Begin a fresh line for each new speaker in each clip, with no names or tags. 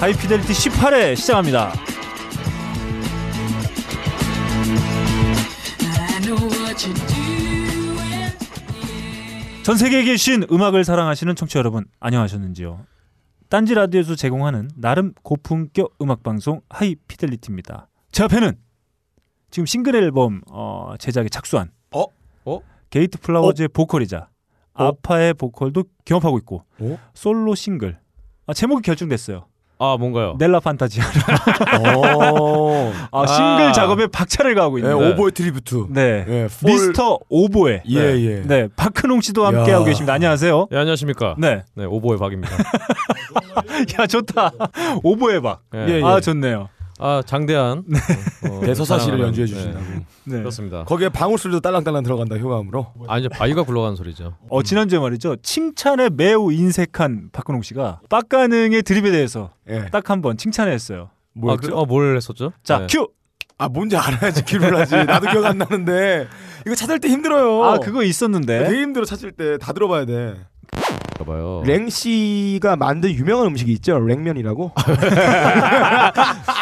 하이피델리티 18회 시작합니다. 전 세계에 계신 음악을 사랑하시는 청취자 여러분 안녕하셨는지요? 딴지 라디오에서 제공하는 나름 고품격 음악 방송 하이피델리티입니다. 제 앞에는 지금 싱글 앨범 어, 제작에 착수한
어? 어?
게이트 플라워즈의 보컬이자
어?
아파의 보컬도 겸업하고 있고
어?
솔로 싱글 아, 제목이 결정됐어요.
아 뭔가요?
네.
넬라 판타지아.
오.
아,
아. 네,
싱글 작업에 박차를 가하고
예,
있는
어. 오보의 트리뷰트.
네.
예, 폴-
미스터 오보에.
예, 예.
네. 박근홍 씨도 함께
야.
하고 계십니다. 안녕하세요.
예, 안녕하십니까? 네,
네.
오보의 박입니다.
야, 좋다. 오보에 박.
예.
예, 예.
아, 좋네요.
아 장대한 어,
대서사시를
사랑하는,
연주해
네,
주신다고.
네.
그렇습니다.
네. 거기에 방울술도 딸랑딸랑 들어간다 효과음으로.
아 이제 바위가 굴러가는 소리죠. 아,
어, 지난주에 말이죠. 칭찬에 매우 인색한 박근홍 씨가 빡가능의 드립에 대해서
예.
딱 한 번 칭찬했어요.
뭐였죠?
아, 그, 어, 뭘 했었죠?
자,
네.
큐.
아 뭔지 알아야지 기를 하지. 나도 기억 안 나는데 이거 찾을 때 힘들어요. 네.
아, 그거 있었는데.
되게 힘들어 찾을 때 다 들어봐야 돼.
봐봐요.
랭 씨가 만든 유명한 음식이 있죠. 랭면이라고.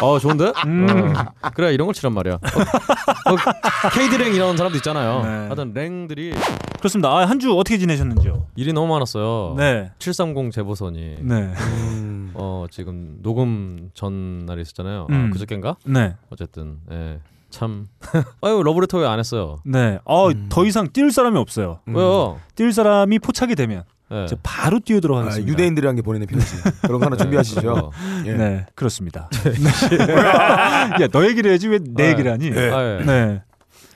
어 좋은데?
음.
어, 그래 이런 걸 치란 말이야. 어, 어, 케이드랭 이런 사람도 있잖아요.
네.
하여튼 랭들이
그렇습니다. 아, 한 주 어떻게 지내셨는지요?
일이 너무 많았어요.
네.
730 제보선이
음.
네.
어 지금 녹음 전날에 있었잖아요.
음.
아, 그저께인가?
네.
어쨌든 예. 참 아유 러브레터 왜 안 했어요?
네. 어, 더 이상 뛸 사람이 없어요.
음.
왜요?
뛸 사람이 포착이 되면
예.
이제 바로 뛰어들어
아,
가겠습니다.
유대인들이란 게 보내는 편지. 그런 거 하나
예,
준비하시죠.
그거.
예.
네, 그렇습니다. 야, 너 얘기를 해야지 왜 내
네.
얘기를 하니? 네.
아, 예.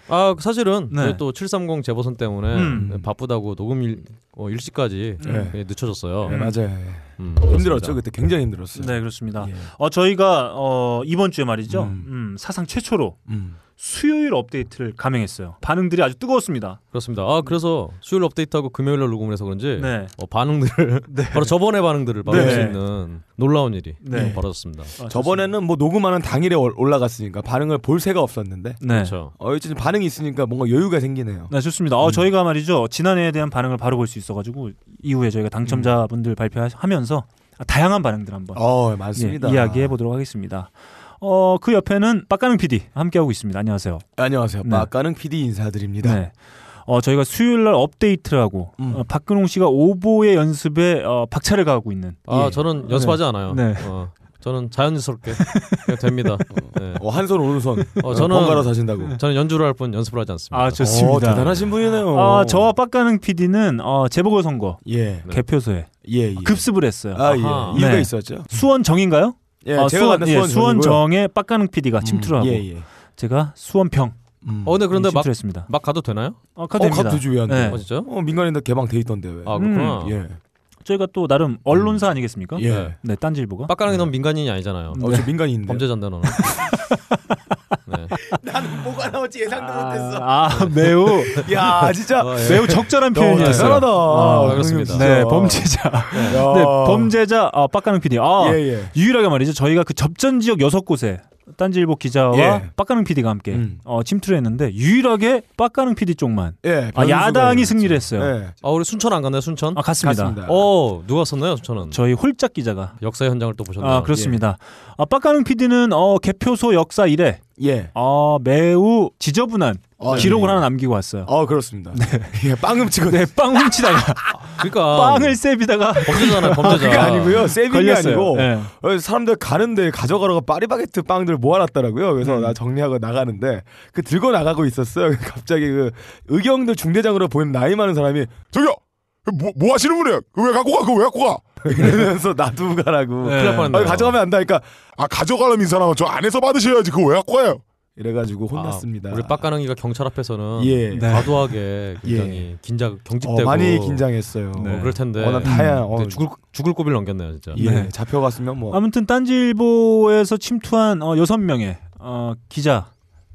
아 사실은
네.
저희 또730 재보선 때문에 네,
음.
바쁘다고 녹음 일, 어, 일시까지
네.
예, 늦춰졌어요.
네, 맞아요.
음,
힘들었죠
그렇습니다.
그때 굉장히 힘들었어요.
네, 그렇습니다.
예.
어, 저희가 어, 이번 주에 말이죠.
음.
음, 사상 최초로
음.
수요일 업데이트를 감행했어요. 반응들이 아주 뜨거웠습니다.
그렇습니다. 아 그래서 수요일 업데이트하고 금요일 날 녹음을 해서 그런지
네.
어, 반응들을 바로 저번에 반응들을 받을
네.
수 있는 놀라운 일이
네.
벌어졌습니다.
아,
저번에는 뭐 녹음하는 당일에 올- 올라갔으니까 반응을 볼 새가 없었는데
좋습니다. 네.
그렇죠.
어 이제 반응이 있으니까 뭔가 여유가 생기네요.
네, 좋습니다. 어, 저희가 말이죠. 지난해에 대한 반응을 바로 볼 수 있어 가지고 이후에 저희가 당첨자분들 발표하면서 다양한 반응들 한번
어
예,
맞습니다.
이야기해 보도록 하겠습니다. 어, 그 옆에는 빡가능 PD 함께하고 있습니다. 안녕하세요.
아, 안녕하세요.
네.
막가는 PD 인사드립니다.
네. 어, 저희가 수요일 날 업데이트라고
음.
어, 박근홍 씨가 오보의 연습에 어, 박차를 가하고 있는.
아
예.
저는 연습하지 않아요.
네.
어, 저는 자연스럽게 그냥 됩니다. 네.
어, 한손 오른손
어, 저는-
번갈아 사신다고.
저는 연주를 할 뿐 연습을 하지 않습니다.
아
어,
좋습니다.
대단하신 분이네요.
아 저와 빡가능 PD는 어, 재보궐 선거
예예
네.
개표소에
예. 예.
급습을 했어요.
아 예.
아하.
이유가
네.
있었죠.
수원 정인가요?
예,
아,
제가
수원,
갔던
예,
수원
수원
정이고요.
정에 빡가능 PD가 침투를 하고
예, 예.
제가 수원평
음.
어, 근데 그런데 막,
침투했습니다.
막 가도 되나요?
어,
어,
카드입니다.
갑자기 왜안 돼?
네.
어, 진짜요?
어, 민간인들 개방돼 있던데 왜?
아,
음,
그렇구나.
예.
저희가 또 나름 언론사 아니겠습니까?
예.
네.
네, 딴질보가.
빡가랑이 넌 민간인이 아니잖아요.
어, 저 민간인인데.
범죄자인데 너는. 네.
나는 뭐가 나올지 예상도
아, 아, 매우
야, 진짜.
어, 예.
매우 적절한 표현이었어요.
대단하다.
아,
그렇습니다.
네, 범죄자.
야.
네, 범죄자 아, 빡가능 PD. 아,
어. 예, 예.
유일하게 말이죠. 저희가 그 접전 지역 여섯 곳에 딴지일보 기자와
예.
빡가능 PD가 함께
음.
어, 침투를 했는데 유일하게 빡가능 PD 쪽만
예.
아, 야당이
변수가
승리를 했어요.
예.
아 우리 순천 안 갔나요? 순천?
아, 갔습니다.
갔습니다.
어 누가 썼나요? 순천은?
저희 홀짝 기자가
역사의 현장을 또 보셨나요?
아, 그렇습니다. 아, 빡가능 PD는 어, 개표소 역사 이래
예.
어, 매우 지저분한
아,
기록을
예.
하나 남기고 왔어요.
어, 그렇습니다.
네.
예, 빵음 치고
네, 빵 훔치다가
어.
그러니까
빵을 세비다가
범죄자잖아요. 범죄자.
그게 아니고요. 세빙이
걸렸어요.
아니고
네.
예.
어, 사람들 가는데 가져가라고 파리바게트 빵들 모아놨더라고요. 그래서
음.
나 정리하고 나가는데 그 들고 나가고 있었어요. 갑자기 그 의경들 중대장으로 보이는 나이 많은 사람이 저기요 뭐, 뭐 하시는 분이에요? 그거 왜 갖고 가? 그거 왜 갖고 가? 이러면서 놔두고 가라고.
네.
큰일 날 뻔했네요.
아, 가져가면 안 다니까
아 가져가려면 이 사람은 저 안에서 받으셔야지 그거 왜 갖고 와요?
이래가지고
아,
혼났습니다.
우리 빡가능이가 경찰 앞에서는
예.
네.
과도하게 굉장히 긴장
어,
경직되고
많이 긴장했어요.
어, 그럴 텐데.
어, 난 다야. 어,
근데 죽을 죽을 고비를 넘겼네요, 진짜.
예,
네.
잡혀갔으면 뭐.
아무튼 딴지일보에서 침투한 어, 6명의 어, 기자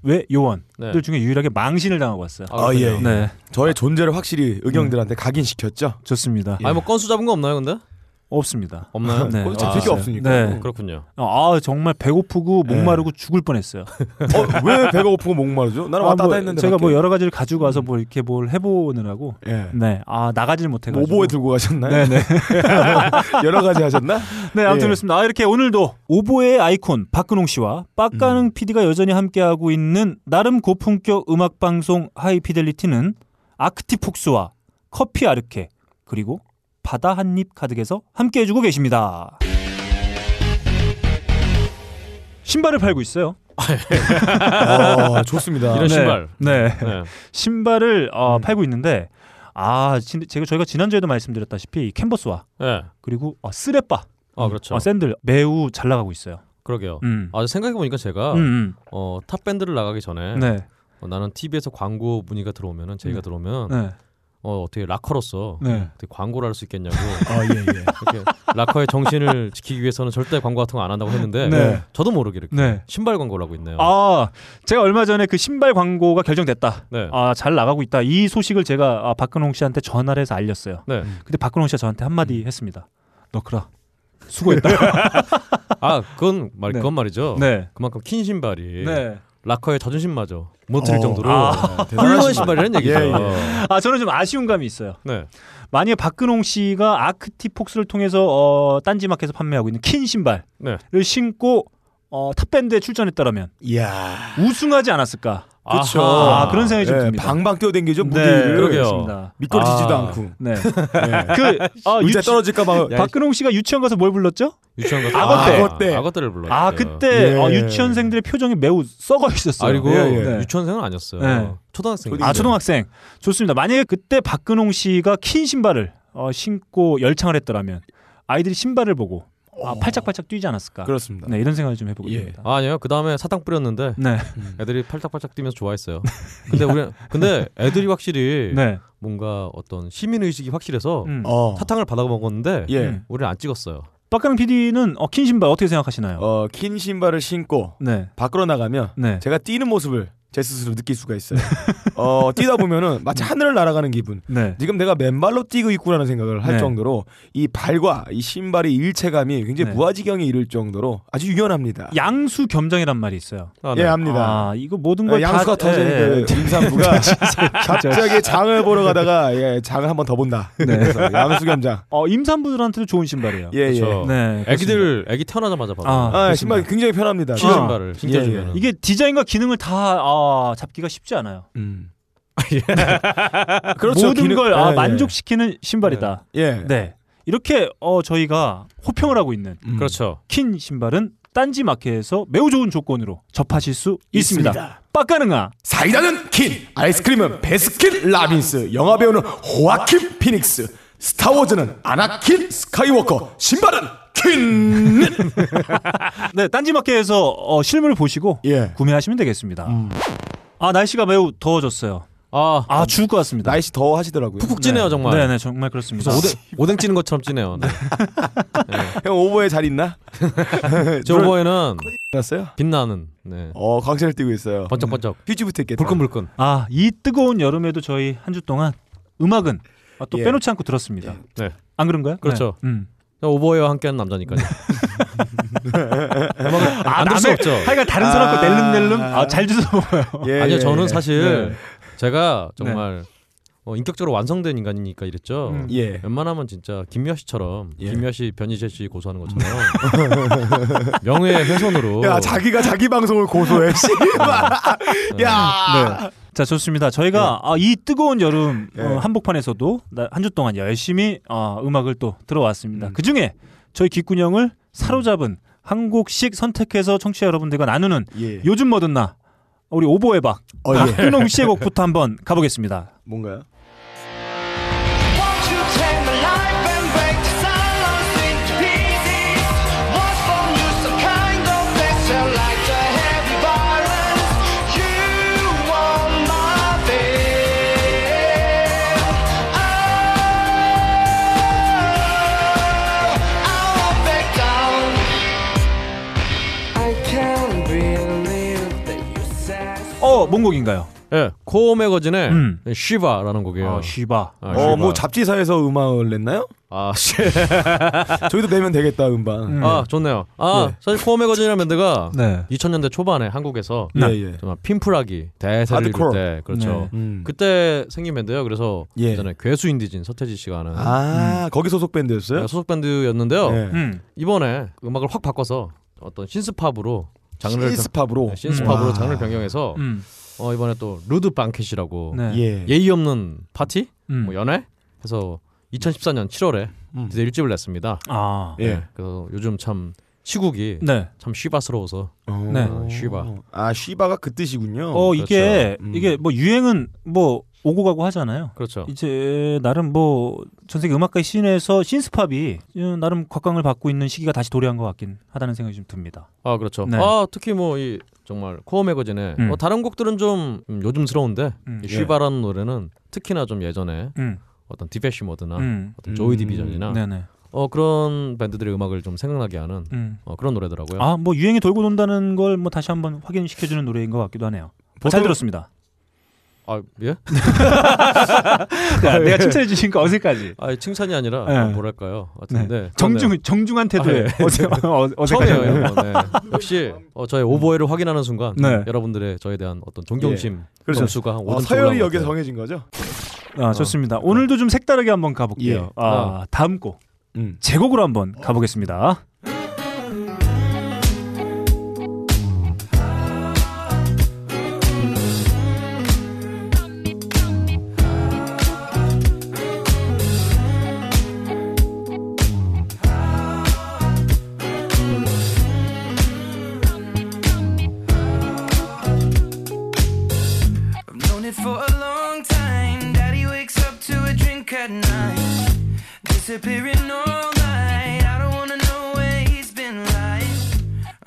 외 요원들
네.
중에 유일하게 망신을 당하고 왔어요.
아,
아, 음. 예,
그렇군요.
예.
네,
저의 존재를 확실히 의경들한테 각인시켰죠.
좋습니다.
아니 뭐 건수 잡은 거 없나요, 근데?
없습니다.
없나요?
네.
예. 거기 잡힐 게
없어요.
없으니까. 음.
네.
그렇군요.
아 정말 배고프고
네.
목마르고 죽을 뻔했어요.
어, 왜 배가 고프고 목마르죠? 나는
아,
왔다
뭐
갔다 했는데
제가 뭐
밖에. 음.
여러 가지를 가지고 와서 뭐 이렇게 뭘 해보느라고
예.
네, 아 나가질 못해가지고
오보에 들고 가셨나요?
네네.
여러 가지 하셨나?
네, 아무튼
예.
그렇습니다. 아, 이렇게 오늘도 오보의 아이콘 박근홍 씨와 빡가능 PD가 여전히 함께하고 있는 나름 고품격 음악 방송 하이피델리티는 아크티폭스와 커피 아르케 그리고 바다 한입 가득에서 함께 해주고 계십니다. 신발을 팔고 있어요.
아, 좋습니다.
이런 신발.
네.
네. 음.
신발을 어, 팔고 있는데 아, 진- 제가 저희가 지난주에도 말씀드렸다시피 이 캔버스와
네.
그리고 어, 쓰레빠
음.
아 그렇죠.
어, 샌들 매우 잘 나가고 있어요.
그러게요.
음.
아 생각해 보니까 제가
음,
어, 탑 밴드를 나가기
뭐
전에
음. 네.
어, 나는 TV에서 광고 문의가 들어오면은 저희가
네.
들어오면
네.
어, 어떻게 락커로서
네.
어떻게 광고를 할 수 있겠냐고
아, 예, 예.
이렇게 락커의 정신을 지키기 위해서는 절대 광고 같은 거 안 한다고 했는데
네.
저도 모르게 이렇게
네.
신발 광고를 하고 있네요.
아, 제가 얼마 전에 그 신발 광고가 결정됐다.
네.
아, 잘 나가고 있다. 이 소식을 제가 아, 박근홍 씨한테 전화를 해서 알렸어요.
네.
근데 박근홍 씨가 저한테 한마디
음.
했습니다. 너크라. 수고했다.
아 그건 말
네.
그건 말이죠.
어.
네.
그만큼 킨
예.
신발이
네.
락커의 자존심마저 무너뜨릴
어.
정도로
아.
훌륭한 신발이라는 얘기죠.
예,
아, 저는 좀 아쉬운 감이 있어요.
네.
만약에 박근홍 씨가 아크티폭스를 통해서 어, 딴지마켓에서 판매하고 있는 킨 신발을
네.
신고 어, 탑밴드에 출전했다면
이야.
우승하지 않았을까?
그쵸.
아하.
아, 그런 생각이 좀
예,
듭니다.
방방 뛰어댕기죠 무대
네,
위를.
그러게요.
그렇습니다.
밑걸 지지도
아.
않고.
네. 그 아,
의자
유치-
떨어질까 봐.
야,
박근홍 씨가 유치원 가서 뭘 불렀죠?
유치원 가서 아,
악어 때.
악어 때.
악어 때를 불렀어요.
아 그때
예.
어, 유치원생들의 표정이 매우 썩어
아,
있었어요.
그리고
예, 예.
네.
유치원생은 아니었어요.
네.
초등학생.
아 초등학생 좋습니다. 만약에 그때 박근홍 씨가 킨 신발을 어, 신고 열창을 했더라면 아이들이 신발을 보고 아, 팔짝팔짝 뛰지 않았을까?
어. 그렇습니다.
네 이런 생각을 좀 해보게
예.
됩니다.
아, 니에요그 다음에 사탕 뿌렸는데
네,
애들이 팔짝팔짝 뛰면서 좋아했어요. 근데 우리 근데 애들이 확실히
네,
뭔가 어떤 시민 의식이 확실해서
음.
예. 어.
사탕을 받아 먹었는데
예.
음.
우리는 안 찍었어요.
박근홍 PD는 어, 킨 신발 어떻게 생각하시나요?
어, 긴 신발을 신고
네,
밖으로 나가면
네,
제가 뛰는 모습을 제 스스로 느낄 수가 있어요. 어, 뛰다 보면은 마치 하늘을 날아가는 기분.
네,
지금 내가 맨발로 뛰고 있구라는 생각을 할
네.
정도로 이 발과 이 신발의 일체감이 굉장히
네.
무아지경에 이를 정도로 아주 유연합니다.
양수 겸장이란 말이 있어요.
아,
예,
네.
합니다.
아 이거 모든
어,
걸 다,
양수가 터진
예, 예.
그 임산부가 갑자기 장을 보러 가다가 예, 장을 한번 더 본다.
네.
그래서 양수 겸장.
어, 임산부들한테도 좋은 신발이에요.
예, 예.
그렇죠.
네, 그렇습니다.
애기들 애기 태어나자마자
아,
봐.
아,
그렇습니다.
신발 굉장히 편합니다.
키
아.
신발을 진짜
예, 예.
주면
이게 디자인과 기능을 다 아, 잡기가 쉽지 않아요.
음.
예.
그렇죠.
모든
기능-
걸 아,
예, 예.
만족시키는 신발이다.
예.
네. 이렇게 어, 저희가 호평을 하고 있는
음.
그렇죠.
킨 신발은 딴지 마켓에서 매우 좋은 조건으로 접하실 수 있습니다. 빡가능아.
사이다는 킨, 아이스크림은 베스킨 라빈스, 영화 배우는 호아킨 피닉스, 스타워즈는 아나킨 스카이워커, 어, 신발은 킨.
네, 딴지 마켓에서 어, 실물을 보시고
예.
구매하시면 되겠습니다. 아, 날씨가 매우 더워졌어요.
아,
아, 죽을 것 같습니다.
날씨 더워 하시더라고요.
푹 찌네요 정말.
네, 네, 정말 그렇습니다.
오뎅 오뎅 찌는 것처럼 찌네요. 네.
형 오버에 잘 있나?
네.
제 오버에는
났어요?
빛나는 네.
어, 광채를 띄고 있어요.
번쩍번쩍
퓨즈부터 있겠다.
불끈불끈.
아, 이 뜨거운 여름에도 저희 한 주 동안 음악은 아, 또
예.
빼놓지 않고 들었습니다.
네.
안 그런가요?
그렇죠.
네. 음.
오버웨어와 함께하는 남자니까요. 안될수
네. 아, 남의-
없죠.
하여간 다른 사람 거
아.
낼름낼름 아, 잘 주워 먹어요.
예,
아니요,
예,
저는
예. 네.
사실
네.
제가 정말 어, 인격적으로 완성된 인간이니까 이랬죠.
음.
예.
웬만하면 진짜 김미아 씨처럼
예.
김미아 씨, 변희재 씨 고소하는 것처럼 명예 훼손으로
야 자기가 자기 방송을 고소해. 씨발. 야.
네. 자 좋습니다. 저희가 아, 이 뜨거운 여름
예.
어, 한복판에서도 한 주 동안 열심히 아, 음악을 또 들어왔습니다. 그 중에 저희 귓군형을 사로잡은 한 곡씩 선택해서 청취자 여러분들과 나누는
예.
요즘 뭐든 나 우리 오보의 박
어, 예.
박근홍 씨의 곡부터 한번 가보겠습니다.
뭔가요?
Won't you take my life and break the silence into pieces? What's from you some kind of pressure like a heavy violence? You are my babe. Oh, I won't back down. I can't believe that you said.
어, 뭔 곡인가요?
예, 코어 매거진의
음.
시바라는 곡이에요.
아, 쉬바.
아,
어,
시바.
뭐 잡지사에서 음악을 냈나요?
아, 씨.
저희도 내면 되겠다 음반.
음.
아, 좋네요. 아,
네.
사실 코어 매거진이라는 밴드가
네.
2000년대 초반에 한국에서
음.
예 예.
정말 핀프라기 대세를 이룰
하드코어.
때 그렇죠.
음.
그때 생긴 밴드예요. 그래서
예.
예전에 괴수 인디진 서태지 씨가 하는
아 거기 소속 밴드였어요?
음. 네, 소속 밴드였는데요.
예.
음.
이번에 음악을 확 바꿔서 어떤 신스팝으로 장르를
시스팝으로.
변- 네, 신스팝으로
와.
장르를 변경해서
음.
어, 이번에 또 루드 방켓이라고
네.
예.
어, 예의 없는 파티
음.
뭐 연애 해서 2014년 7월에
음.
드디어 일집을 냈습니다.
아.
예.
네, 그래서 요즘 참 시국이
네.
참 쉬바스러워서
네.
어,
쉬바.
아 쉬바가 그 뜻이군요.
어 이게
그렇죠. 음.
이게 뭐 유행은 뭐 오고 가고 하잖아요.
그렇죠.
이제 나름 뭐 전 세계 음악가의 씬에서 신스팝이 음, 나름 곽광을 받고 있는 시기가 다시 도래한 것 같긴 하다는 생각이 좀 듭니다.
아 그렇죠.
네.
아 특히 뭐 이 정말 코어 매거진에
음.
어, 다른 곡들은 좀 음, 요즘스러운데
음.
이 쉬바라는 노래는 특히나 좀 예전에
음.
어떤 디페시 모드나
음.
어떤 조이
음.
디비전이나
네네.
어 그런 밴드들의 음악을 좀 생각나게 하는
음.
어, 그런 노래더라고요.
아 뭐 유행이 돌고 돈다는 걸 뭐 다시 한번 확인시켜주는 노래인 것 같기도 하네요. 잘 들었습니다.
아, 예?
야, 내가 칭찬해 주시니까 어색하지.
아 칭찬이 아니라
네.
아, 뭐랄까요.
네.
하여튼, 네.
정중 정중한 태도에
아,
어색
처음이에요.
어색하네요.
이런 거, 네. 역시 어, 저의 오버웨이를 확인하는 순간
네.
여러분들의 저에 대한 어떤 존경심
그렇죠.
점수가 한 5점
어, 서열이 여기에 정해진 거죠?
아, 좋습니다. 오늘도 좀 색다르게 한번 가볼게요.
예.
아, 다음 곡
음.
제곡으로 한번 가보겠습니다.
I've known it for a long time. Daddy wakes up to a drink at night. Disappearing all night. I don't wanna know where he's been lying.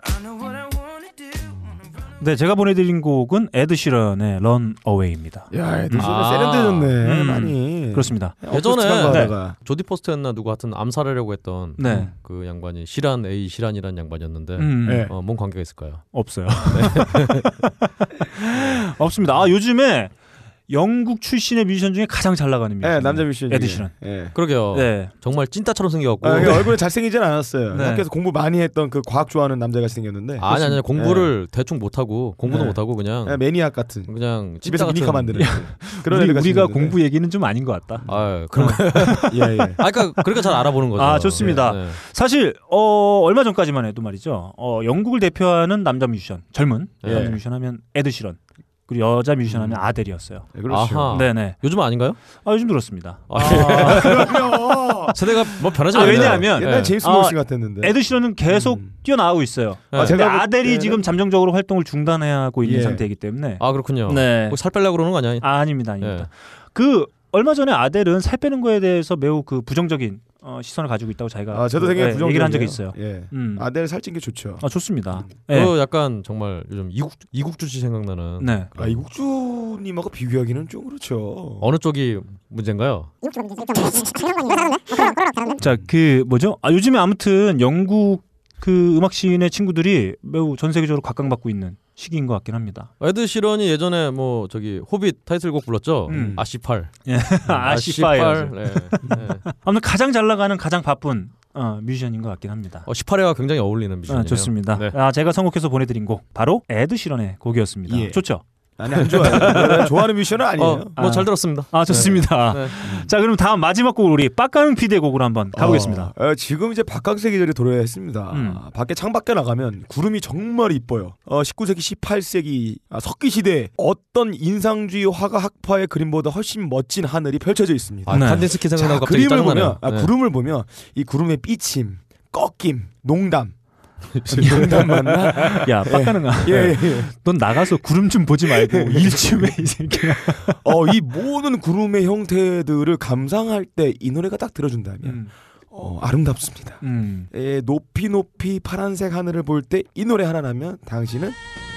I know what I wanna do. Wanna run
네, 제가 보내드린 곡은 에드 시런의 Run Away입니다.
음. 야, 애들
아.
세련되졌네
음.
많이.
그렇습니다.
예전에-
네.
예전에
조디 포스트였나 누구 하여튼 암살하려고 했던
네,
그 양반이 시란 A 시란이라는 양반이었는데
음,
네.
어, 뭔 관계가 있을까요?
없어요. 네. 없습니다. 아, 요즘에 영국 출신의 뮤지션 중에 가장 잘 나가는 네,
네.
뮤지션.
예, 남자 뮤지션.
에드
중에.
시런.
예.
그러게요.
네,
정말 찐따처럼 생겨갖고
아, 그러니까 얼굴은 잘생기진 않았어요.
네.
학교에서 공부 많이 했던 그 과학 좋아하는 남자가 생겼는데.
아니 아니 공부를 대충 못하고 공부도
네.
못하고 그냥
예, 매니악 같은.
그냥
집에서
찐따
미니카
같은-
만드는. 그런
우리,
애들
우리가 공부 얘기는 좀 아닌 것 같다.
아 그런 거.
예, 예.
아 그러니까 그러니까 잘 알아보는 거죠.
아, 좋습니다.
네, 네.
사실 어, 얼마 전까지만 해도 말이죠. 어, 영국을 대표하는 남자 뮤지션, 젊은
예.
남자 뮤지션 하면 에드 시런, 그리고 여자 뮤지션 하면 음. 아델이었어요.
예, 그렇죠.
아하.
네네.
요즘 아닌가요?
아 요즘 들었습니다.
아,
그럼요.
세대가 뭐 변하지
아,
않아요.
왜냐하면
네.
옛날 제임스
아,
모슨 같았는데.
에드 시런은 계속
음.
뛰어나오고 있어요.
아,
근데
제가 볼
아델이
때는-
지금 잠정적으로 활동을 중단하고 있는
예. 어.
상태이기 때문에
아 그렇군요.
네.
뭐살 빼려고 그러는 거 아니야?
아, 닙니다
예.
아닙니다. 그 얼마 전에 아델은 살 빼는 거에 대해서 매우 그 부정적인 어, 시선을 가지고 있다고 자기가
아, 저도
그, 예,
생각에 부정적이에요.
얘기를 한 적이 있어요.
예.
음. 아,
아델 음. 살찐 게 좋죠.
좋습니다. 예.
그 약간 정말 요즘 이국 이국주 씨 생각나는
네.
아, 이국주님하고 비교하기는 좀 그렇죠.
어느 쪽이 문제인가요?
음.
자, 그 뭐죠? 아, 요즘에 아무튼 영국 그 음악 시인의 친구들이 매우 전 세계적으로 각광받고 있는 시기인 것 같긴 합니다.
에드 시런이 예전에 뭐 저기 호빗 타이틀곡 불렀죠.
음.
아시팔.
음.
음,
아시파요.
아시팔. 네. 네.
아무튼 가장 잘 나가는 가장 바쁜 어, 뮤지션인 것 같긴 합니다.
어, 18회와 굉장히 어울리는 뮤지션이에요.
아, 좋습니다.
네.
아, 제가 선곡해서 보내드린 곡 바로 에드 시런의 곡이었습니다.
예.
좋죠?
아니 안 좋아요. 내가 좋아하는 뮤지션은 아니에요.
어, 뭐 잘 들었습니다.
아 좋습니다.
네.
자 그럼 다음 마지막 곡 우리 빡가는 피디의 곡으로 한번 가보겠습니다.
어, 어, 지금 이제 박강세 계절이 도래했습니다.
음.
아, 밖에 창밖에 나가면 구름이 정말 이뻐요. 어, 19세기, 18세기 아, 석기 시대 어떤 인상주의 화가 학파의 그림보다 훨씬 멋진 하늘이 펼쳐져 있습니다.
아,
네.
칸딘스키
자,
생각나고 갑자기
그림을 보면
짜증나네요.
아,
네.
구름을 보면 이 구름의 삐침, 꺾임, 농담. 농담 맞나?
야 빡가는아, 네.
예, 예, 예.
넌 나가서 구름 좀 보지 말고 일 좀 해 이 새끼야.
어, 이 모든 구름의 형태들을 감상할 때 이 노래가 딱 들어준다면
음,
어, 아름답습니다.
음.
에, 높이 높이 파란색 하늘을 볼 때 이 노래 하나 나면 당신은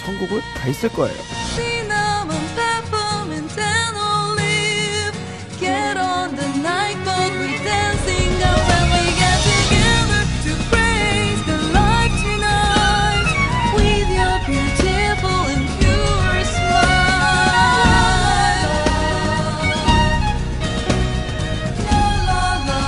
천국을 다 있을 거예요.
cinnamon, peppermint, and olive. Get on the night boat, we're dancing around. We get together to praise the light tonight with your beautiful and pure smile. La, la, la.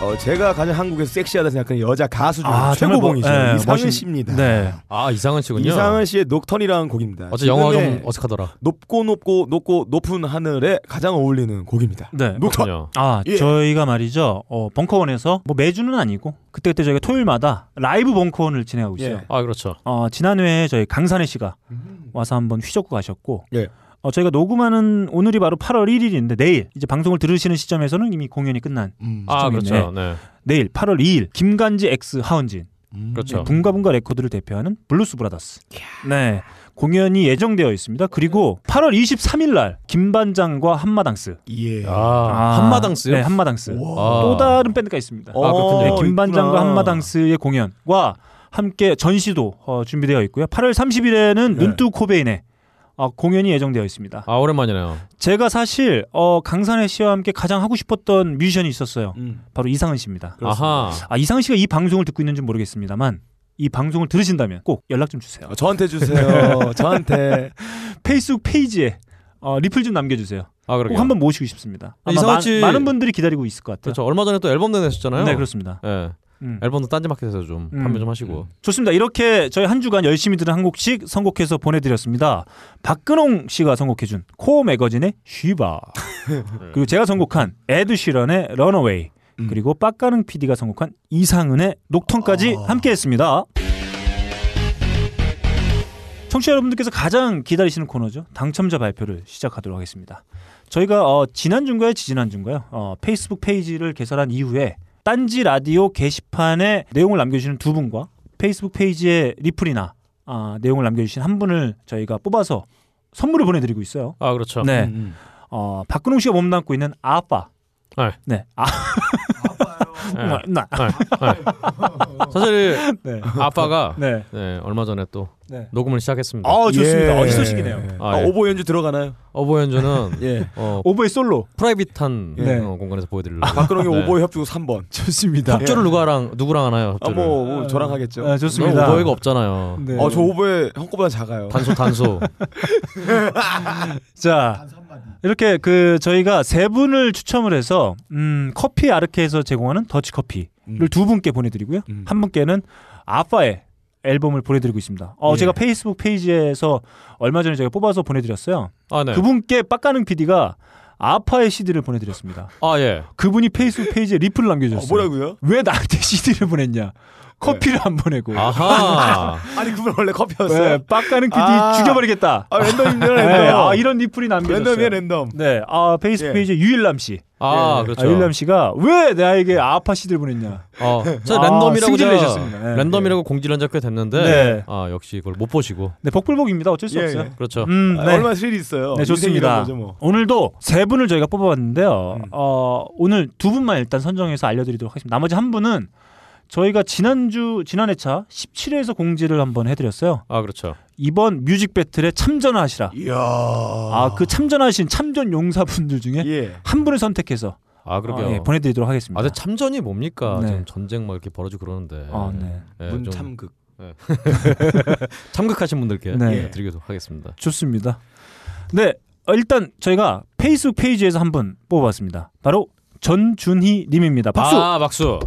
어, 제가 가장 한국에서 섹시하다 생각하는 여자 가수 중
아, 정말 멋-
최고봉이죠
예,
이상은
멋있-
씨입니다.
네.
아 이상은 씨군요.
이상은 씨의 녹턴이라는 곡입니다.
어째 영화가
지금의
좀 어색하더라.
높고 높고 높고 높은 하늘에 가장 어울리는 곡입니다.
네.
녹턴.
그렇군요.
아,
예.
저희가 말이죠. 어, 벙커원에서 뭐 매주는 아니고 그때그때 저희가 토요일마다 라이브 벙커원을 진행하고 있어요.
예.
아 그렇죠.
어, 지난회에 저희 강산혜 씨가
음.
와서 한번 휘젓고 가셨고
예.
어, 저희가 녹음하는 오늘이 바로 8월 1일인데 내일 이제 방송을 들으시는 시점에서는 이미 공연이 끝난
음.
아
시점이네.
그렇죠. 네.
내일 8월 2일 김간지 X 하은진 네,
그렇죠.
분가분가 레코드를 대표하는 블루스 브라더스. 네. 공연이 예정되어 있습니다. 그리고 8월 23일 날 김반장과 한마당스.
예.
아,
아,
한마당스요.
네, 한마당스.
와.
또 다른 밴드가 있습니다.
어,
네,
그렇군요.
김반장과
있구나.
한마당스의 공연과 함께 전시도 어, 준비되어 있고요. 8월 30일에는
네.
눈뚜 코베인의 어, 공연이 예정되어 있습니다.
아 오랜만이네요.
제가 사실 어, 강산혜 씨와 함께 가장 하고 싶었던 뮤지션이 있었어요.
음.
바로 이상은 씨입니다.
아하.
아, 이상은 씨가 이 방송을 듣고 있는지 는 모르겠습니다만 이 방송을 들으신다면 꼭 연락 좀 주세요.
어, 저한테 주세요. 저한테.
페이스북 페이지에 어, 리플 좀 남겨주세요.
아 그렇게.
꼭 한번 모시고 싶습니다. 아마
이상은
마-
씨-
많은 분들이 기다리고 있을 것 같아요.
그렇죠. 얼마 전에 또 앨범 내셨잖아요.
네, 그렇습니다.
예.
음.
앨범도 딴지마켓에서 좀
음.
판매 좀 하시고.
좋습니다. 이렇게 저희 한 주간 열심히 들은 한 곡씩 선곡해서 보내드렸습니다. 박근홍 씨가 선곡해준 코어 매거진의 쉬바 그리고 제가 선곡한 에드 시런의 런어웨이 그리고 빡가능 PD가 선곡한 이상은의 녹턴까지 함께했습니다. 청취자 여러분들께서 가장 기다리시는 코너죠. 당첨자 발표를 시작하도록 하겠습니다. 저희가 어, 지난 주인가요, 지지난 주인가요? 어, 페이스북 페이지를 개설한 이후에 딴지 라디오 게시판에 내용을 남겨주시는 두 분과 페이스북 페이지에 리플이나 아, 내용을 남겨주신 한 분을 저희가 뽑아서 선물을 보내드리고 있어요.
아 그렇죠.
네,
음.
어, 박근홍 씨가 몸담고 있는 아빠.
네.
네, 아,
예.
나, 나.
예, 예. 사실
네,
아빠가 네.
네.
얼마 전에 또
네.
녹음을 시작했습니다.
어, 좋습니다.
예.
어, 희소식이네요.
아,
아,
예.
오보 연주 들어가나요?
어버연주는
예.
어,
오버의 솔로.
프라이빗한
네.
어, 공간에서 보여드리려고.
박근홍이
네.
오보 협주곡 3번. 좋습니다.
예.
협조를 누가랑 누구랑 하나요?
예. 아,
협조를.
뭐, 뭐 저랑 하겠죠.
아, 좋습니다.
너무 오버이가 없잖아요.
네.
어, 저 오보에 형 거보다 작아요.
단소 단소.
자, 이렇게 그 저희가 세 분을 추첨을 해서 음, 커피 아르케에서 제공하는 더치 커피를
음.
두 분께 보내드리고요.
음.
한 분께는 아빠의 앨범을 보내드리고 있습니다. 어,
예.
제가 페이스북 페이지에서 얼마 전에 제가 뽑아서 보내드렸어요.
아 네.
그분께 빡가는 PD가 아파의 CD를 보내드렸습니다.
아 예.
그분이 페이스북 페이지에 리플을
어,
남겨주셨어요.
뭐라고요? 네.
왜 나한테 CD를 보냈냐? 커피를 안 보내고.
아,
아하.
예.
아니 그분 원래 커피였어요.
네, 빡가는 PD
아.
죽여버리겠다.
아 랜덤입니다
네,
랜덤.
아, 이런 리플이 남겨졌어요.
랜덤이에요 랜덤.
네, 아 페이스북
예.
페이지 에 유일남 씨,
아 그렇죠.
아, 유일남 씨가 왜 나에게 아파 씨들 보냈냐.
어, 저
아,
랜덤이라고
승질
제가
내셨습니다. 네.
랜덤이라고 공지를 한 적꽤 됐는데
네.
아 역시 그걸 못 보시고
네, 복불복입니다. 어쩔 수
예,
없어요.
예.
그렇죠.
음,
아,
네.
얼마 실이 있어요.
네, 좋습니다.
인생이란 거죠, 뭐.
오늘도 세 분을 저희가 뽑아봤는데요. 어, 오늘 두 분만 일단 선정해서 알려드리도록 하겠습니다. 나머지 한 분은 저희가 지난주 지난 회차 17회에서 공지를 한번 해드렸어요.
아 그렇죠.
이번 뮤직 배틀에 참전하시라.
이야.
아 그 참전하신 참전 용사분들 중에
예.
한 분을 선택해서
아
어,
그러게요.
예, 보내드리도록 하겠습니다.
아, 근데 참전이 뭡니까?
네.
지금 전쟁 막 이렇게 벌어지고 그러는데.
아, 네.
예, 좀
문참극.
참극하신 분들께 예,
네.
드리도록 하겠습니다.
좋습니다. 네, 어, 일단 저희가 페이스북 페이지에서 한 분 뽑아봤습니다. 바로 전준희 님입니다. 박수. 아,
아, 박수.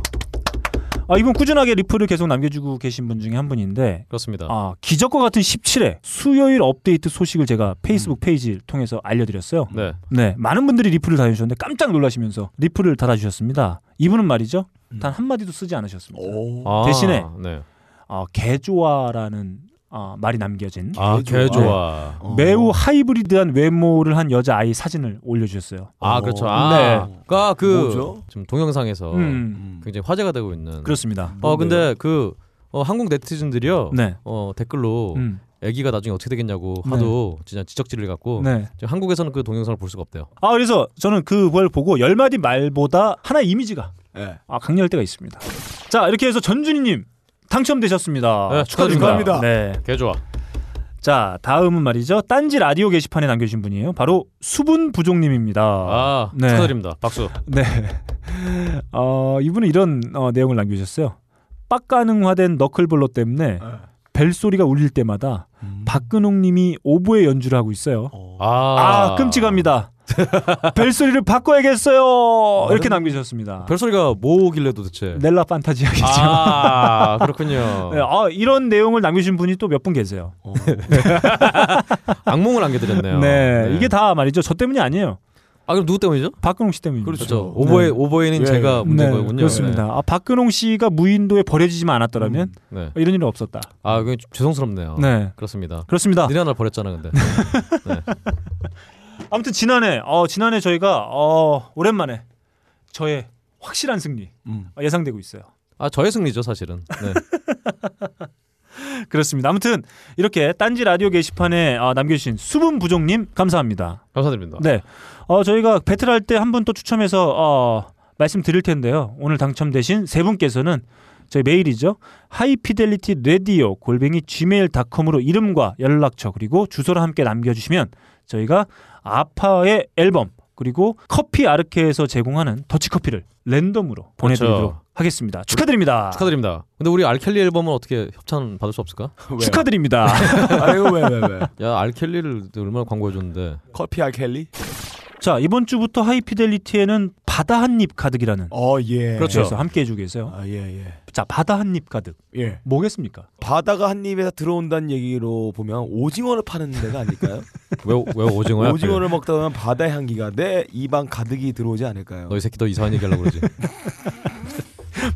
이분 꾸준하게 리플을 계속 남겨주고 계신 분 중에 한 분인데.
그렇습니다.
아 기적과 같은 17회 수요일 업데이트 소식을 제가 페이스북
음.
페이지를 통해서 알려드렸어요.
네.
네, 많은 분들이 리플을 달아주셨는데 깜짝 놀라시면서 리플을 달아주셨습니다. 이분은 말이죠,
음.
단 한 마디도 쓰지 않으셨습니다.
오.
아,
대신에
네.
아, 개조아라는 아, 말이 남겨진
아,
개 좋아.
개 좋아.
매우 하이브리드한 외모를 한 여자 아이 사진을 올려주셨어요.
아, 그렇죠. 아.
네.
그러니까 그
뭐죠?
지금 동영상에서
음,
굉장히 화제가 되고 있는
그렇습니다.
어, 근데 그 어, 한국 네티즌들이요.
네.
어, 댓글로
음,
아기가 나중에 어떻게 되겠냐고
네.
하도 진짜 지적질을 갖고
네.
지금 한국에서는 그 동영상을 볼 수가 없대요.
아 그래서 저는 그걸 보고 열 마디 말보다 하나의 이미지가
예.
아, 강렬할 때가 있습니다. 자 이렇게 해서 전준희님 당첨되셨습니다.
네,
축하드립니다.
축하드립니다.
네.
개 좋아.
자 다음은 말이죠. 딴지 라디오 게시판에 남겨주신 분이에요. 바로 수분 부족님입니다.
아,
네.
축하드립니다. 박수.
네. 어, 이분은 이런 어, 내용을 남겨주셨어요. 빡가능화된 너클볼로
네.
때문에 벨소리가 울릴 음. 때마다 박근홍님이 오보에 연주를 하고 있어요.
아,
아, 끔찍합니다. 벨소리를 바꿔야겠어요. 이렇게 남기셨습니다.
별소리가 뭐길래 도대체?
넬라 판타지야겠죠. 아.
아 그렇군요.
아, 이런 내용을 남기신 분이 또 몇 분 계세요.
악몽을 어. 안겨드렸네요.
네, 이게 다 말이죠. 저 때문이 아니에요.
아 그럼 누구 때문이죠?
박근홍 씨 때문이죠.
그렇죠. 오버에
네.
오버에는
예,
제가 문제인
네,
거군요.
그렇습니다. 아, 박근홍 씨가 무인도에 버려지지만 않았더라면 어,
네. 네.
이런 일은 없었다.
아 그건 좀 죄송스럽네요.
네.
그렇습니다.
그렇습니다.
니네 하나 버렸잖아 근데.
아무튼 지난해 어 지난해 저희가 어 오랜만에 저의 확실한 승리
음.
어, 예상되고 있어요.
아 저의 승리죠 사실은. 네.
그렇습니다. 아무튼 이렇게 딴지 라디오 게시판에 어, 남겨주신 수분 부족님 감사합니다.
감사드립니다.
네, 어 저희가 배틀할 때 한 분 또 추첨해서 어 말씀드릴 텐데요. 오늘 당첨되신 세 분께서는 저희 메일이죠. 하이피델리티 레디오 골뱅이 gmail.com으로 이름과 연락처 그리고 주소를 함께 남겨주시면 저희가 아파의 앨범 그리고 커피 아르케에서 제공하는 더치커피를 랜덤으로 보내드리도록
그렇죠.
하겠습니다. 축하드립니다.
축하드립니다. 근데 우리 알켈리 앨범은 어떻게 협찬 받을 수 없을까?
드립니다
아유 왜왜 왜, 왜?
야 알켈리를 얼마나 광고해줬는데.
커피 알켈리?
자 이번 주부터 하이피델리티에는 바다 한 입 가득이라는
어 예.
그렇죠. 함께 해주고 계세요.
아 예 예.
자 바다 한 입 가득
예.
뭐겠습니까?
바다가 한 입에서 들어온다는 얘기로 보면 오징어를 파는 데가 아닐까요?
왜 왜 오징어야? 그
오징어를 먹다 보면 바다 향기가 내 입안 가득이 들어오지 않을까요?
너이 새끼 너 이상한 얘기하려고 그러지.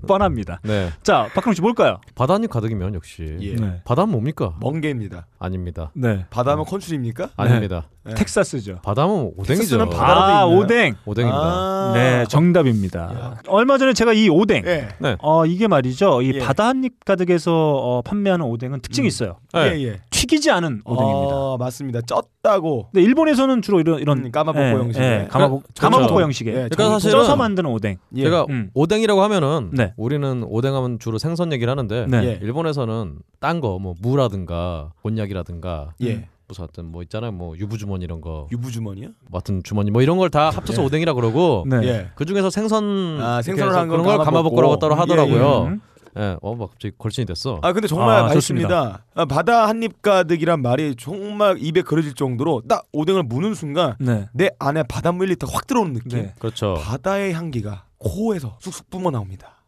뻔합니다.
네.
자 박근홍 씨 뭘까요?
바다님 가득이면 역시
예. 뭐.
네.
바다는 뭡니까?
멍게입니다.
아닙니다.
네.
바다면 컨츄리입니까?
아닙니다.
텍사스죠.
바다면 오뎅이죠.
텍사스는 네. 바다-
아
바다도 있나요?
오뎅.
오뎅입니다.
아.
네 정답입니다. 얼마 전에 제가 이
네.
오뎅.
예.
어 이게 말이죠. 이
예.
바다 한 입 가득에서 어, 판매하는 오뎅은 특징이
음.
있어요.
네.
예 예.
튀기지 않은 오뎅입니다.
어, 맞습니다. 쪘다고.
근데 일본에서는 주로 이런 이런
음, 까마복고 형식의.
예, 가마복
그러니까
가마복고
저처럼.
형식의
예,
그러니까
저는-
사실은
쪄서 만드는 오뎅.
예.
제가
음.
오뎅이라고 하면은
네.
우리는 오뎅하면 주로 생선 얘기를 하는데
네.
예.
일본에서는 딴 거 뭐 무라든가 곤약이라든가
예.
무슨 하여튼 뭐 있잖아요 뭐 유부주머니 이런 거
유부주머니요?
뭐 하여튼 주머니 뭐 이런 걸 다 합쳐서
예.
오뎅이라 그러고
네.
예.
그 중에서 생선
아,
이렇게
생선을
해서
한건
그런 걸
감아먹고. 예.
감아볶으라고 따로 하더라고요.
음.
예, 어막 갑자기 걸친이 됐어.
아 근데 정말
아,
맛있습니다. 아, 바다 한 입 가득이란 말이 정말 입에 그려질 정도로 딱 오뎅을 무는 순간
네.
내 안에 바닷물 1리터 확 들어오는 느낌.
네.
그렇죠.
바다의 향기가 코에서 쑥쑥 뿜어 나옵니다.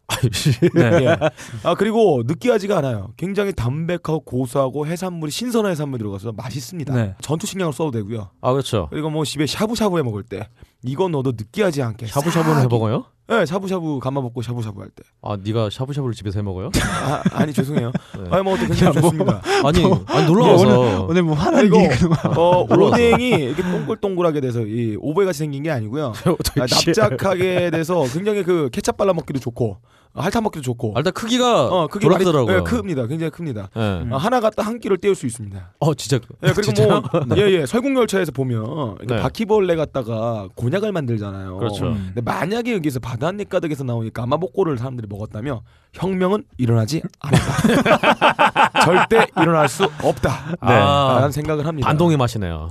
네.
예. 아 그리고 느끼하지가 않아요. 굉장히 담백하고 고소하고 해산물이 신선한 해산물 들어가서 맛있습니다.
네.
전투 식량으로 써도 되고요.
아 그렇죠.
그리고 뭐 집에 샤브샤브 해 먹을 때 이건 넣어도 느끼하지 않게.
샤브샤브는 해 먹어요?
네, 샤브샤브 감아 먹고 샤브샤브 할 때.
아 네가 샤브샤브를 집에서 해 먹어요?
아, 아니 죄송해요. 아니 뭐 어떻게 괜찮
야, 뭐.
좋습니다.
아니 아니
네, 오늘
놀라워서
오늘 뭐 화난
그리고
이유가
어,
올라와서.
오뎅이 이렇게 동글동글하게 돼서 이 오보이 같이 생긴 게 아니고요. 아, 납작하게 돼서 굉장히 그 케찹 발라 먹기도 좋고 아, 핥아 먹기도 좋고.
아, 일단 크기가
그게 많이-
돌아가더라고요.
예, 큽니다. 굉장히 큽니다.
예.
음.
아, 하나 갖다 한 끼를 때울 수 있습니다.
어 진짜.
예, 그리고
진짜요?
뭐 예예 설국열차에서 보면 이렇게
네.
바퀴벌레 갖다가 곤약을 만들잖아요.
그렇죠.
음.
근데 만약에 여기서 바닷잎 가득에서 나오니 까마복고를 사람들이 먹었다면 혁명은 일어나지 않았다. 절대 일어날 수 없다.
네. 아.
라는 생각을 합니다.
반동의 맛이네요.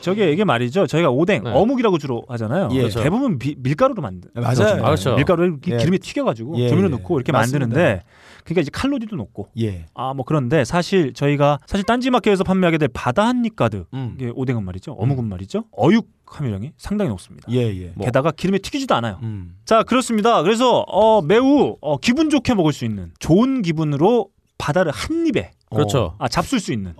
저게 이게 말이죠. 저희가 오뎅
네.
어묵이라고 주로 하잖아요.
예.
그렇죠. 대부분 비- 밀가루로 만든
네, 맞아요.
그렇잖아요.
아, 그렇죠.
밀가루를 기-
예.
기름에 튀겨가지고
예,
조미료
예.
넣고 이렇게
맞습니다.
만드는데 그러니까 이제 칼로리도 높고
예.
아 뭐 그런데 사실 저희가 사실 딴지마켓에서 판매하게 될 바다 한입 가득
음.
이게 오뎅은 말이죠. 어묵은 말이죠. 어육 함유량이 상당히 높습니다.
예, 예.
뭐.
게다가 기름에 튀기지도 않아요.
음.
자 그렇습니다. 그래서 어, 매우 어, 기분 좋게 먹을 수 있는 좋은 기분으로 바다를 한 입에
그렇죠.
아 잡술 수 있는.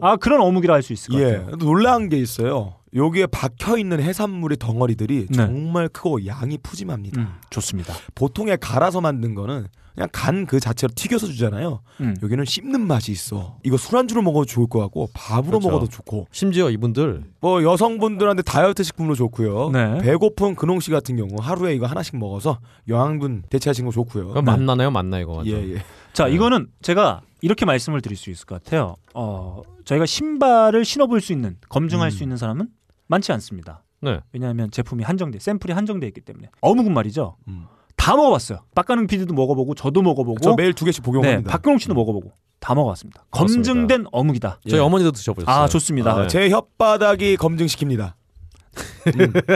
아 그런 어묵이라 할 수 있을 것
예.
같아요.
또 놀라운 게 있어요. 여기에 박혀 있는 해산물의 덩어리들이
네.
정말 크고 양이 푸짐합니다.
음, 좋습니다.
보통에 갈아서 만든 거는 그냥 간 그 자체로 튀겨서 주잖아요.
음.
여기는 씹는 맛이 있어. 이거 술안주로 먹어도 좋을 것 같고 밥으로
그렇죠.
먹어도 좋고
심지어 이분들
뭐 여성분들한테 다이어트 식품으로 좋고요.
네.
배고픈 근홍 씨 같은 경우 하루에 이거 하나씩 먹어서 영양분 대체하신 거 좋고요.
그럼 만나나요? 만나 이거 완전.
어, 예예.
네.
자 이거는 제가 이렇게 말씀을 드릴 수 있을 것 같아요. 어 저희가 신발을 신어볼 수 있는 검증할 수 있는 사람은 많지 않습니다.
음. 네.
왜냐하면 제품이 한정돼 샘플이 한정돼 있기 때문에 어묵은 말이죠.
음.
다 먹어봤어요. 빡가능 PD도 먹어보고 저도 먹어보고
저 매일 두 개씩
네,
복용합니다.
박근홍 씨도 먹어보고 다 먹어봤습니다.
그렇습니다.
검증된 어묵이다.
저희
예.
어머니도 드셔보셨어요.
아 좋습니다.
아, 네.
제 혓바닥이 검증시킵니다.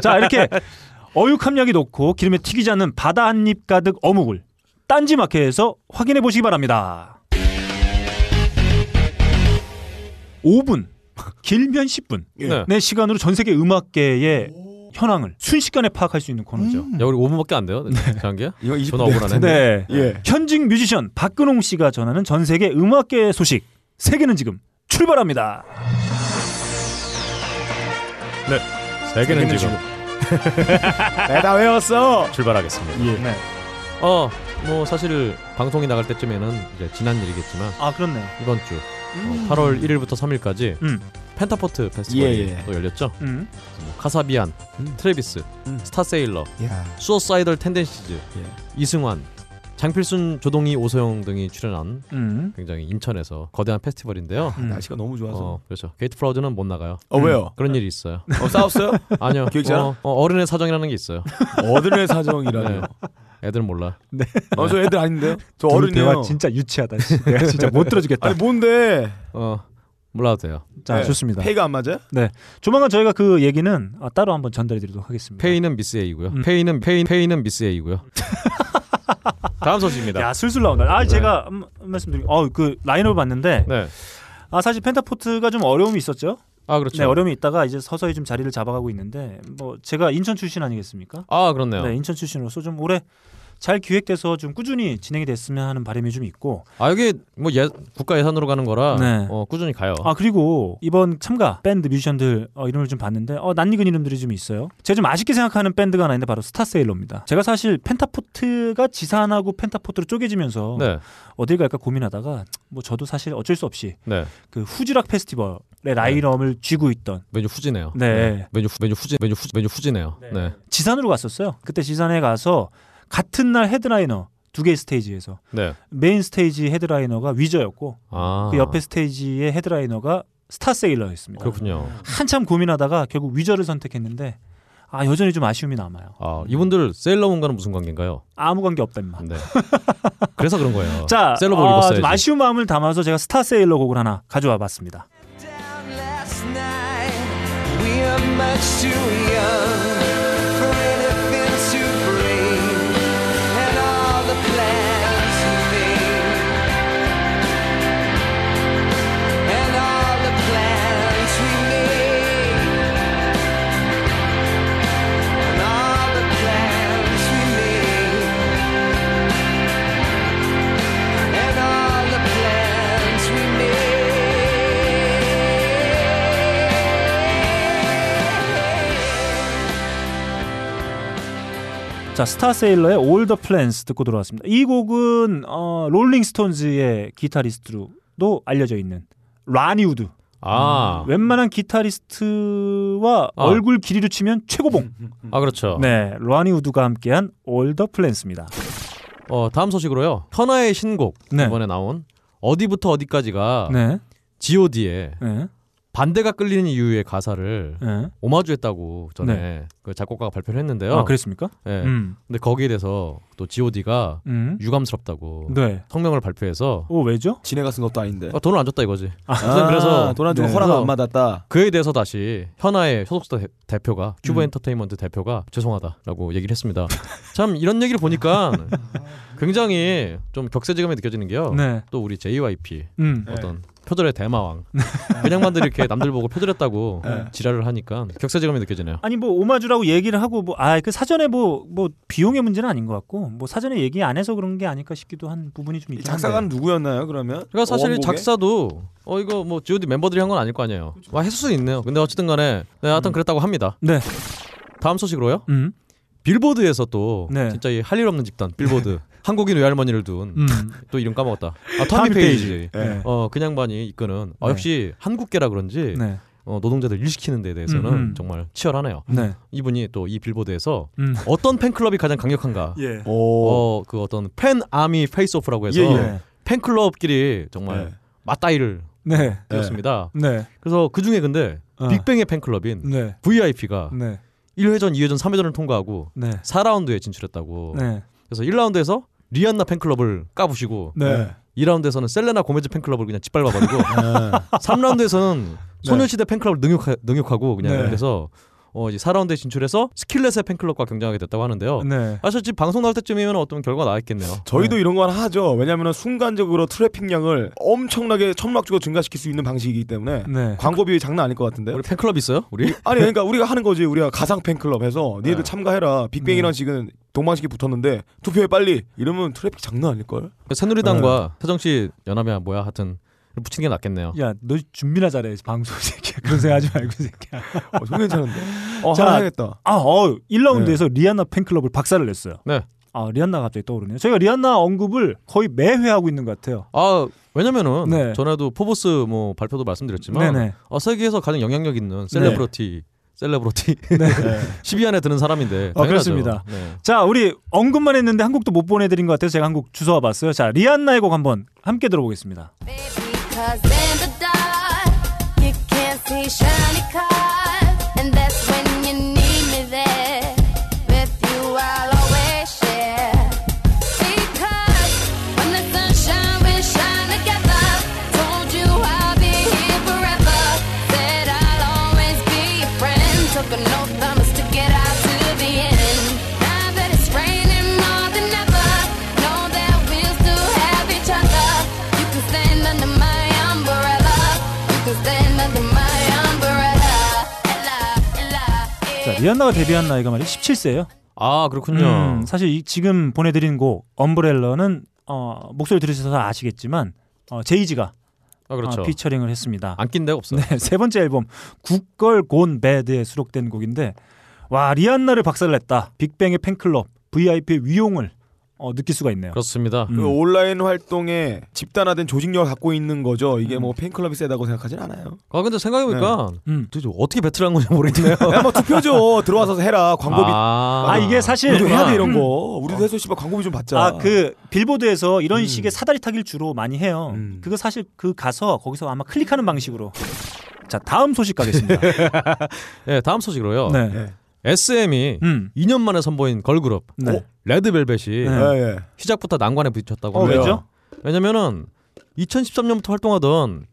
자 이렇게 어육 함량이 높고 기름에 튀기지 않는 바다 한 입 가득 어묵을 딴지 마켓에서 확인해 보시기 바랍니다. 5분 길면 10분
예.
네.
내 시간으로 전 세계 음악계의 현황을 순식간에 파악할 수 있는 코너죠.
음.
야 우리 5분밖에 안 돼요. 장기야?
이거 20분
전화 억울하네.
네.
예.
현직 뮤지션 박근홍 씨가 전하는 전 세계 음악계 소식 세계는 지금 출발합니다.
세계는 지금
내다 외웠어. 예.
출발하겠습니다.
네.
어 뭐 사실 방송이 나갈 때쯤에는 이제 지난 일이겠지만
아 그렇네.
이번 주 어, 8월 1일부터 3일까지
음.
펜타포트 페스티벌이
예, 예.
또 열렸죠.
음.
뭐 카사비안, 트레비스,
음.
스타세일러,
야.
수어사이덜 텐덴시즈, 이승환, 장필순, 조동희, 오소영 등이 출연한
음.
굉장히 인천에서 거대한 페스티벌인데요.
음.
날씨가 너무 좋아서.
어, 그렇죠. 게이트 플라워즈는 못 나가요.
어, 왜요?
그런 일이 있어요.
어, 싸웠어요?
아니요.
기획자?
어, 어, 어른의 사정이라는 게 있어요.
어른의 사정이라뇨.
네. 애들은 몰라.
어, 저 애들 아닌데요? 저
둘 음. 대화
어른이요.
진짜 유치하다. 씨. 내가 진짜 못 들어주겠다.
아니 뭔데?
어, 몰라도 돼요.
자
네.
좋습니다.
페이가 안 맞아요?
조만간 저희가 그 얘기는 아, 따로 한번 전달해드리도록 하겠습니다.
페이는 미스 A이고요.
음.
페이는 페이 페이는 미스 A이고요.
다음 소식입니다.
야 슬슬 나온다. 아 제가 한 말- 한 말씀드리. 어그 라인업을 봤는데
네.
아 사실 펜타포트가 좀 어려움이 있었죠.
아 그렇죠.
네 어려움이 있다가 이제 서서히 좀 자리를 잡아가고 있는데 뭐 제가 인천 출신 아니겠습니까?
아 그렇네요.
네 인천 출신으로서 좀 올해 잘 기획돼서 좀 꾸준히 진행이 됐으면 하는 바람이 좀 있고
아 이게 뭐 예, 국가 예산으로 가는 거라
네.
어, 꾸준히 가요.
아 그리고 이번 참가 밴드 뮤지션들 어, 이름을 좀 봤는데 어, 낯익은 이름들이 좀 있어요. 제가 좀 아쉽게 생각하는 밴드가 하나 있는데 바로 스타세일러입니다. 제가 사실 펜타포트가 지산하고 펜타포트로 쪼개지면서
네.
어딜 갈까 고민하다가 뭐 저도 사실 어쩔 수 없이
네.
그 후지락 페스티벌의 라이럼을 쥐고 있던
메뉴 후지네요.
네.
메뉴 후 메뉴 후지 메뉴 후지 메뉴 후지네요. 네. 네.
지산으로 갔었어요. 그때 지산에 가서 같은 날 헤드라이너 두 개의 스테이지에서 메인 스테이지 헤드라이너가 위저였고
네. 아.
그 옆에 스테이지의 헤드라이너가 스타세일러였습니다.
그렇군요.
한참 고민하다가 결국 위저를 선택했는데 아 여전히 좀 아쉬움이 남아요.
아 이분들 세일러문과는 무슨 관계인가요?
아무 관계 없다 임마.
네. 그래서 그런 거예요.
자,
세일러복
아,
입었어야지.
좀 아쉬운 마음을 담아서 제가 스타세일러 곡을 하나 가져와 봤습니다.
down last night. We are much too young for anything to breathe, and all the plans he made, and all the plans we made, and all the plans we made, and all the plans we made.
자, 스타세일러의 All the Plans 듣고 돌아왔습니다. 이 곡은 어, 롤링스톤즈의 기타리스트로도 알려져 있는 라니 우드. 음,
아,
웬만한 기타리스트와
아.
얼굴 길이로 치면 최고봉.
음.
아 그렇죠.
네, 라니 우드가 함께한 All the Plans입니다.
어 다음 소식으로요. 현아의 신곡
네.
이번에 나온 어디부터
아.
어디까지가
네,
G.O.D의
네,
반대가 끌리는 이유의 가사를
네.
오마주했다고 전에 그 작곡가가 발표를 했는데요.
아, 그랬습니까?
네.
예.
음,
근데 거기에 대해서 또 G.O.D가
음,
어.
유감스럽다고
네.
성명을 발표해서
오 왜죠?
지네가 쓴 것도 아닌데.
어, 돈을 안 줬다 이거지.
아,
그래서
돈안 주고
네.
허락 안 받았다.
그에 대해서 다시 현아의 소속사 대- 대표가 큐브
음.
엔터테인먼트 대표가 죄송하다라고 얘기를 했습니다. 참 이런 얘기를 보니까 굉장히 좀 격세지감이 느껴지는 게요.
네.
또 우리 JYP
음.
어. 네.
어떤 표절의 대마왕 그냥만들 이렇게 남들 보고 표절했다고
네.
지랄을 하니까 격세지감이 느껴지네요.
아니 뭐 오마주라고 얘기를 하고 뭐 아 그 사전에 뭐 뭐 비용의 문제는 아닌 것 같고 뭐 사전에 얘기 안 해서 그런 게 아닐까 싶기도 한 부분이 좀
이
있긴
작사가
한데.
누구였나요 그러면?
그러니까 사실
어, 원곡에?
작사도 어 이거 뭐 G.O.D 멤버들이 한 건 아닐 거 아니에요. 와 했을 수는 있네요. 근데 어쨌든간에 네, 하여튼 그랬다고 합니다.
네.
다음 소식으로요.
음.
빌보드에서 또
네.
진짜 할 일 없는 집단 빌보드 한국인 외할머니를 둔 또
음.
이름 까먹었다. 아
타미
터미 페이지.
예.
네.
어 그냥 반이 이끄는 아,
네.
역시 한국계라 그런지
네.
어, 노동자들 일시키는 데 대해서는
음, 음.
정말 치열하네요.
네.
이분이 또 이 빌보드에서
음.
어떤 팬클럽이 가장 강력한가?
예.
오.
어 그 어떤 팬 아미 페이스오프라고 해서
예, 예.
네.
팬클럽끼리 정말
네.
맞다이를
예.
네.
되었습니다.
네.
그래서 그 중에 근데
어.
빅뱅의 팬클럽인
네.
VIP가
네.
1회전, 2회전, 3회전을 통과하고
네.
4라운드에 진출했다고.
네.
그래서 1라운드에서 리안나 팬클럽을 까부시고
네.
2라운드에서는 셀레나 고메즈 팬클럽을 그냥 짓밟아버리고 3라운드에서는 소녀시대 팬클럽을 능욕하, 능욕하고 그냥
네.
그래서 어, 이제 4라운드에 진출해서 스킬렛의 팬클럽과 경쟁하게 됐다고 하는데요.
예.
네.
사실 지금 방송 나올 때쯤이면 어떤 결과 나왔겠네요.
저희도 이런 건 하죠. 왜냐하면 순간적으로 트래픽량을 엄청나게 천막주고 증가시킬 수 있는 방식이기 때문에
네.
광고비 장난 아닐 것 같은데.
음. 우리 팬클럽 있어요? 우리?
아니 그러니까 우리가 하는 거지. 우리가 가상 팬클럽 해서 니네들 네.
네.
참가해라. 빅뱅이랑 지금 동방식이 붙었는데 투표해 빨리. 이러면 트래픽 장난 아닐 걸.
네.
그 새누리당과 새정치 연합이야 뭐야 하여튼 붙인 게 낫겠네요.
야, 너 준비나 잘해. 방송 새끼야. 그런 생각 하지 말고 새끼야.
어, 좀 괜찮은데. 어,
자,
하나 해야겠다. 네.
아, 어, 1라운드에서 리안나 팬클럽을 박살을 냈어요.
네.
아, 리안나 갑자기 떠오르네요. 저희가 리안나 언급을 거의 매회 하고 있는 것 같아요.
아 왜냐면은
네.
전에도 포브스 뭐 발표도 말씀드렸지만
네네. 네.
어, 세계에서 가장 영향력 있는 셀레브리티 셀레브리티 10위 안에 드는 사람인데
어,
당연하죠.
네. 그렇습니다.
네.
자, 우리 언급만 했는데 한국도 못 보내드린 것 같아서 제가 한국 주워와 봤어요. 자, 리안나의 곡 한번 함께 들어보겠습니다.
Because in the dark, you can't see shiny cars, and that's when you need me there. With you, I'll always share. Because when the sunshine will shine together, told you I'll be here forever. Said I'll always be your friend. Took an oath, promise to get out to the end. Now that it's raining more than ever, know that we'll still have each other. You can stand under my umbrella. You can stand under my umbrella. Ella, Ella,
자,
yeah.
리안나가 데뷔한 나이가 말이야 17세예요.
아 그렇군요.
음, 사실 이, 지금 보내드린 곡 엄브렐러는 어, 목소리 들으셔서 아시겠지만 어, 제이지가
아 그렇죠.
어, 피처링을 했습니다.
안 낀 데가 없어. 요
네,
아,
세 번째 앨범 국걸 곤 배드에 수록된 곡인데 와 리안나를 박살냈다. 빅뱅의 팬클럽 VIP의 위용을 어, 느낄 수가 있네요.
그렇습니다.
음.
그 온라인 활동에 집단화된 조직력을 갖고 있는 거죠. 이게
음.
뭐 팬클럽이 세다고 생각하진 않아요.
아 근데 생각해보니까
음.
도대체 어떻게 배틀한 건지 모르겠네요.
야, 뭐 투표죠. 들어와서 해라. 광고비.
아, 어.
아 이게 사실
우리도 해야 돼 이런
음.
거. 우리도 해서 씨발 광고비 좀 받자.
아 그 빌보드에서 이런
음.
식의 사다리 타기를 주로 많이 해요.
음.
그거 사실 그 가서 거기서 아마 클릭하는 방식으로. 자 다음 소식 가겠습니다.
네, 다음 소식으로요.
네.
네.
SM이
음.
2년 만에 선보인 걸그룹
네.
어? 레드벨벳이
네.
예, 예.
시작부터 난관에 부딪혔다고
어,
합니다.
왜죠?
왜냐면은 2013년부터 활동하던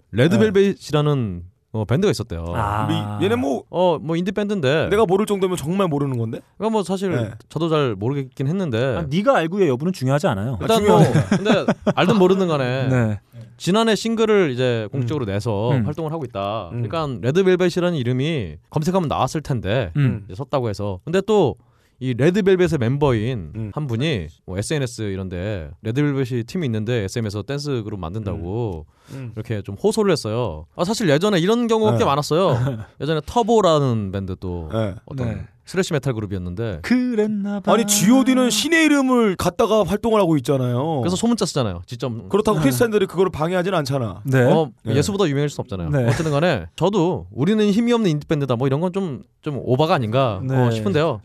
레드벨벳이라는 어, 밴드가 있었대요.
네. 아.
우리 얘네 뭐
어, 뭐 인디 밴드인데
내가 모를 정도면 정말 모르는 건데.
그러니까 뭐 사실
네.
저도 잘 모르겠긴 했는데
아, 네가 알고의 여부는 중요하지 않아요.
일단 뭐 근데 알든 모르든 간에
네.
지난해 싱글을 이제 공식적으로 내서
음.
활동을 하고 있다.
음.
그러니까 레드벨벳이라는 이름이 검색하면 나왔을 텐데
음.
이제 섰다고 해서 근데 또 이 레드벨벳의 멤버인
음.
한 분이 뭐 SNS 이런데 레드벨벳이 팀이 있는데 SM에서 댄스 그룹 만든다고
음.
이렇게 좀 호소를 했어요. 아, 사실 예전에 이런 경우가 꽤
네.
많았어요. 예전에 터보라는 밴드도
예.
어떤
네.
스레시 메탈 그룹이었는데
그랬나 봐.
아니 G.O.D는 신의 이름을 갖다가 활동을 하고
어.
있잖아요.
그래서 소문자 음. 쓰잖아요. 지점
그렇다고 크리스찬들이 그걸 방해하진 않잖아.
네.
어,
네.
예수보다 유명할 순 없잖아요.
네.
어쨌든 간에 저도 우리는 힘이 없는 인디밴드다 뭐 이런 건 좀 좀 오바가 아닌가
네.
어, 싶은데요.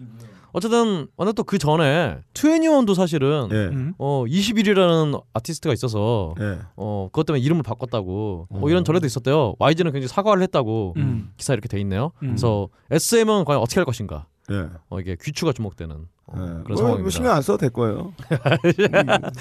어쨌든 근데 또그 전에 투애니원도 사실은
예.
음.
어 21이라는 아티스트가 있어서
네.
예.
어 그것 때문에 이름을 바꿨다고 뭐 이런 전례도 있었대요. YG는 굉장히 사과를 했다고
음.
기사 이렇게 돼 있네요.
음.
그래서 SM은 과연 어떻게 할 것인가?
예.
어, 이게 귀추가 주목되는 어,
예.
그런
뭐,
상황입니다.
뭐 신경 안 써도 될 거예요.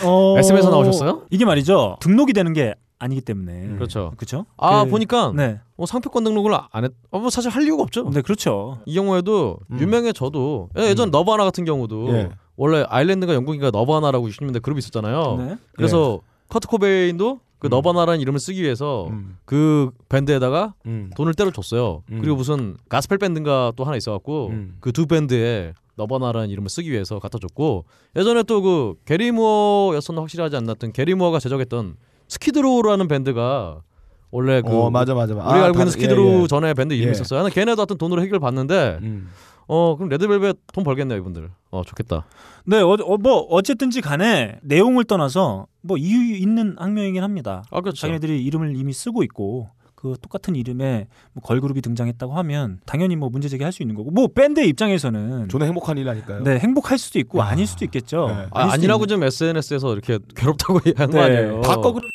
어...
네. SM에서 나오셨어요?
이게 말이죠. 등록이 되는 게 아니기 때문에.
그렇죠.
그렇죠?
아
그-
보니까
네.
어, 상표권 등록을 안 했. 어, 뭐 사실 할 이유가 없죠.
네, 그렇죠.
이 경우에도
음.
유명해져도 예, 예전 너바나 같은 경우도
예.
원래 아일랜드가 영국인가 너바나라고 60년대 그룹이 있었잖아요.
네.
그래서 커트 코베인도 그
예. 음.
너바나라는 이름을 쓰기 위해서
음.
그 밴드에다가
음.
돈을 때려 줬어요.
음.
그리고 무슨 가스펠 밴드인가 또 하나 있어갖고
음.
그 두 밴드에 너바나라는 이름을 쓰기 위해서 갖다 줬고 예전에 또 그 게리 무어였었나 확실하지 않았던 게리 무어가 제작했던 스키드로우라는 밴드가 원래 그
어 맞아 맞아 맞아.
우리가
아,
알고 있는
다-
스키드로우
예, 예.
전에 밴드 이름이
예.
있었어요. 하여튼 걔네도 하여튼 돈으로 해결 봤는데
음.
어 그럼 레드벨벳 돈 벌겠네요 이분들. 어 좋겠다.
네, 어, 어, 뭐 어쨌든지 간에 내용을 떠나서 뭐 이유 있는 학명이긴 합니다.
아 그렇죠.
자기네들이 이름을 이미 쓰고 있고 그 똑같은 이름의 뭐 걸그룹이 등장했다고 하면 당연히 뭐 문제 제기할 수 있는 거고 뭐 밴드의 입장에서는
음.
존나 행복한 일 아닐까요?
네 행복할 수도 있고 아닐 수도 있겠죠.
네.
아닐
아,
수도
아니라고
있는-
지금 SNS에서 이렇게 괴롭다고 얘기한 거
네.
아니에요.
바꿔 그러.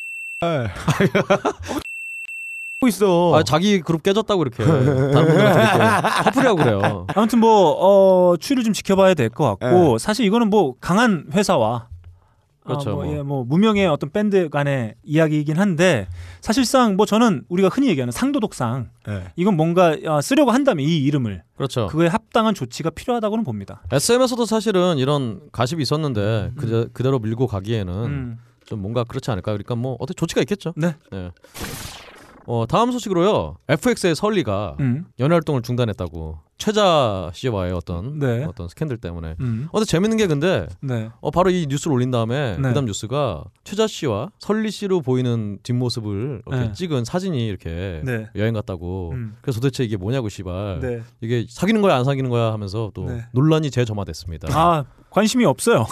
하고 있어.
네. 아, 자기 그룹 깨졌다고 이렇게 다른 분들한테 이렇게 화풀이하고 그래요.
아무튼 뭐 어, 추이를 좀 지켜봐야 될 것 같고 사실 이거는 뭐 강한 회사와 아,
그렇죠,
뭐,
뭐.
예, 뭐 무명의 어떤 밴드 간의 이야기이긴 한데 사실상 뭐 저는 우리가 흔히 얘기하는 상도독상
네.
이건 뭔가 아, 쓰려고 한다면 이 이름을
그렇죠.
그거에 합당한 조치가 필요하다고는 봅니다.
SM에서도 사실은 이런 가십이 있었는데 그대, 그대로 밀고 가기에는
음.
좀 뭔가 그렇지 않을까. 그러니까 뭐 어떻게 조치가 있겠죠.
네.
어, 다음 소식으로요. FX의 설리가
음.
연애 활동을 중단했다고 최자 씨와의 어떤
네.
어떤 스캔들 때문에.
음.
어, 근데 재밌는 게 근데
네.
어, 바로 이 뉴스를 올린 다음에
네.
그다음 뉴스가 최자 씨와 설리 씨로 보이는 뒷모습을 이렇게
네.
찍은 사진이 이렇게
네.
여행 갔다고.
음.
그래서 도대체 이게 뭐냐고 씨발.
네.
이게 사귀는 거야 안 사귀는 거야 하면서 또
네.
논란이 재점화됐습니다. 아, 예.
아 관심이 없어요.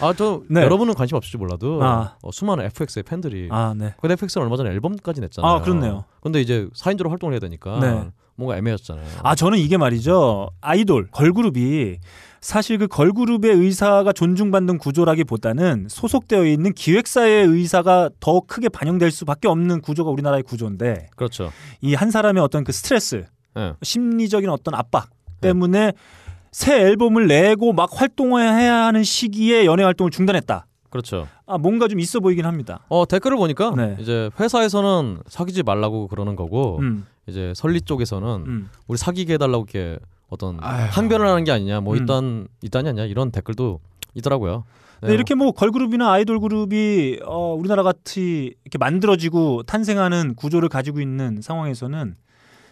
아저
네.
여러분은 관심 없을지 몰라도
아.
어, 수많은 FX의 팬들이
아 네.
근데 FX는 얼마 전에 앨범까지 냈잖아요.
아, 그렇네요.
근데 이제 4인조로 활동을 해야 되니까
네.
뭔가 애매했잖아요.
아 저는 이게 말이죠 아이돌 걸그룹이 사실 그 걸그룹의 의사가 존중받는 구조라기보다는 소속되어 있는 기획사의 의사가 더 크게 반영될 수밖에 없는 구조가 우리나라의 구조인데
그렇죠.
이 한 사람의 어떤 그 스트레스
예.
심리적인 어떤 압박 때문에 새 앨범을 내고 막 활동해야 하는 시기에 연애 활동을 중단했다.
그렇죠.
아 뭔가 좀 있어 보이긴 합니다.
어 댓글을 보니까
네.
이제 회사에서는 사귀지 말라고 그러는 거고
음,
이제 설리 쪽에서는
음.
우리 사귀게 해달라고 이렇게 어떤
아휴.
항변을 하는 게 아니냐 뭐
음.
이딴 이딴이 아니냐 이런 댓글도 있더라고요. 네,
근데 이렇게 뭐 걸그룹이나 아이돌 그룹이 어, 우리나라 같이 이렇게 만들어지고 탄생하는 구조를 가지고 있는 상황에서는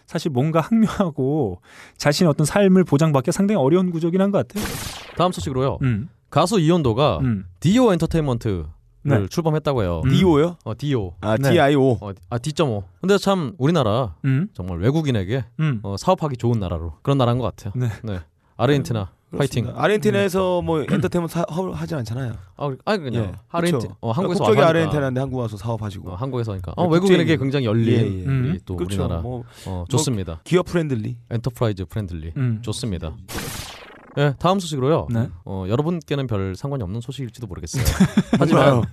사실 뭔가 학명하고 자신의 어떤 삶을 보장받기 상당히 어려운 구조긴 한 것 같아요.
다음 소식으로요.
음,
가수 이현도가
음.
디오 엔터테인먼트를
네.
출범했다고 해요.
음.
디오요?
어 디오.
아
네.
D I O.
어, 아 D.O. 근데 참 우리나라
음,
정말 외국인에게
음.
어, 사업하기 좋은 나라로 그런 나라인 것 같아요.
네.
아르헨티나 파이팅.
아르헨티나에서 뭐 엔터테인먼트 사업을 하지 않잖아요.
아, 그- 아니 그냥
예.
아르헨티.
그쵸.
어, 한국에서
국적이
와서 하니까.
아르헨티나인데 한국 와서
어,
사업하시고.
한국에서 하니까. 어,
국제인-
외국인에게 굉장히 열린
예, 예.
우리
음.
또
그렇죠.
우리나라
뭐
어, 좋습니다.
기업 프렌들리.
엔터프라이즈 프렌들리
음.
좋습니다. 예, 다음 소식으로요.
네.
어, 여러분께는 별 상관이 없는 소식일지도 모르겠어요.
뭔가요?
하지만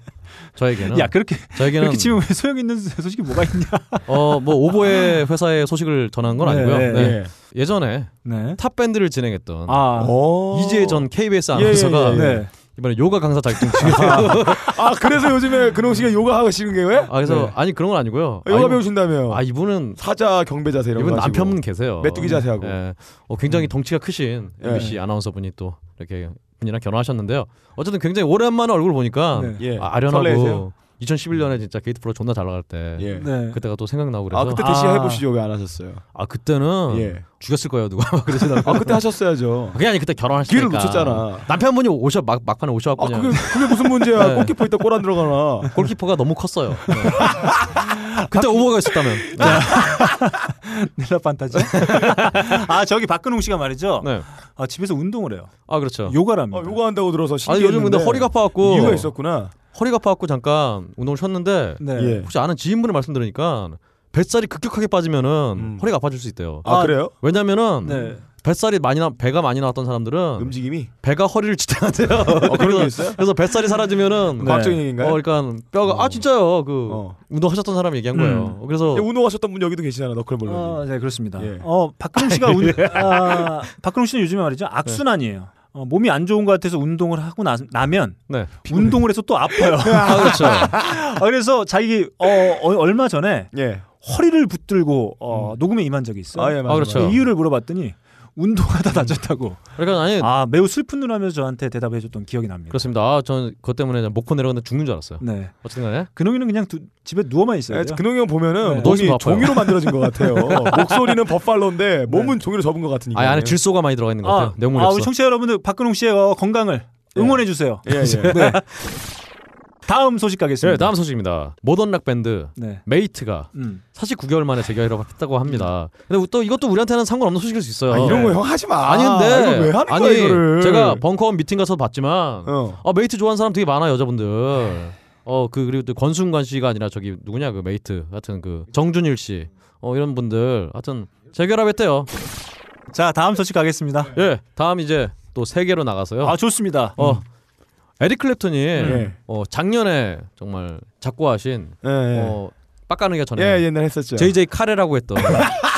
저에게는
야 그렇게
저에게는
그렇게 지금 소용 있는 소식이 뭐가 있냐?
어, 뭐 오보의 회사의 소식을 전한 건
네,
아니고요.
네,
네. 예전에
네.
탑 밴드를 진행했던
아,
어.
이제 전 KBS
예,
아나운서가
예, 예.
네.
이번에 요가 강사 자격증 취득해서
아 그래서 요즘에 근홍 씨가 요가 하시는 게 왜?
아 그래서 아니 그런 건 아니고요.
아, 요가
아, 이분-
배우신다며.
아 이분은
사자 경배 자세 이런
이분
거 하시고.
남편분 계세요.
메뚜기 자세하고. 음.
예. 어, 굉장히 덩치가 크신
예.
MBC 아나운서 분이 또 이렇게 분이랑 결혼하셨는데요. 어쨌든 굉장히 오랜만에 얼굴 보니까
네.
예.
아, 아련하고
설레세요?
2011년에 진짜 게이트 프로 존나 잘 나갈 때
예.
네.
그때가 또 생각나고 그래서
아 그때 대시
아.
해보시죠 왜 안 하셨어요?
아 그때는
예.
죽였을 거예요 누가 그러시더라고.
아 그때 하셨어야죠.
그게 아니 그때 결혼하시니까
기회를 놓쳤잖아.
남편분이 오셔 막 막판에 오셔갖고
아
그냥
그게 그게 무슨 문제야?
네.
골키퍼 있다 골 안 들어가나?
골키퍼가 너무 컸어요. 네.
아,
그때 오버가 있었다면. 네.
넬라 판타지. 아 저기 박근홍 씨가 말이죠.
네.
아 집에서 운동을 해요.
아 그렇죠.
요가랍니다.
아 요가 한다고 들어서
아니
신기했는데.
요즘 근데 허리가 아파갖고
이유가 있었구나.
허리가 아파갖고 잠깐 운동을 쉬었는데
네.
예.
혹시 아는 지인분의 말씀 들으니까 뱃살이 급격하게 빠지면은
음.
허리가 아파질 수 있대요.
아,
아,
그래요?
왜냐면은
네.
뱃살이 많이 나 배가 많이 나왔던 사람들은
움직임이 아,
배가 허리를 지탱한대요.
그런 게 있어요?
네. 그래서 뱃살이 사라지면은
네.
과학적인
어,
얘기인가요?
그러니까 뼈가 아 진짜요 그
어.
운동하셨던 사람 얘기한 거예요. 그래서
야, 운동하셨던 분 여기도 계시잖아 너클볼러.
어, 네 그렇습니다.
예.
어 박근홍 씨가 운, 아, 박근홍 씨는 요즘에 말이죠 악순환이에요. 어, 몸이 안 좋은 것 같아서 운동을 하고 나, 면
네.
운동을 해서 또 아파요.
아 그렇죠.
아, 그래서 자기 어, 어, 얼마 전에
예.
허리를 붙들고 어, 녹음에 임한 적이 있어요.
아 예. 맞아,
아, 그렇죠.
그 이유를 물어봤더니 운동하다 다쳤다고.
그러니까 아니
아 매우 슬픈 눈하면서 저한테 대답해줬던 기억이 납니다.
그렇습니다. 아, 전 그것 때문에 그냥 목포 내려가는데 죽는 줄 알았어요.
네,
어쨌든간에
근홍이는 그냥 두- 집에 누워만 있어야
아,
예,
돼요.
근홍이 형 보면은
네.
너무 좀
몸이
아파요.
종이로 만들어진 것 같아요. 목소리는 버팔로인데 몸은 종이로 접은 것 같으니까.
네. 아 안에 질소가 많이 들어가 있는 것 같아요.
아,
내용물이
아,
없어.
우리 청취자 여러분들 박근홍 씨의 어, 건강을 응원해 주세요.
예, 예.
네. 다음 소식 가겠습니다.
네, 다음 소식입니다. 모던 락 밴드
네.
메이트가
음.
49개월 만에 재결합했다고 합니다. 근데 또 이것도 우리한테는 상관없는 소식일 수 있어요.
아, 이런 거 형 하지 마.
아니 근데
이거 왜 하는 거야
아니,
이거를?
제가 벙커원 미팅 가서 봤지만
어.
아 메이트 좋아하는 사람 되게 많아 요 여자분들. 어 그 그리고 또 권순관 씨가 아니라 저기 누구냐 그 메이트 하여튼 그 정준일 씨. 어 이런 분들 하여튼 재결합했대요.
자 다음 소식 가겠습니다.
예. 다음 이제 또 세계로 나가서요.
아 좋습니다.
음.
어 에릭 클랩턴이
예.
어 작년에 정말 작고하신
예, 예.
어 네. 빡가능이가 전에
예, 옛날 했었죠.
JJ 카레라고 했던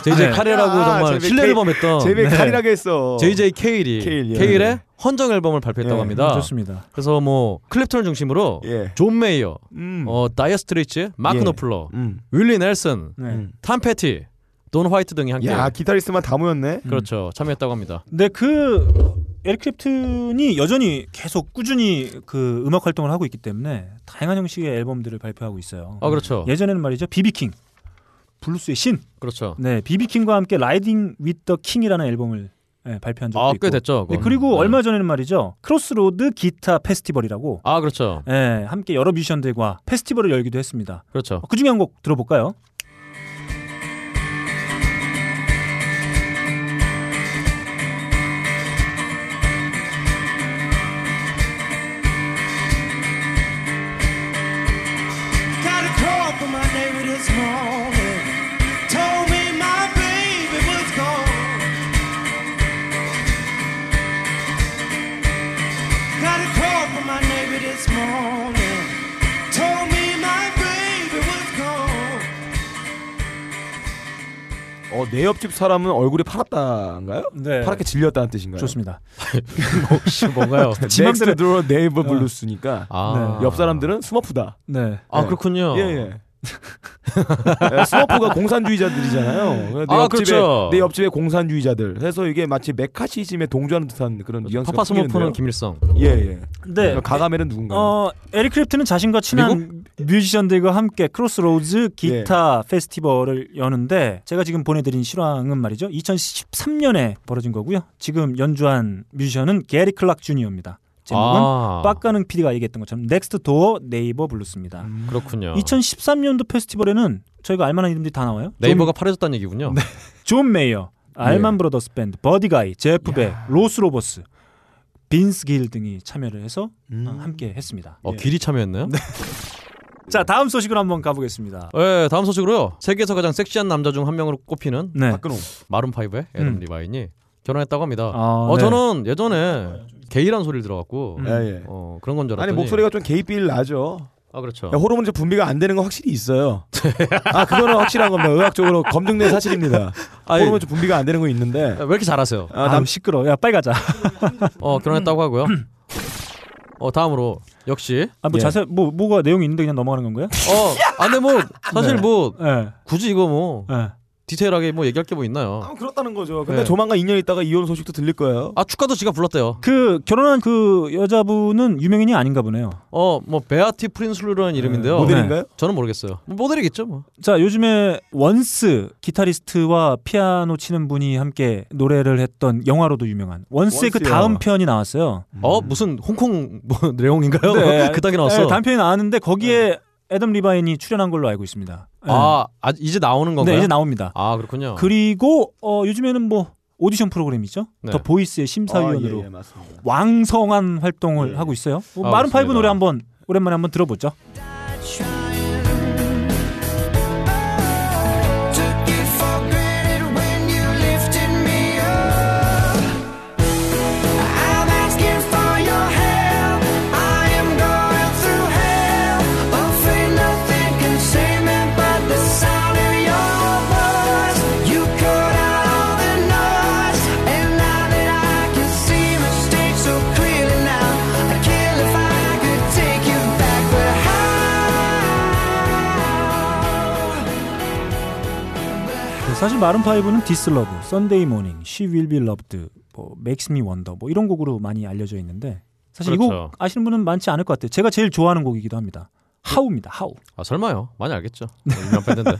JJ
네.
카레라고
아,
정말 네.
JJ
신뢰를
케일.
범했던
제비 칼이라게 했어.
JJ 케일이
케일, 예.
케일의 헌정 앨범을 발표했다고
예,
합니다.
음, 좋습니다.
그래서 뭐 클랩턴을 중심으로
예.
존 메이어,
음.
어 다이어 스트레이츠, 마크
예.
노플러,
음.
윌리 넬슨,
네.
음.
탐 패티, 돈 화이트 등이 함께
야 기타리스트만 다 모였네.
그렇죠 참여했다고 합니다.
근데 그 에릭 클랩튼이 여전히 계속 꾸준히 그 음악 활동을 하고 있기 때문에 다양한 형식의 앨범들을 발표하고 있어요.
아 그렇죠
예전에는 말이죠 비비킹 블루스의 신.
그렇죠.
네, 비비킹과 함께 라이딩 위드 더 킹이라는 앨범을 예, 발표한 적도 있고.
아꽤 됐죠.
네,
그건.
그리고
네.
얼마 전에는 말이죠 크로스로드 기타 페스티벌이라고
아 그렇죠
예, 함께 여러 뮤지션들과 페스티벌을 열기도 했습니다.
그렇죠.
그 중에 한 곡 들어볼까요?
Got a call from my neighbor this morning. Told me my baby was gone. Got a call from my neighbor this morning. Told me my baby was gone.
어, 내 옆집 사람은 얼굴이 파랗다인가요?
네.
파랗게 질렸다는 뜻인가요?
좋습니다.
혹시 뭔가요?
지맘대로-
넥스트 드로 네이버 블루스니까
네. 아,
네, 옆 사람들은 스머프다.
네.
아
네.
그렇군요.
예, 예. 예, 스머프가 공산주의자들이잖아요. 그래서 내
아,
옆집에,
그렇죠.
내 옆집에 공산주의자들. 그래서 이게 마치 메카시즘에 동조하는 듯한 그런 뉘앙스가
파파 스모프는
풍기는데요.
김일성.
예, 예.
근데
가가멜은 누군가요?
어, 에릭 크립트는 자신과 친한 뮤지션들과 함께
예.
크로스로즈 기타 페스티벌을 여는데 제가 지금 보내드린 실황은 말이죠 2013년에 벌어진 거고요. 지금 연주한 뮤지션은 게리 클락 주니어입니다. 제목은
아
빡가는 PD가 얘기했던 것처럼 넥스트 도어 네이버 블루스입니다.
음.
음.
그렇군요.
2013년도 페스티벌에는 저희가 알만한 이름들이 다 나와요.
네이버가 네. 파래졌다는 얘기군요.
존 메이어, 알만 브로더스 밴드, 버디 가이, 제프 베, 로스 로버스, 빈스 길 등이 참여를 해서
음.
어, 함께 했습니다.
어 길이 참여했나요?
네. 자 다음 소식으로 한번 가보겠습니다.
예, 다음 소식으로요. 세계에서 가장 섹시한 남자 중 한 명으로 꼽히는
네.
박근홍.
마룬 파이브의 애덤
음.
리바인이 결혼했다고 합니다.
아,
어
네.
저는 예전에 게이란 소리를 들어갖고
음.
예, 예.
어 그런 건 줄 알았더니
네. 아니 어. 목소리가 좀 개입비일 나죠.
아 그렇죠.
야, 호르몬 이제 분비가 안 되는 건 확실히 있어요. 아 그거는 확실한 겁니다. 의학적으로 검증된 사실입니다.
아니,
뭐
호르몬 좀 분비가 안 되는 건 있는데
왜 이렇게 잘하세요?
아, 남 시끄러. 야 빨리 가자.
어 결혼했다고 하고요. 어 다음으로 역시
아, 뭐
예.
자세 뭐 뭐가 내용이 있는데 그냥 넘어가는 건가요?
어 안돼 뭐 사실
네.
뭐
예.
굳이 이거 뭐
예.
디테일하게 뭐 얘기할 게 뭐 있나요?
아, 그렇다는 거죠. 근데
네.
조만간 2년 있다가 이혼 소식도 들릴 거예요.
아 축가도 지가 불렀대요.
그 결혼한 그 여자분은 유명인이 아닌가 보네요.
어 뭐 베아티 프린슬루라는 이름인데요. 네.
모델인가요?
저는 모르겠어요. 모델이겠죠 뭐.
자 요즘에 원스 기타리스트와 피아노 치는 분이 함께 노래를 했던 영화로도 유명한 원스의 그
원스요.
다음 편이 나왔어요.
어 무슨 홍콩 뭐 내용인가요?
네.
그따기 나왔어.
네, 다음 편이 나왔는데 거기에 애덤 리바인이 출연한 걸로 알고 있습니다. 네.
아, 아 이제 나오는 건가요?
네 이제 나옵니다.
아 그렇군요.
그리고 어, 요즘에는 뭐 오디션 프로그램이죠.
네.
더 보이스의
아, 예,
심사위원으로 왕성한 활동을 하고 있어요. 뭐
아,
마룬 파이브
그렇습니다.
노래 한번 오랜만에 한번 들어보죠.
Oh, Took it for granted when you lifted me up. I'm asking for your help. I am going through hell. Afraid nothing can save me but the sound of your voice. You cut out all the noise, and now that I can see mistakes so clearly now, I kill if I could take you back, but how?
그 사실 마룬파이브는 디스러브, 썬데이 모닝, She Will Be Loved, 뭐 Makes Me Wonder 뭐 이런 곡으로 많이 알려져 있는데 사실 이
그렇죠.
곡 아시는 분은 많지 않을 것 같아요. 제가 제일 좋아하는 곡이기도 합니다. 하우입니다. 하우.
아 설마요? 많이 알겠죠.
네.
유명 밴드인데.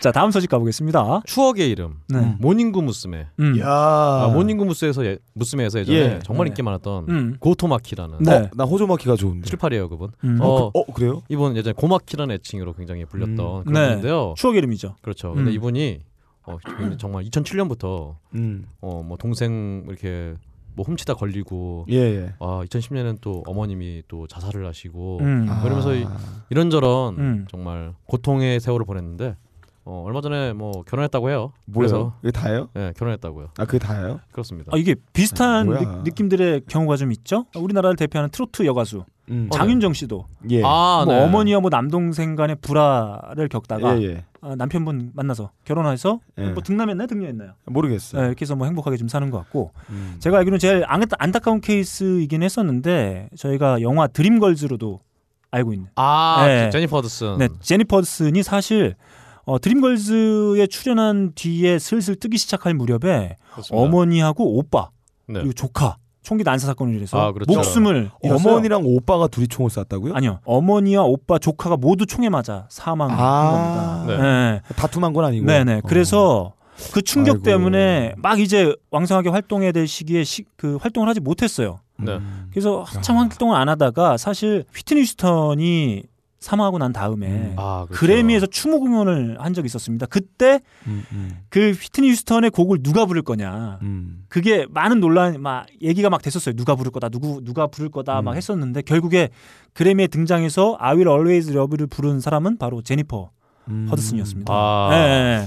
자 다음 소식 가보겠습니다.
추억의 이름.
네.
모닝구 무스메.
음.
야.
아, 모닝구 무스에서 예, 무스메에서 예전에
예.
정말
네.
인기 많았던
음.
고토마키라는
네.
어, 나 호조마키가 좋은데.
출팔이에요 그분.
음.
어,
어 그래요?
이분 예전에 고마키라는 애칭으로 굉장히 불렸던
음.
그런
네.
분인데요.
추억 이름이죠.
그렇죠. 근데
음.
이분이 어, 굉장히 정말 2007년부터
음.
어, 뭐 동생 이렇게 뭐 훔치다 걸리고
예 예.
아 2010년엔 또 어머님이 또 자살을 하시고
음.
아.
그러면서 이- 이런저런
음.
정말 고통의 세월을 보냈는데 어, 얼마 전에 뭐 결혼했다고 해요.
뭐예요? 이게 다예요?
그래서 예, 결혼했다고요.
아 그게 다예요? 네,
그렇습니다.
아, 이게 비슷한
뭐야.
느, 낌들의 경우가 좀 있죠. 우리나라를 대표하는 트로트 여가수
음.
장윤정 씨도
예.
아,
뭐
네.
어머니와 뭐 남동생 간의 불화를 겪다가
예, 예.
아, 남편분 만나서 결혼해서
예.
뭐 등남했나요, 등녀했나요? 네,
모르겠어요.
이렇게 해서 뭐 행복하게 좀 사는 것 같고
음.
제가 알기로는 제일 안, 안타까운 케이스이긴 했었는데 저희가 영화 드림걸즈로도 알고 있는
아
네.
제니퍼
어.
허드슨.
네, 제니퍼슨이 사실 어, 드림걸즈에 출연한 뒤에 슬슬 뜨기 시작할 무렵에
그렇습니다.
어머니하고 오빠
네.
그리고 조카 총기 난사 사건을 일해서
아, 그렇죠.
목숨을 잃었어요.
어머니랑 오빠가 둘이 총을 쐈다고요?
아니요 어머니와 오빠 조카가 모두 총에 맞아 사망한
아.
겁니다. 네.
다툼한 건 어. 아니고.
네네. 그래서 그 충격
아이고.
때문에 막 이제 왕성하게 활동해야 될 시기에 시- 그 활동을 하지 못했어요.
음.
네.
그래서 한참 활동을 안 하다가 사실 휘트니 휴스턴이 사망하고 난 다음에
아, 그렇죠.
그래미에서 추모 공연을 한 적이 있었습니다. 그때
음, 음,
그 휘트니 휴스턴의 곡을 누가 부를 거냐.
음.
그게 많은 논란 막 얘기가 막 됐었어요. 누가 부를 거다. 누구 누가 부를 거다 막
음.
했었는데 결국에 그래미에 등장해서 I Will Always Love를 부른 사람은 바로 제니퍼
음.
허드슨이었습니다.
아.
예, 예.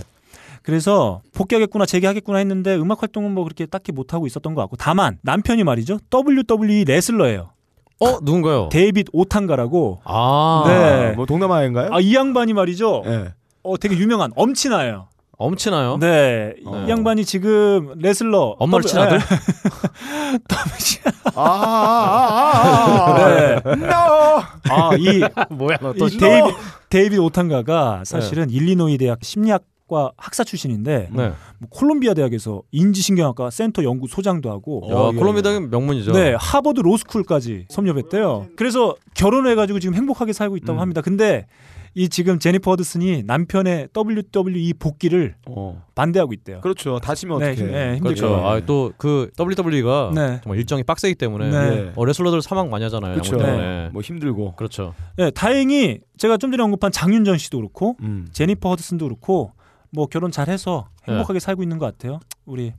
그래서 복귀하겠구나 재개하겠구나 했는데 음악 활동은 뭐 그렇게 딱히 못 하고 있었던 것 같고 다만 남편이 말이죠 WWE 레슬러예요.
어 누군가요?
데이빗 오탄가라고.
아
네.
뭐 동남아인가요?
아 이 양반이 말이죠.
예.
어 되게 유명한 엄친아예요.
엄친아요?
네. 이
어.
양반이 지금 레슬러
엄마를
W-
친 아들?
네.
아, 아, 아, 아, 아.
네. 아이
뭐야 너
이 데이비, 데이비 오탄가가 사실은 일리노이 대학 심리학과 학사 출신인데
네.
뭐 콜롬비아 대학에서 인지신경학과 센터 연구 소장도 하고
야, 콜롬비아의 명문이죠.
어, 예, 네 하버드 로스쿨까지 섭렵했대요. 그래서 결혼해가지고 지금 행복하게 살고 있다고 합니다. 근데 이 지금 제니퍼 허드슨이 남편의 WWE 복귀를
어.
반대하고 있대요.
그렇죠. 다치면
네,
어떻게?
네, 힘들죠.
그렇죠.
예.
아, 또 그 WWE가
네.
정말 일정이 빡세기 때문에
네.
예.
어, 레슬러들 사망 많이 하잖아요. 그
그렇죠.
때문에.
뭐 힘들고.
그렇죠.
네, 다행히 제가 좀 전에 언급한 장윤정 씨도 그렇고
음.
제니퍼 허드슨도 그렇고 뭐 결혼 잘해서
네.
행복하게 살고 있는 것 같아요. 우리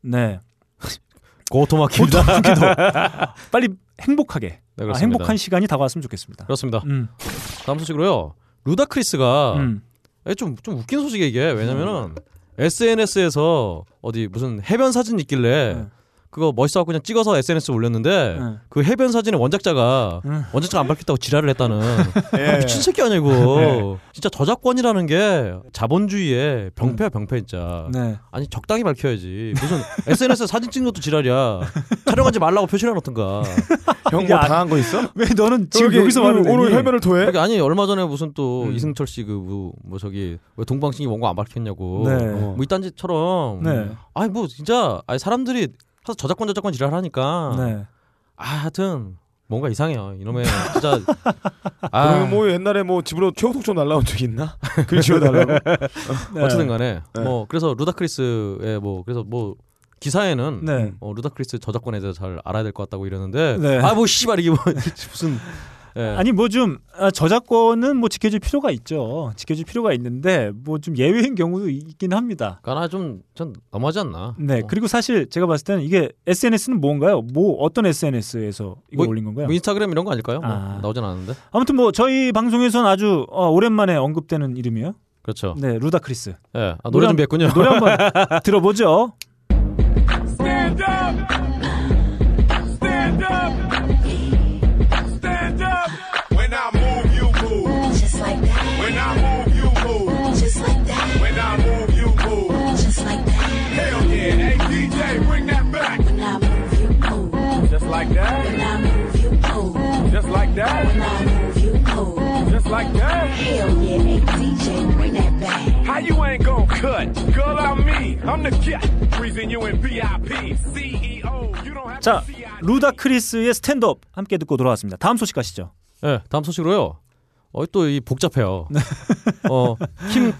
네
고토마키입니다.
빨리 행복하게
네,
아,
그렇습니다.
행복한 시간이 다가왔으면 좋겠습니다.
그렇습니다.
음,
다음 소식으로요. 루다크리스가
음.
좀좀 웃긴 소식이 이게 왜냐면은 SNS에서 어디 무슨 해변 사진 있길래
네.
그거 멋있어갖고 그냥 찍어서 SNS 에 올렸는데
네.
그 해변 사진의 원작자가
음. 네.
원작자가 안 밝혔다고 지랄을 했다는 아,
예.
미친 새끼 아니고 진짜 저작권이라는 게 자본주의의 병폐야 병폐 진짜
네.
아니 적당히 밝혀야지 무슨 SNS 에 사진 찍는 것도 지랄이야 촬영하지 말라고 표시를 해놓던가
형뭐
야.
당한 거 있어?
왜 너는 지금
저기
여기서
오늘-
말을
오늘
내니?
해변을 토해?
그러니까 아니 얼마 전에 무슨 또
네? 음.
이승철 씨 그 뭐 저기 왜 동방신기 원고 안 밝혔냐고
네.
뭐 이딴 짓처럼
네.
아니 뭐 진짜 아니 사람들이 사실 저작권 저작권 지랄하니까
네.
아 하여튼 뭔가 이상해요 이놈의 진짜
그러면
아
뭐 옛날에 뭐 집으로 최후속초 날라온 적 있나? 글 지워달라고.
네.
어쨌든 간에
네.
뭐 그래서 루다크리스의 뭐 그래서 뭐 기사에는
네.
어, 루다크리스 저작권에 대해서 잘 알아야 될 것 같다고 이러는데
네.
아 뭐 씨발 이게 뭐 무슨 예.
아니 뭐 좀 저작권은 뭐 지켜줄 필요가 있죠. 지켜줄 필요가 있는데 뭐 좀 예외인 경우도 있긴 합니다.
까나 좀전 너무하지 않나?
네.
어.
그리고 사실 제가 봤을 때는 이게 SNS는 뭔가요? 뭐 어떤 SNS에서 이거
뭐-
올린 건가요?
뭐 인스타그램 이런 거 아닐까요? 뭐
아.
나오진 않았는데.
아무튼 뭐 저희 방송에선 아주 어, 오랜만에 언급되는 이름이에요.
그렇죠.
네, 루다크리스.
예. 아,
노래
노래
한-
준비했군요.
노래 한번 들어보죠.
When I move, you move.
Just like that,
When I move, you move.
just like that,
When I move, you move.
just like that.
Hell yeah. Hey, DJ, bring that back.
When I move, you move.
Just like that.
When I move, you move.
Just like that.
When I move, you move.
Just like that.
Hell yeah, hey DJ, bring that back.
How you ain't gonna cut?
I'm the cat, freezing you in VIP. CEO, you don't have
자,
to CID.
루다크리스의 스탠드업 함께 듣고 돌아왔습니다. 다음 소식 가시죠.
네, 다음 소식으로요. 어, 또 이 복잡해요. 어, 킴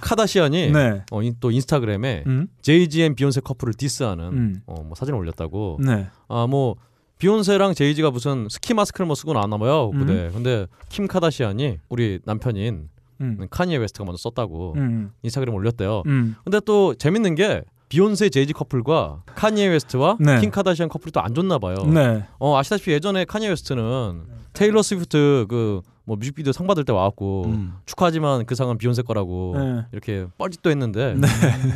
카다시안이
네.
어, 인- 또 인스타그램에
음.
제이지앤 비욘세 커플을 디스하는
음.
어, 뭐 사진을 올렸다고.
네.
아, 뭐 비욘세랑 제이지가 무슨 스키 마스크를 뭐 쓰고 나왔나봐요. 무대. 근데 킴 카다시안이 우리 남편인
음.
카니에 웨스트가 먼저 썼다고
음.
인스타그램 올렸대요.
음.
근데 또 재밌는 게 비욘세 제이지 커플과 카니에 웨스트와
네.
킴 카다시안 커플이 또 안 좋나 봐요.
네.
어 아시다시피 예전에 카니에 웨스트는 테일러 스위프트 그 뭐 뮤직비디오 상 받을 때 와갖고
음.
축하하지만 그 상은 비욘세 거라고
네.
이렇게 뻘짓도 했는데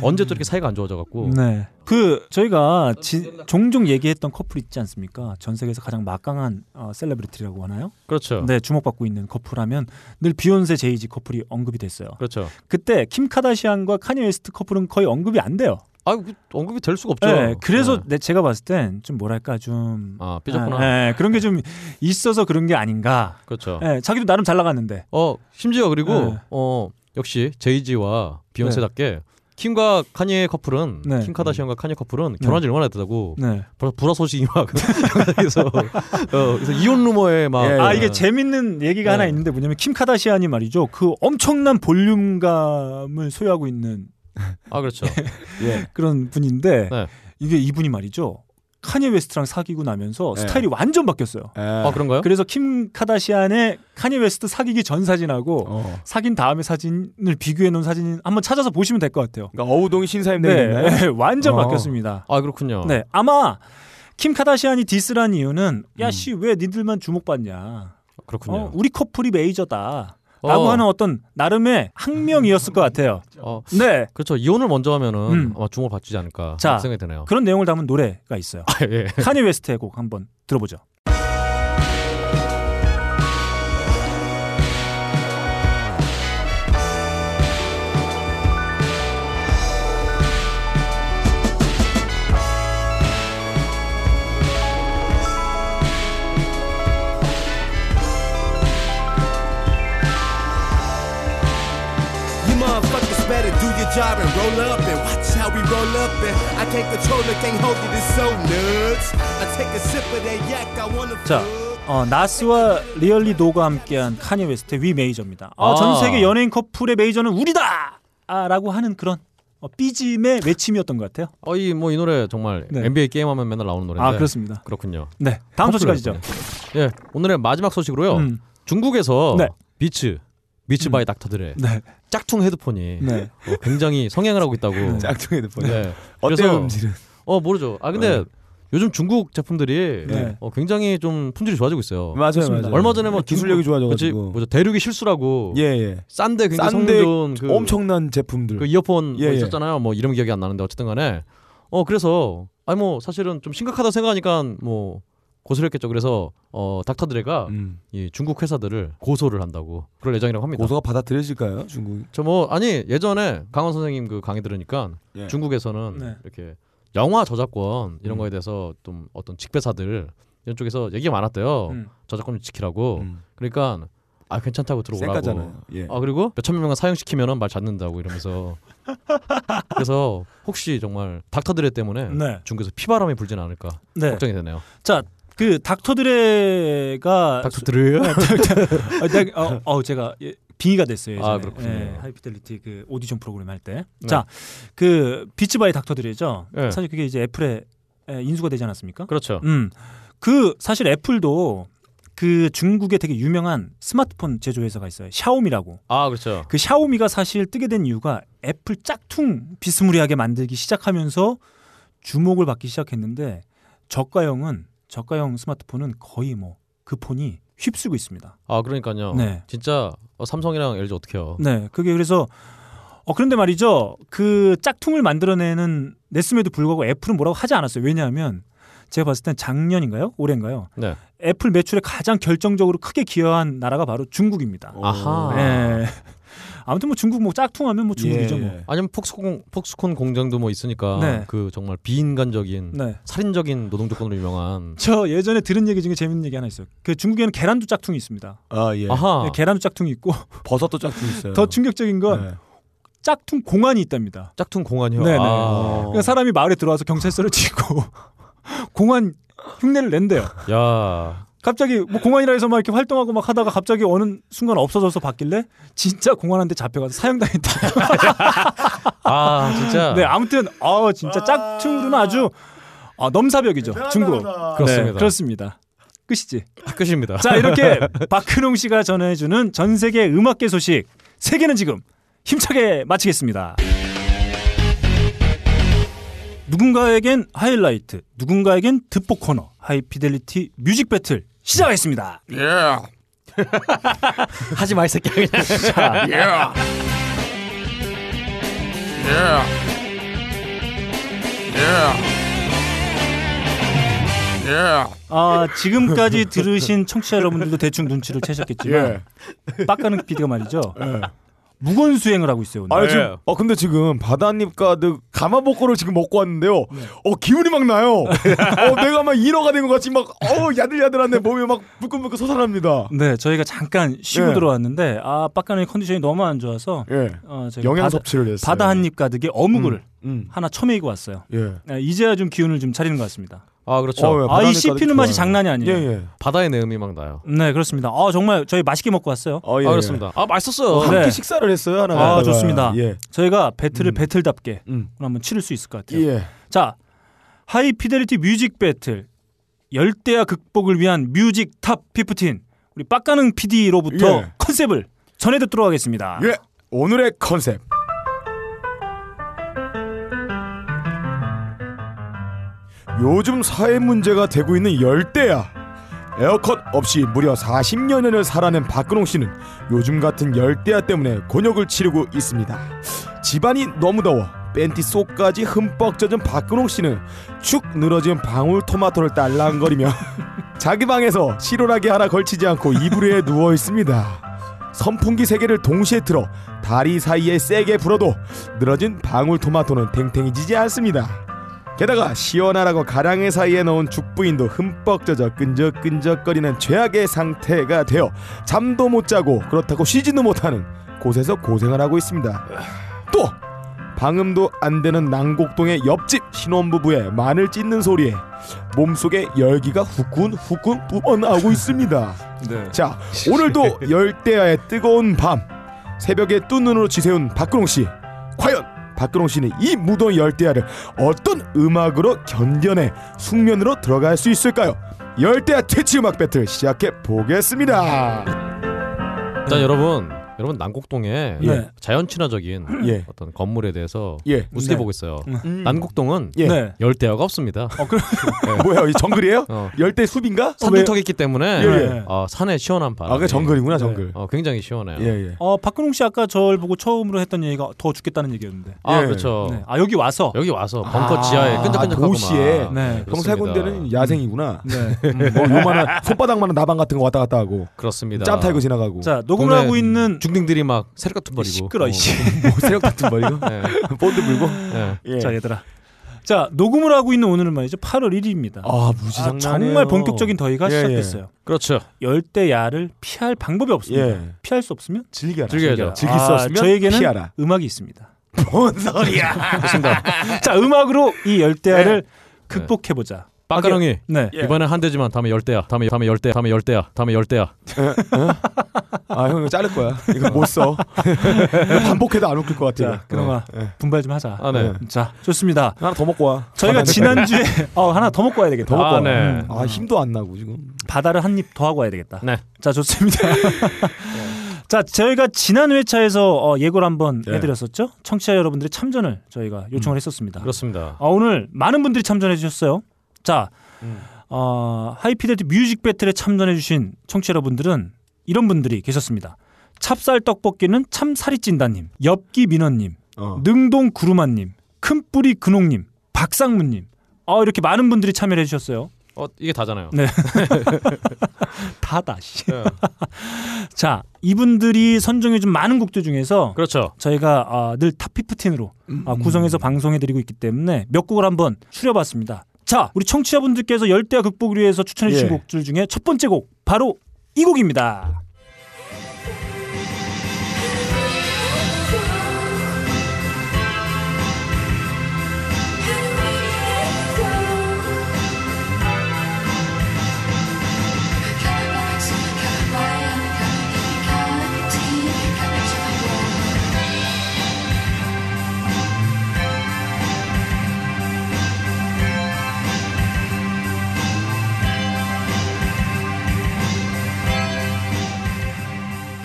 언제 또 이렇게 사이가 안 좋아져갖고
네. 그 저희가 지- 종종 얘기했던 커플 있지 않습니까? 전 세계에서 가장 막강한 어, 셀레브리티라고 하나요?
그렇죠
네, 주목받고 있는 커플하면 늘 비욘세 제이지 커플이 언급이 됐어요.
그렇죠
그때 킴 카다시안과 카니 웨스트 커플은 거의 언급이 안 돼요.
아 언급이 될 수가 없죠
네, 그래서
네.
내- 제가 봤을 땐 좀 뭐랄까 좀
아 삐졌구나
네, 그런 게 좀 있어서 그런 게 아닌가.
그렇죠
네, 자기도 나름 잘 나갔는데.
어 심지어 그리고
네.
어 역시 제이지와 비욘세답게 킴과 카니의 커플은
네.
킴 카다시안과 카니 커플은 결혼한지 얼마나 됐다고
네.
벌써 불화 소식이 막 그래서 어, 그래서 이혼 루머에 막
예.
아 이게 재밌는 얘기가
네.
하나 있는데 뭐냐면 킴 카다시안이 말이죠. 그 엄청난 볼륨감을 소유하고 있는
아 그렇죠
예.
그런 분인데
네.
이게 이분이 말이죠. 카니 웨스트랑 사귀고 나면서
네.
스타일이 완전 바뀌었어요.
아 그런가요?
네. 그래서 킴 카다시안의 카니 웨스트 사귀기 전 사진하고
어.
사귄 다음에 사진을 비교해 놓은 사진 한번 찾아서 보시면 될 것 같아요.
그러니까 어우동이 신사임 되겠나요?
네, 완전
어.
바뀌었습니다.
아 그렇군요.
네, 아마 킴 카다시안이 디스란 이유는 야씨 왜 니들만 주목받냐?
그렇군요.
어,
어,
우리 커플이 메이저다. 라고 하는 어떤 음. 나름의 학명이었을 것 같아요.
어,
네.
그렇죠. 이혼을 먼저 하면은
음.
아마 주목을 받지 않을까
자.
생각이 드네요.
그런 내용을 담은 노래가 있어요.
아, 예.
카니 웨스트의 곡 한번 들어보죠.
You motherfuckers better do your job and roll up and watch how we roll up and I can't control it, can't hold it, it's so nuts. I take a sip of that yak, I wanna
자,
fuck.
어, 나스와 리얼리 도가 함께한 카니 웨스트의 위 메이저입니다. 아, 전
아.
세계 연예인 커플의 메이저는 우리다! 아, 라고 하는 그런 어, 삐짐의 외침이었던 것 같아요.
어, 이 뭐 이 노래 정말
네.
NBA 게임 하면 맨날 나오는 노래인데.
아, 그렇습니다.
군요
네. 다음 소식 가시죠.
예. 오늘의 마지막 소식으로요.
음,
중국에서
네.
비츠 비츠
음.
바이 닥터들의
네.
짝퉁 헤드폰이
네. 음.
어, 굉장히 성행을 하고 있다고.
짝퉁이 됐 뻔.
네.
어때요 음질은?
어 모르죠. 아 근데 요즘 중국 제품들이
네.
어, 굉장히 좀 품질이 좋아지고 있어요.
맞아요, 맞아요.
얼마 전에 뭐
기술력이
그치,
좋아져가지고.
뭐죠 대륙이 실수라고
예, 예.
싼데 굉장히
싼데
성능 좋은 그,
엄청난 제품들.
그 이어폰
예,
뭐
예.
있었잖아요. 뭐 이름 기억이 안 나는데 어쨌든 간에 어 그래서 아니 뭐 사실은 좀 심각하다 생각하니까 뭐 고소했겠죠. 그래서 어 닥터드레가
음.
이 중국 회사들을 고소를 한다고 그럴 예정이라고 합니다.
고소가 받아들여질까요, 중국?
저 뭐 아니 예전에 강원 선생님 그 강의 들으니까
예. 음.
중국에서는
네.
이렇게 영화 저작권 이런 거에 대해서 좀 어떤 직배사들 이런 쪽에서 얘기가 많았대요.
음.
저작권을 지키라고.
음.
그러니까 아 괜찮다고 들어오라고.
쌩까잖아요. 예.
아 그리고 몇천 명만 사용시키면은 말 잡는다고 이러면서 그래서 혹시 정말 닥터드레 때문에
네.
중국에서 피바람이 불진 않을까
네.
걱정이 되네요.
자, 그 닥터드레가
닥터드레
네. 아, 네, 어, 어, 제가 예, 빙의가 됐어요. 예전에.
아, 그렇군요.
예, 하이피델리티 그 오디션 프로그램 할 때. 자, 그 비치바이 닥터들이죠.
네.
사실 그게 이제 애플에 예, 인수가 되지 않았습니까?
그렇죠.
음, 그 사실 애플도 그 중국의 되게 유명한 스마트폰 제조회사가 있어요. 샤오미라고.
아 그렇죠.
그 샤오미가 사실 뜨게 된 이유가 애플 짝퉁 비스무리하게 만들기 시작하면서 주목을 받기 시작했는데 저가형은 저가형 스마트폰은 거의 뭐 그 폰이 휩쓰고 있습니다.
아 그러니까요.
네.
진짜 어, 삼성이랑 LG 어떻게 해요?
네, 그게 그래서 어 그런데 말이죠. 그 짝퉁을 만들어내는 냈음에도 불구하고 애플은 뭐라고 하지 않았어요. 왜냐하면 제가 봤을 땐 작년인가요? 올해인가요?
네.
애플 매출에 가장 결정적으로 크게 기여한 나라가 바로 중국입니다.
어.
아하.
네. 아무튼 뭐 중국 뭐 짝퉁하면 뭐 중국이죠
예,
뭐.
예.
아니면 폭스콘 폭스콘 공장도 뭐 있으니까
네.
그 정말 비인간적인
네.
살인적인 노동 조건으로 유명한
저 예전에 들은 얘기 중에 재밌는 얘기 하나 있어요. 그 중국에는 계란도 짝퉁이 있습니다.
아 예.
아하
네, 계란도 짝퉁이 있고
버섯도 짝퉁 있어요.
더 충격적인 건
네.
짝퉁 공안이 있답니다.
짝퉁 공안이요.
네네.
아.
그러니까 사람이 마을에 들어와서 경찰서를 치고 공안 흉내를 낸대요.
야.
갑자기 뭐 공안이라 해서 막 이렇게 활동하고 막 하다가 갑자기 어느 순간 없어져서 봤길래 진짜 공안한테 잡혀가서 사형당했다.
아 진짜.
네, 아무튼 아 진짜 짝퉁으로는 아주 아, 넘사벽이죠 중국.
그렇습니다.
네, 그렇습니다. 끝이지.
아, 끝입니다.
자 이렇게 박근홍 씨가 전해주는 전 세계 음악계 소식 세계는 지금 힘차게 마치겠습니다. 누군가에겐 하이라이트, 누군가에겐 듣보 코너, 하이피델리티 뮤직 배틀 시작하겠습니다.
Yeah.
하지 마 이 새끼야 그냥.
Yeah. Yeah. Yeah. Yeah.
아 지금까지 들으신 청취자 여러분들도 대충 눈치를
예.
채셨겠지만
예.
빡가는 PD가 말이죠. 무건 수행을 하고 있어요. 오늘.
아 지금 어 근데 지금 바다잎 가득 가마복고를 지금 먹고 왔는데요.
네.
어 기운이 막 나요. 어 내가 막 인어가 된 것 같이 막어 야들야들한데 몸이 막 부끈부끈 솟아납니다.
네, 저희가 잠깐 쉬고
예.
들어왔는데 아 빡가는 컨디션이 너무 안 좋아서
예.
어, 저희가
영양
바다-
섭취를 했어요.
바다 한 입 가득에 어묵을
음.
하나 처메이고 왔어요.
예.
네, 이제야 좀 기운을 좀 차리는 것 같습니다.
아 그렇죠.
어, 예,
아, 이
바다잎
씹히는
가득
맛이
좋아요.
장난이 아니에요.
예 예.
바다의 내음이 막 나요.
네, 그렇습니다. 아, 정말 저희 맛있게 먹고 왔어요.
어, 예,
아
예.
그렇습니다. 아 맛있었어요.
네.
함께 식사를 했어요 하나.
아,
갖다가.
좋습니다.
예.
저희가 배틀을 배틀답게
음.
한번 치를 수 있을 것 같아요.
예.
자, 하이 피델리티 뮤직 배틀 열대야 극복을 위한 뮤직 탑 15 우리 빡가능 PD로부터
예.
컨셉을 전해 듣도록 하겠습니다.
예. 오늘의 컨셉. 요즘 사회 문제가 되고 있는 열대야. 에어컨 없이 무려 40년을 살아낸 박근홍 씨는 요즘 같은 열대야 때문에 곤욕을 치르고 있습니다. 집안이 너무 더워 팬티 속까지 흠뻑 젖은 박근홍 씨는 축 늘어진 방울 토마토를 딸랑거리며 자기 방에서 실온하게 하나 걸치지 않고 이불 위에 누워 있습니다. 선풍기 세 개를 동시에 틀어 다리 사이에 세게 불어도 늘어진 방울토마토는 탱탱해지지 않습니다. 게다가 시원하라고 가랑이 사이에 넣은 죽부인도 흠뻑 젖어 끈적끈적거리는 최악의 상태가 되어 잠도 못 자고 그렇다고 쉬지도 못하는 곳에서 고생을 하고 있습니다. 또 방음도 안 되는 난곡동의 옆집 신혼부부의 마늘 찢는 소리에 몸속에 열기가 후끈후끈 뿜어나오고 있습니다. 자 오늘도 열대야의 뜨거운 밤 새벽에 뜬 눈으로 지새운 박근홍 씨 과연 박근홍 씨는 이 무더운 열대야를 어떤 음악으로 견뎌내 숙면으로 들어갈 수 있을까요? 열대야 퇴치 음악 배틀 시작해 보겠습니다. 음.
일단 여러분 여러분 남곡동에
예.
자연 친화적인
예.
어떤 건물에 대해서
예.
우습게
네.
보고 있어요.
음.
남곡동은
예. 어.
네.
열대야가 없습니다.
뭐야 이 정글이에요?
어.
열대 숲인가?
산중턱이 예. 있기 때문에
예,
예.
어, 산에 시원한 바람.
아그 정글이구나 정글.
어, 굉장히 시원해요.
예 예.
어, 박근홍 씨 아까 저를 보고 처음으로 했던 얘기가 더 죽겠다는 얘기였는데.
아
예.
그렇죠.
네. 아, 여기 와서
여기 와서 벙커
아,
지하에 끈적끈적하고 막.
도시에.
네.
그렇습니다. 음.
형 살군대는 야생이구나.
네.
뭐 요만한 손바닥만한 나방 같은 거 왔다 갔다 하고
그렇습니다.
짬 타고 지나가고
자, 녹음을
동네
하고 있는
중딩들이 막 세력 같은 버리고
시끄러 이씨.
뭐 세력 같은 머리고
예.
본드 물고.
예.
예.
자, 얘들아. 자, 녹음을 하고 있는 오늘은 말이죠. 8월 1일입니다.
아 무지
아,
장난
정말 본격적인 더위가
예, 예.
시작됐어요.
그렇죠.
열대야를 피할 방법이 없습니다.
예.
피할 수 없으면
즐겨라.
즐겨야죠.
즐길 수
아,
없으면
저에게는
피하라.
음악이 있습니다.
뭔 소리야? 예.
자, 음악으로 이 열대야를 극복해 보자.
빡가랑이
네.
이번엔 한 대지만 다음에 열대야. 다음에 다음에 열대. 다음에 열대야. 다음에 열대야.
아, 형 이거 자를 거야. 이거 못 써. 이거 반복해도 안 웃길 것 같아.
자, 그놈아
예.
분발 좀 하자.
아 네.
예.
자, 좋습니다.
하나 더 먹고 와.
저희가
아,
지난주에 어, 하나 더 먹고 와야 되겠다.
더 먹고 와.
아, 네.
음. 아, 힘도 안 나고 지금.
바다를 한 입 더 하고 와야 되겠다.
네.
자 좋습니다. 자 저희가 지난 회차에서 어, 예고를 한번
네.
해드렸었죠. 청취자 여러분들의 참전을 저희가 요청을 했었습니다.
그렇습니다.
아, 오늘 많은 분들이 참전해 주셨어요. 자 어, 하이피델티 뮤직 배틀에 참전해 주신 청취자 여러분들은 이런 분들이 계셨습니다. 찹쌀 떡볶이는 참살이 찐다님, 엽기 민원님,
어.
능동 구루마님, 큰뿌리 근홍님, 박상무님. 어, 이렇게 많은 분들이 참여해 주셨어요.
어 이게 다잖아요.
음.
네. 다다 씨.
예.
자, 이분들이 선정해 준 많은 곡들 중에서
그렇죠.
저희가 아, 늘 탑15으로 아, 구성해서 방송해드리고 있기 때문에 몇 곡을 한번 추려봤습니다. 자, 우리 청취자분들께서 열대야 극복을 위해서 추천해 주신
예.
곡들 중에 첫 번째 곡 바로 이 곡입니다.
Thank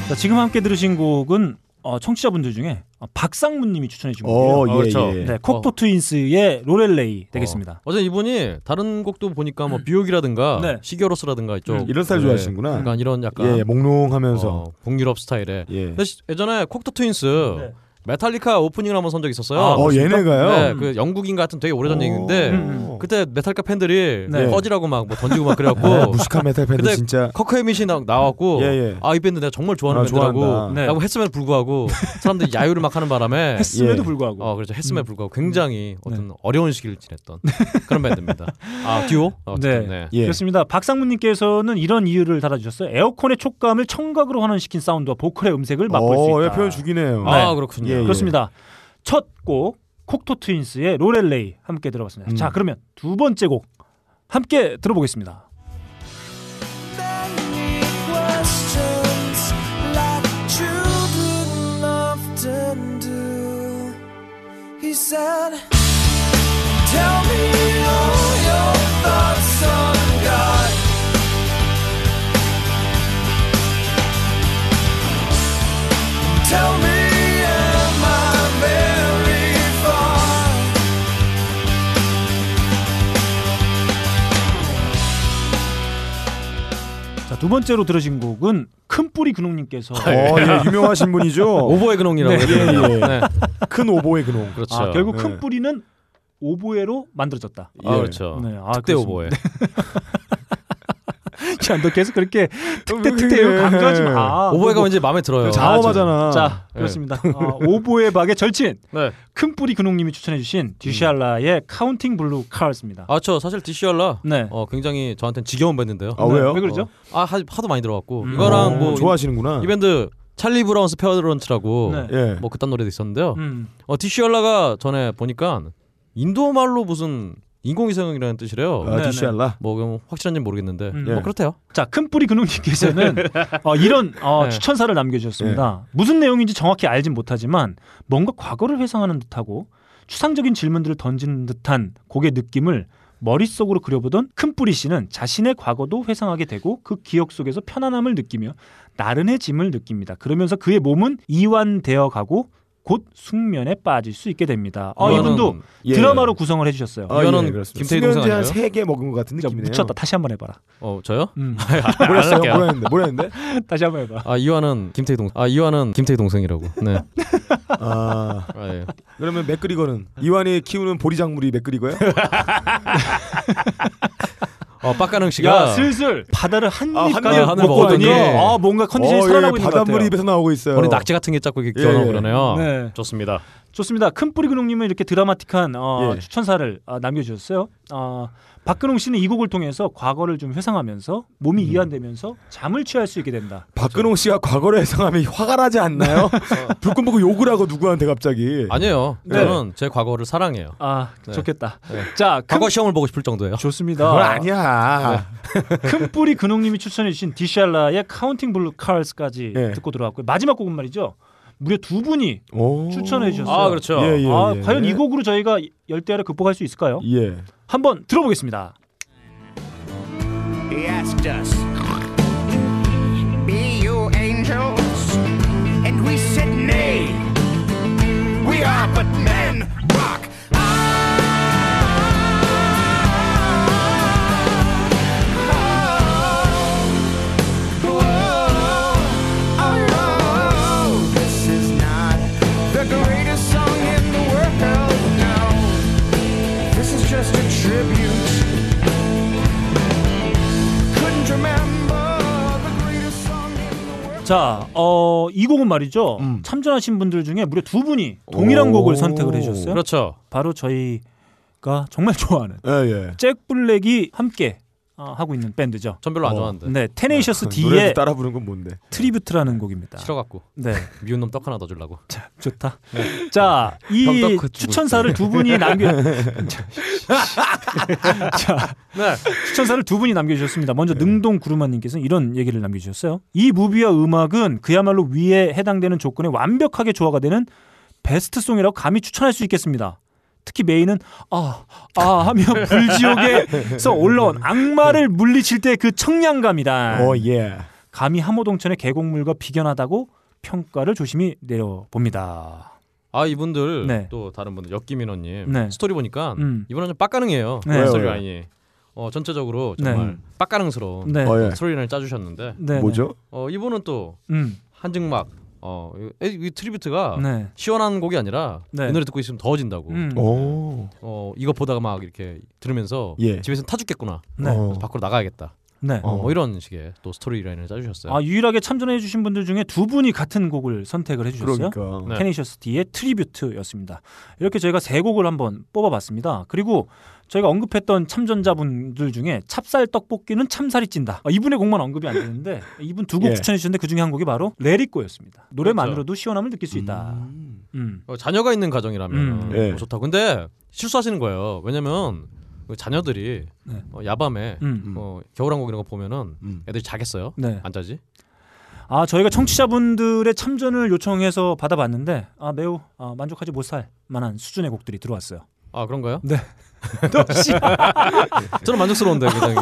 자, 지금 함께 들으신 곡은 어, 청취자분들 중에 어, 박상무님이 추천해 준 곡이에요.
어, 예,
그렇죠.
예.
네, 콕토 트윈스의 로렐레이 되겠습니다.
어제 이분이 다른 곡도 보니까 뭐 비옥이라든가
네.
시겨로스라든가 이쪽
음, 이런 스타일
네.
좋아하시는구나.
약간 이런 약간
예, 예, 몽롱하면서.
어, 북유럽 스타일의.
예.
근데 시- 예전에 콕토 트윈스
네.
메탈리카 오프닝을 한번 선적 이 있었어요.
아,
어, 얘네가요?
네, 그 영국인 같은 되게 오래전
어.
얘기인데
음,
그때 메탈리카 팬들이
네.
꺼지라고 막 뭐 던지고 막
아,
그래갖고
무식한 메탈 밴드
근데
진짜.
커커의 미신 나- 나왔고
예, 예.
아 이 밴드 내가 정말 좋아하는
아,
밴드라고
좋아한다.
네.
라고 했음에도 불구하고 사람들이 야유를 막 하는 바람에
했음에도
예.
불구하고
어 그렇죠 했음에도 불구하고 굉장히 어떤 어려운 시기를 지냈던 그런 밴드입니다. 아 듀오?
네.
어쨌든, 네.
예.
그렇습니다. 박상무님께서는 이런 이유를 달아주셨어요. 에어컨의 촉감을 청각으로 환원시킨 사운드와 보컬의 음색을 맛볼 수
어,
있다.
예, 표현 죽이네요.
아 그렇군요.
예, 예.
그렇습니다. 첫 곡 콕토 트윈스의 로렐레이 함께 들어봤습니다.
음.
자 그러면 두 번째 곡 함께 들어보겠습니다.
questions like children often do. He said, Tell me all your thoughts on God. Tell me, am I very far?
자 두 번째로 들으신 곡은 큰 뿌리 근홍님께서 아,
어, 예, 유명하신 분이죠.
어, 오버의 근홍이라고
네.
해요.
예, 예. 큰 오보의 근홍.
그렇죠.
아, 결국
네.
큰 뿌리는 오보에로 만들어졌다.
아,
예.
그렇죠.
네, 아,
특대
그렇습니다.
오버에.
야, 너 계속 그렇게
예.
특대
왜
특대를
그래?
강조하지 마.
오버가
아, 그거-
왠지 마음에 들어요.
자험하잖아.
자
네.
그렇습니다. 아, 오보의 박의 절친
네.
큰 뿌리 근홍님이
음.
추천해주신 듀시알라의 카운팅 블루 카르스입니다.
아, 저 사실 디시얼라
네.
어, 굉장히 저한테는 지겨운 밴드인데요.
아, 왜요?
왜 그러죠?
어, 아, 하, 하도 많이 들어갔고.
음.
이거랑
어,
뭐
좋아하시는구나.
이 밴드 찰리 브라운스 페어런츠라고
네.
예.
뭐 그딴 노래도 있었는데요.
음.
어, 디시얼라가 전에 보니까 인도 말로 무슨 인공위성이라는 뜻이래요.
아,
네,
디시알라.
뭐 그럼 확실한지 는 모르겠는데
네.
음.
예.
뭐 그렇대요.
자, 큰뿌리 근홍님께서는 어, 이런 어,
네.
추천사를 남겨주셨습니다. 무슨 내용인지 정확히 알진 못하지만 뭔가 과거를 회상하는 듯하고 추상적인 질문들을 던지는 듯한 곡의 느낌을 머릿속으로 그려보던 큰뿌리 씨는 자신의 과거도 회상하게 되고 그 기억 속에서 편안함을 느끼며 나른해짐을 느낍니다. 그러면서 그의 몸은 이완되어 가고 곧 숙면에 빠질 수 있게 됩니다. 아, 이분도
이거는-
예.
드라마로 구성을 해주셨어요.
아,
이거는
그렇습니다.
김태희 동생
수면제 한
아니에요?
세개 먹은 것 같은
자,
느낌이네요. 아,
묻혔다. 다시 한번 해봐라.
어 저요?
음,
뭐라 했어요? 뭐라 했는데? 뭐라 했는데?
다시 한번 해봐.
아 이완은 김태희 동생. 아 이완은 김태희 동생이라고. 네.
아,
아, 예.
그러면 맥그리거는 이완이 키우는 보리작물이 맥그리거예요?
어 빡가능 씨가
야, 슬슬 바다를 한입
아, 한
가득
입, 한입
먹고
먹었더니
나니까 아 뭔가 컨디션이
어,
살아나고
예,
있는 것 같아요.
바닷물이 입에서 나오고 있어요.
머리 낙지 같은 게 자꾸 이렇게
예,
기어나오고
예.
그러네요.
네,
좋습니다.
좋습니다. 큰 뿌리 근홍님은 이렇게 드라마틱한 어,
예.
추천사를 어, 남겨주셨어요. 어, 박근홍 씨는 이 곡을 통해서 과거를 좀 회상하면서 몸이 이완되면서 잠을 취할 수 있게 된다.
박근홍 씨가 과거를 회상하면 화가 나지 않나요?
네.
불끈 보고 욕을 하고 누구한테 갑자기.
아니에요.
네.
저는 제 과거를 사랑해요.
아
네.
좋겠다.
네.
자, 큰,
과거 시험을 보고 싶을 정도예요.
좋습니다.
그건 아니야.
큰 뿌리 근홍님이 추천해주신 디샬라의 카운팅 블루 칼스까지
예.
듣고 들어왔고요. 마지막 곡은 말이죠. 무려 두 분이
오.
네. 추천해 주셨어요.
아 그렇죠.
예, 예,
아,
예.
과연 이 곡으로 저희가 열대야를 극복할 수 있을까요?
예.
한번 들어보겠습니다.
He asked us.
Be you angels? And we said, Nay, we are but men. Rock. This is not the greatest song in the world. No, this is just a tribute. Couldn't remember the greatest song in the world.
자, 어, 이 곡은 말이죠. 참전하신 분들 중에 무려 두 분이 동일한
음. 오.
곡을 선택을 해주셨어요.
그렇죠.
바로 저희가 정말 좋아하는
예, 예.
잭 블랙이 함께 어, 하고 있는 밴드죠.
전 별로 안
어.
좋아하는데
네, 테네이셔스
그 노래도
D의
따라 부르는 건 뭔데?
트리뷰트라는 곡입니다.
싫어갖고
네,
미운 놈 떡 하나 더 주려고.
좋다. 자, 이
병떡 그
추천사를 두 분이 남겨 자,
네.
추천사를 두 분이 남겨주셨습니다. 먼저 능동 구루마님께서는 이런 얘기를 남겨주셨어요. 이 무비와 음악은 그야말로 위에 해당되는 조건에 완벽하게 조화가 되는 베스트 송이라고 감히 추천할 수 있겠습니다. 특히 메인은 아, 아 하며 불지옥에서 올라온 악마를 물리칠 때 그 청량감이다.
어, 예.
감히 함호동천의 계곡물과 비견하다고 평가를 조심히 내려봅니다.
아 이분들
네.
또 다른 분들 역기민호님
네.
스토리 보니까
음.
이분은 좀 빡가능해요
네.
스토리
왜요?
라인이 어 전체적으로
네.
정말 빡가능스러운
네.
음. 어, 예.
스토리를 짜주셨는데
네.
뭐죠?
어 이분은 또
네. 음.
한증막 어이 트리뷰트가
네.
시원한 곡이 아니라
네.
이 노래 듣고 있으면 더워진다고
음.
오.
어 이거 보다가 막 이렇게 들으면서
예.
집에서 타 죽겠구나
네.
어.
그래서 밖으로 나가야겠다
네.
어, 뭐 이런 식의 또 스토리 라인을 짜주셨어요
아 유일하게 참전해 주신 분들 중에 두 분이 같은 곡을 선택을 해주셨어요.
그러니까.
네.
캐니셔스 D의 트리뷰트였습니다. 이렇게 저희가 세 곡을 한번 뽑아봤습니다. 그리고 저희가 언급했던 참전자분들 중에 찹쌀 떡볶이는 참살이 찐다. 아, 이분의 곡만 언급이 안 되는데 이분 두 곡
예.
추천해 주셨는데 그 중에 한 곡이 바로 레리꼬였습니다. 노래만으로도 시원함을 느낄 수 있다. 음.
어, 자녀가 있는 가정이라면
음.
뭐
예.
좋다. 근데 실수하시는 거예요. 왜냐면 그 자녀들이
네.
어, 야밤에
음.
어, 겨울왕국 이런 거 보면은
음.
애들이 자겠어요?
네.
안 자지?
아 저희가 청취자분들의 참전을 요청해서 받아봤는데 아 매우 아, 만족하지 못할 만한 수준의 곡들이 들어왔어요.
아 그런가요?
네.
저는 만족스러운데 굉장히.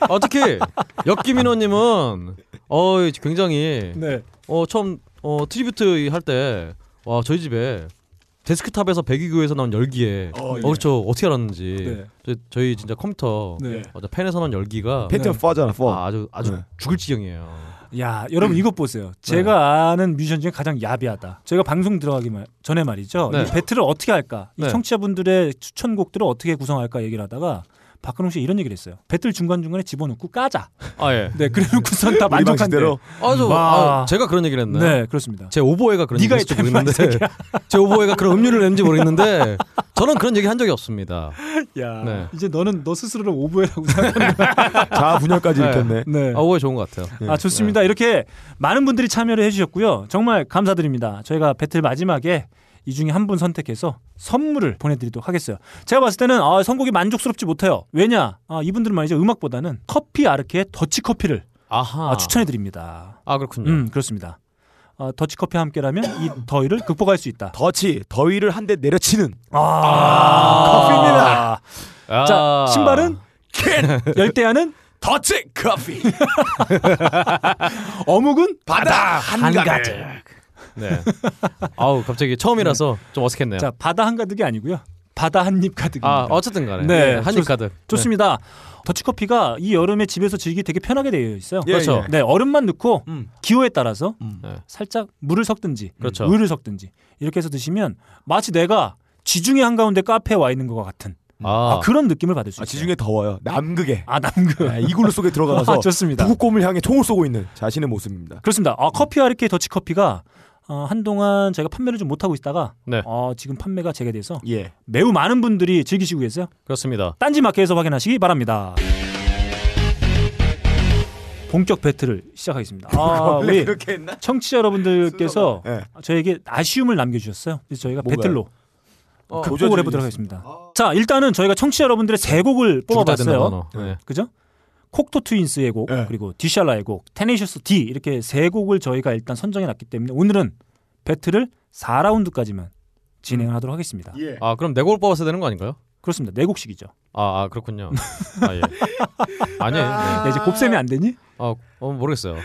아, 특히 역기민호님은 어 굉장히
네.
어 처음 어 트리뷰트 할 때 와 저희 집에 데스크탑에서 배기구에서 나온 열기에 어,
예.
그렇죠 어떻게 알았는지
네.
저- 저희 진짜 컴퓨터
네.
어, 저 팬에서 나온 열기가
패턴 퍼잖아 퍼.
아, 아주 아주
네.
죽을 지경이에요.
야 여러분 이것 보세요. 제가 아는 뮤지션 중에 가장 야비하다. 저희가 방송 들어가기 말- 전에 말이죠.
네.
이 배틀을 어떻게 할까? 이
네.
청취자분들의 추천곡들을 어떻게 구성할까 얘기를 하다가 박근홍 씨 이런 얘기를 했어요. 배틀 중간 중간에 집어넣고 까자.
아 예.
네, 그래놓고선 다
우리
만족한대.
방식대로
아저
와.
아, 제가 그런 얘기를 했나? 요
네, 그렇습니다.
제 오보에가 그런
네가
얘기를 했을지
했다, 임마, 이
모르겠는데 제 오보에가 그런 음료를 냈는지 모르겠는데 저는 그런 얘기 한 적이 없습니다.
야,
네.
이제 너는 너 스스로를 오버해라고 생각해.
자아 분열까지
네.
일으켰네.
네.
아 오보 좋은 것 같아요.
아 좋습니다.
네.
이렇게 많은 분들이 참여를 해주셨고요. 정말 감사드립니다. 저희가 배틀 마지막에 이 중에 한 분 선택해서 선물을 보내드리도록 하겠어요. 제가 봤을 때는 아, 선곡이 만족스럽지 못해요. 왜냐? 아, 이분들은 말이죠 음악보다는 커피 아르케의 더치 커피를
아하.
아, 추천해드립니다.
아
네.
그렇군요.
음 그렇습니다. 아, 더치 커피와 함께라면 이 더위를 극복할 수 있다.
더치 더위를 한 대 내려치는
아, 커피입니다.
아.
자 신발은 열대야는
더치 커피
어묵은
바다 한가득. 예,
네. 아우 갑자기 처음이라서 좀 어색했네요.
자 바다 한 가득이 아니고요. 바다 한 입 가득입니다.
아 어쨌든 간에
네,
네, 한입 가득.
좋습니다. 더치커피가 이 여름에 집에서 즐기 되게 편하게 되어 있어요.
예,
그렇죠.
예.
네, 얼음만 넣고
음.
기호에 따라서
네.
살짝 물을 섞든지
그렇죠.
우유를 섞든지 이렇게 해서 드시면 마치 내가 지중해 한가운데 카페에 와 있는 것과 같은
아,
아, 그런 느낌을 받을 수
아,
있어요.
지중해 더워요. 남극에
아 남극.
아, 이글루 속에 들어가서
아, 좋습니다.
북극곰을 향해 총을 쏘고 있는 자신의 모습입니다.
그렇습니다. 아, 커피와 이렇게 더치커피가 어, 한동안 저희가 판매를 좀 못하고 있다가
네.
어, 지금 판매가 재개돼서
예.
매우 많은 분들이 즐기시고 계세요.
그렇습니다.
딴지 마켓에서 확인하시기 바랍니다. 본격 배틀을 시작하겠습니다. 아,
원래
우리
그렇게 했나?
청취자 여러분들께서
순서가. 예.
저에게 아쉬움을 남겨주셨어요. 그래서 저희가
뭔가요?
배틀로
어,
극복을 해보도록 하겠습니다. 자, 일단은 저희가 청취자 여러분들의 세 곡을
죽어야 된다,
뽑아봤어요.
번호. 네.
그죠? 콕토 트윈스의 곡
예.
그리고 디샬라의 곡, 테네시스 D 이렇게 세 곡을 저희가 일단 선정해놨기 때문에 오늘은 배틀을 4라운드까지만 진행하도록 하겠습니다.
예.
아 그럼 내곡을 뽑았어야 되는 거 아닌가요?
그렇습니다. 네 곡씩이죠.
아, 아 그렇군요. 아 예. 아니. 네.
야, 이제 곱셈이 안 되니?
아, 어, 모르겠어요.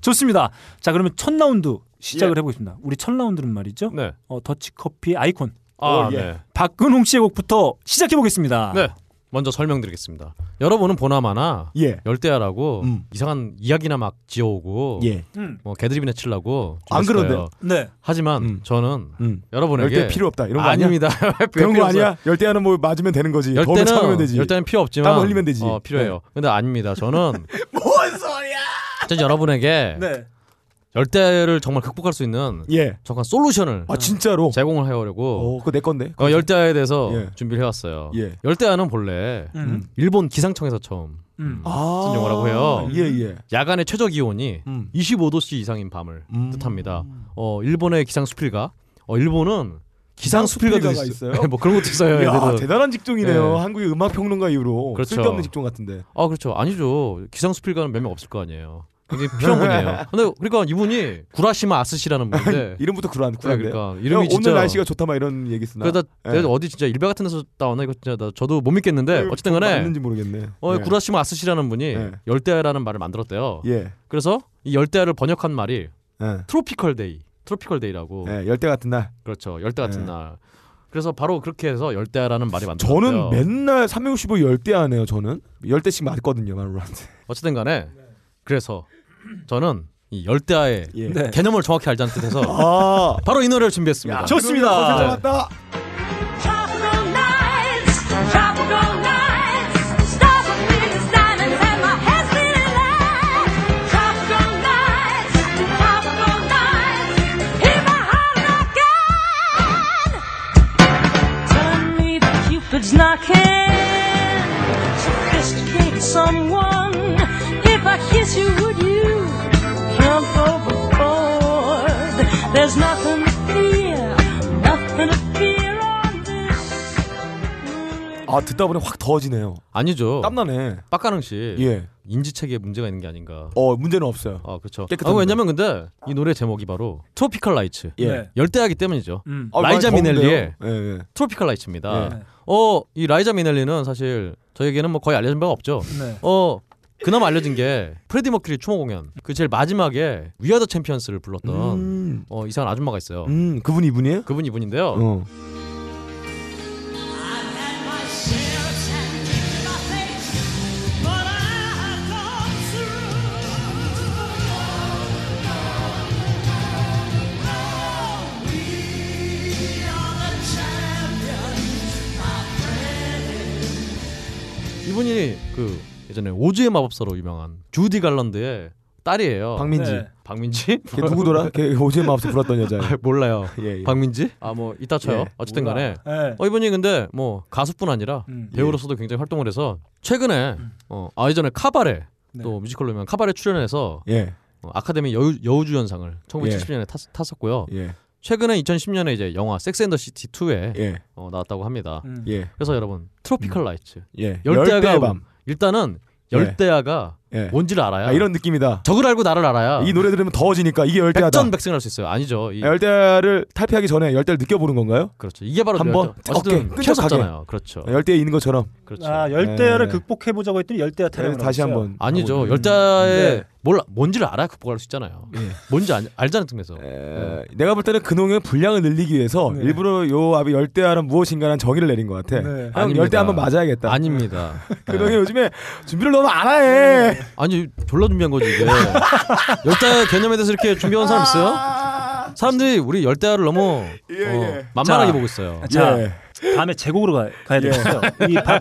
좋습니다. 자 그러면 첫 라운드 시작을 해보겠습니다. 우리 첫 라운드는 말이죠.
네.
어, 더치커피 아이콘
아,
오, 예.
네.
박근홍 씨의 곡부터 시작해 보겠습니다.
네. 먼저 설명드리겠습니다. 여러분은 보나마나
예.
열대야라고
음.
이상한 이야기나 막 지어오고
예.
음.
뭐 개드립이나 치려고 좀
안
했을
그런데.
거예요.
네.
하지만
음.
저는
음.
여러분에게
열대 필요 없다. 이런 거 아니야?
아닙니다. 왜
그런
필요
거
없어요?
아니야? 열대야는 뭐 맞으면 되는 거지. 더우면 참으면
열대는
되지.
열대는 필요 없지만
땀 흘리면 되지. 네.
어, 필요해요. 근데 아닙니다. 저는
뭔 소리야?
전 여러분에게
네.
열대를 정말 극복할 수 있는
예.
정확한 솔루션을
아 진짜로?
제공을 해오려고
어, 그거 내 건데.
어, 열대야에 대해서
예.
준비를 해왔어요.
예.
열대야는 본래
음.
일본 기상청에서 처음
음.
아.
무슨 영화라고 해요?
예, 예.
야간의 최저 기온이
음.
25도씨 이상인 밤을
음.
뜻합니다. 어, 일본의 기상 수필가. 어, 일본은 기상 수필가도
수필가가
있어요.
있어요?
뭐 그런 것도 있어요.
야,
얘들은.
대단한 직종이네요.
예.
한국의 음악 평론가 이후로
그렇죠.
쓸데없는 직종 같은데.
아, 그렇죠. 아니죠. 기상 수필가는 몇 명 없을 거 아니에요. 이게 필요한 분이에요. 근데 그러니까 이분이 구라시마 아스시라는 분인데
이름부터 구란
네,
구란데.
그러니까 이름이 진짜
오늘 날씨가 좋다 막 이런 얘기 쓰나?
그러다
예.
내가 어디 진짜 일베 같은 데서 나왔나 이거 진짜 나 저도 못 믿겠는데 어쨌든 간에
네, 맞는지 모르겠네.
어,
예.
구라시마 아스시라는 분이
예.
열대야라는 말을 만들었대요.
예.
그래서 이 열대야를 번역한 말이
예.
트로피컬 데이, 트로피컬 데이라고
예, 열대 같은 날.
그렇죠. 열대 같은
예.
날. 그래서 바로 그렇게 해서 열대야라는 말이 만들었어요.
저는 맨날 365 열대 안 해요. 저는 열 대씩 맞거든요, 마누라한테.
어쨌든 간에 그래서 저는 이 열대야의
네. 예.
네.
개념을 정확히 알지 않듯 해서
아,
바로 이 노래를 준비했습니다.
좋습니다.
네.
맞다.
Tropical nights, tropical nights. Stars are clear shining and my head's feeling light. Tropical nights, tropical nights. Hear my heart knocking. Tell me that Cupid's knocking. Sophisticate someone. If I kiss you, would you jump overboard? There's nothing to fear, nothing to fear on this.
아, 듣다 보니 확 더워지네요.
아니죠.
땀 나네.
빡가능 씨
예.
인지체계에 문제가 있는 게 아닌가.
어, 문제는 없어요.
아 그렇죠.
깨끗한
아, 왜냐면 근데 이 노래 제목이 바로 트로피컬 라이츠.
예.
네.
열대야기 때문이죠.
음.
아,
라이자
많이 더운데요?
미넬리의
예, 예.
트로피컬 라이츠입니다.
네.
어, 이 라이자 미넬리는 사실 저에게는 뭐 거의 알려진 바가 없죠.
네.
어, 그나마 알려진 게 프레디 머큐리 추모 공연. 그 제일 마지막에 위아더 챔피언스를 불렀던
음.
어, 이상한 아줌마가 있어요.
음, 그분이 이분이에요?
그분 이분인데요.
어.
이분이 그 예전에 오즈의 마법사로 유명한 주디 갈런드의 딸이에요.
어, 박민지.
네.
민지
걔 누구더라? 걔 오지마 앞서 불었던 여자예요.
몰라요.
예, 예.
박민지? 아 뭐 이따 쳐요.
예,
어쨌든
몰라.
간에
네.
어 이분이 근데 뭐 가수뿐 아니라
음.
예. 배우로서도 굉장히 활동을 해서 최근에 어아 예전에 카바레
네.
또 뮤지컬로 유명한 카바레 출연해서
예.
어, 아카데미 여우, 여우주연상을 1970년에 탔, 탔었고요.
예.
최근에 2010년에 이제 영화 섹스 앤더 시티 2에
예.
어, 나왔다고 합니다.
음.
예.
그래서 여러분 트로피컬 라이츠
예.
열대야가
열대의
온-
밤.
일단은
예.
열대야가
예.
뭔지를 알아야
아, 이런 느낌이다.
적을 알고 나를 알아야
이 노래 들으면 더워지니까 이게 열대야다.
백전백승할 수 있어요. 아니죠. 이,
열대를 탈피하기 전에 열대를 느껴보는 건가요?
그렇죠. 이게 바로
한번
열대- 어쨌든
어깨
키웠었잖아요. 그렇죠.
열대에 있는 것처럼
그렇죠.
아 열대야를
네.
극복해 보자고 했더니 열대야 타령을
다시
하고
한번
아니죠.
가보죠.
열대에
네.
몰라 뭔지를 알아야 극복할 수 있잖아요.
예.
뭔지 알, 알자는 틈에서
에, 예. 내가 볼 때는 근홍의 분량을 늘리기 위해서
네.
일부러 요 압이 열대야란 무엇인가라는 정의를 내린 것 같아.
네.
형
아닙니다.
열대 한번 맞아야겠다.
아닙니다. 예.
근홍이 요즘에 준비를 너무 안
네.
해.
아니 졸라 준비한 거지 이게 열대 개념에 대해서 이렇게 준비한 사람 있어요? 사람들이 우리 열대야를 너무 어, 만만하게
자.
보고 있어요.
자
예.
다음에 제곡으로 가, 가야 되겠어요. 예. 이 박,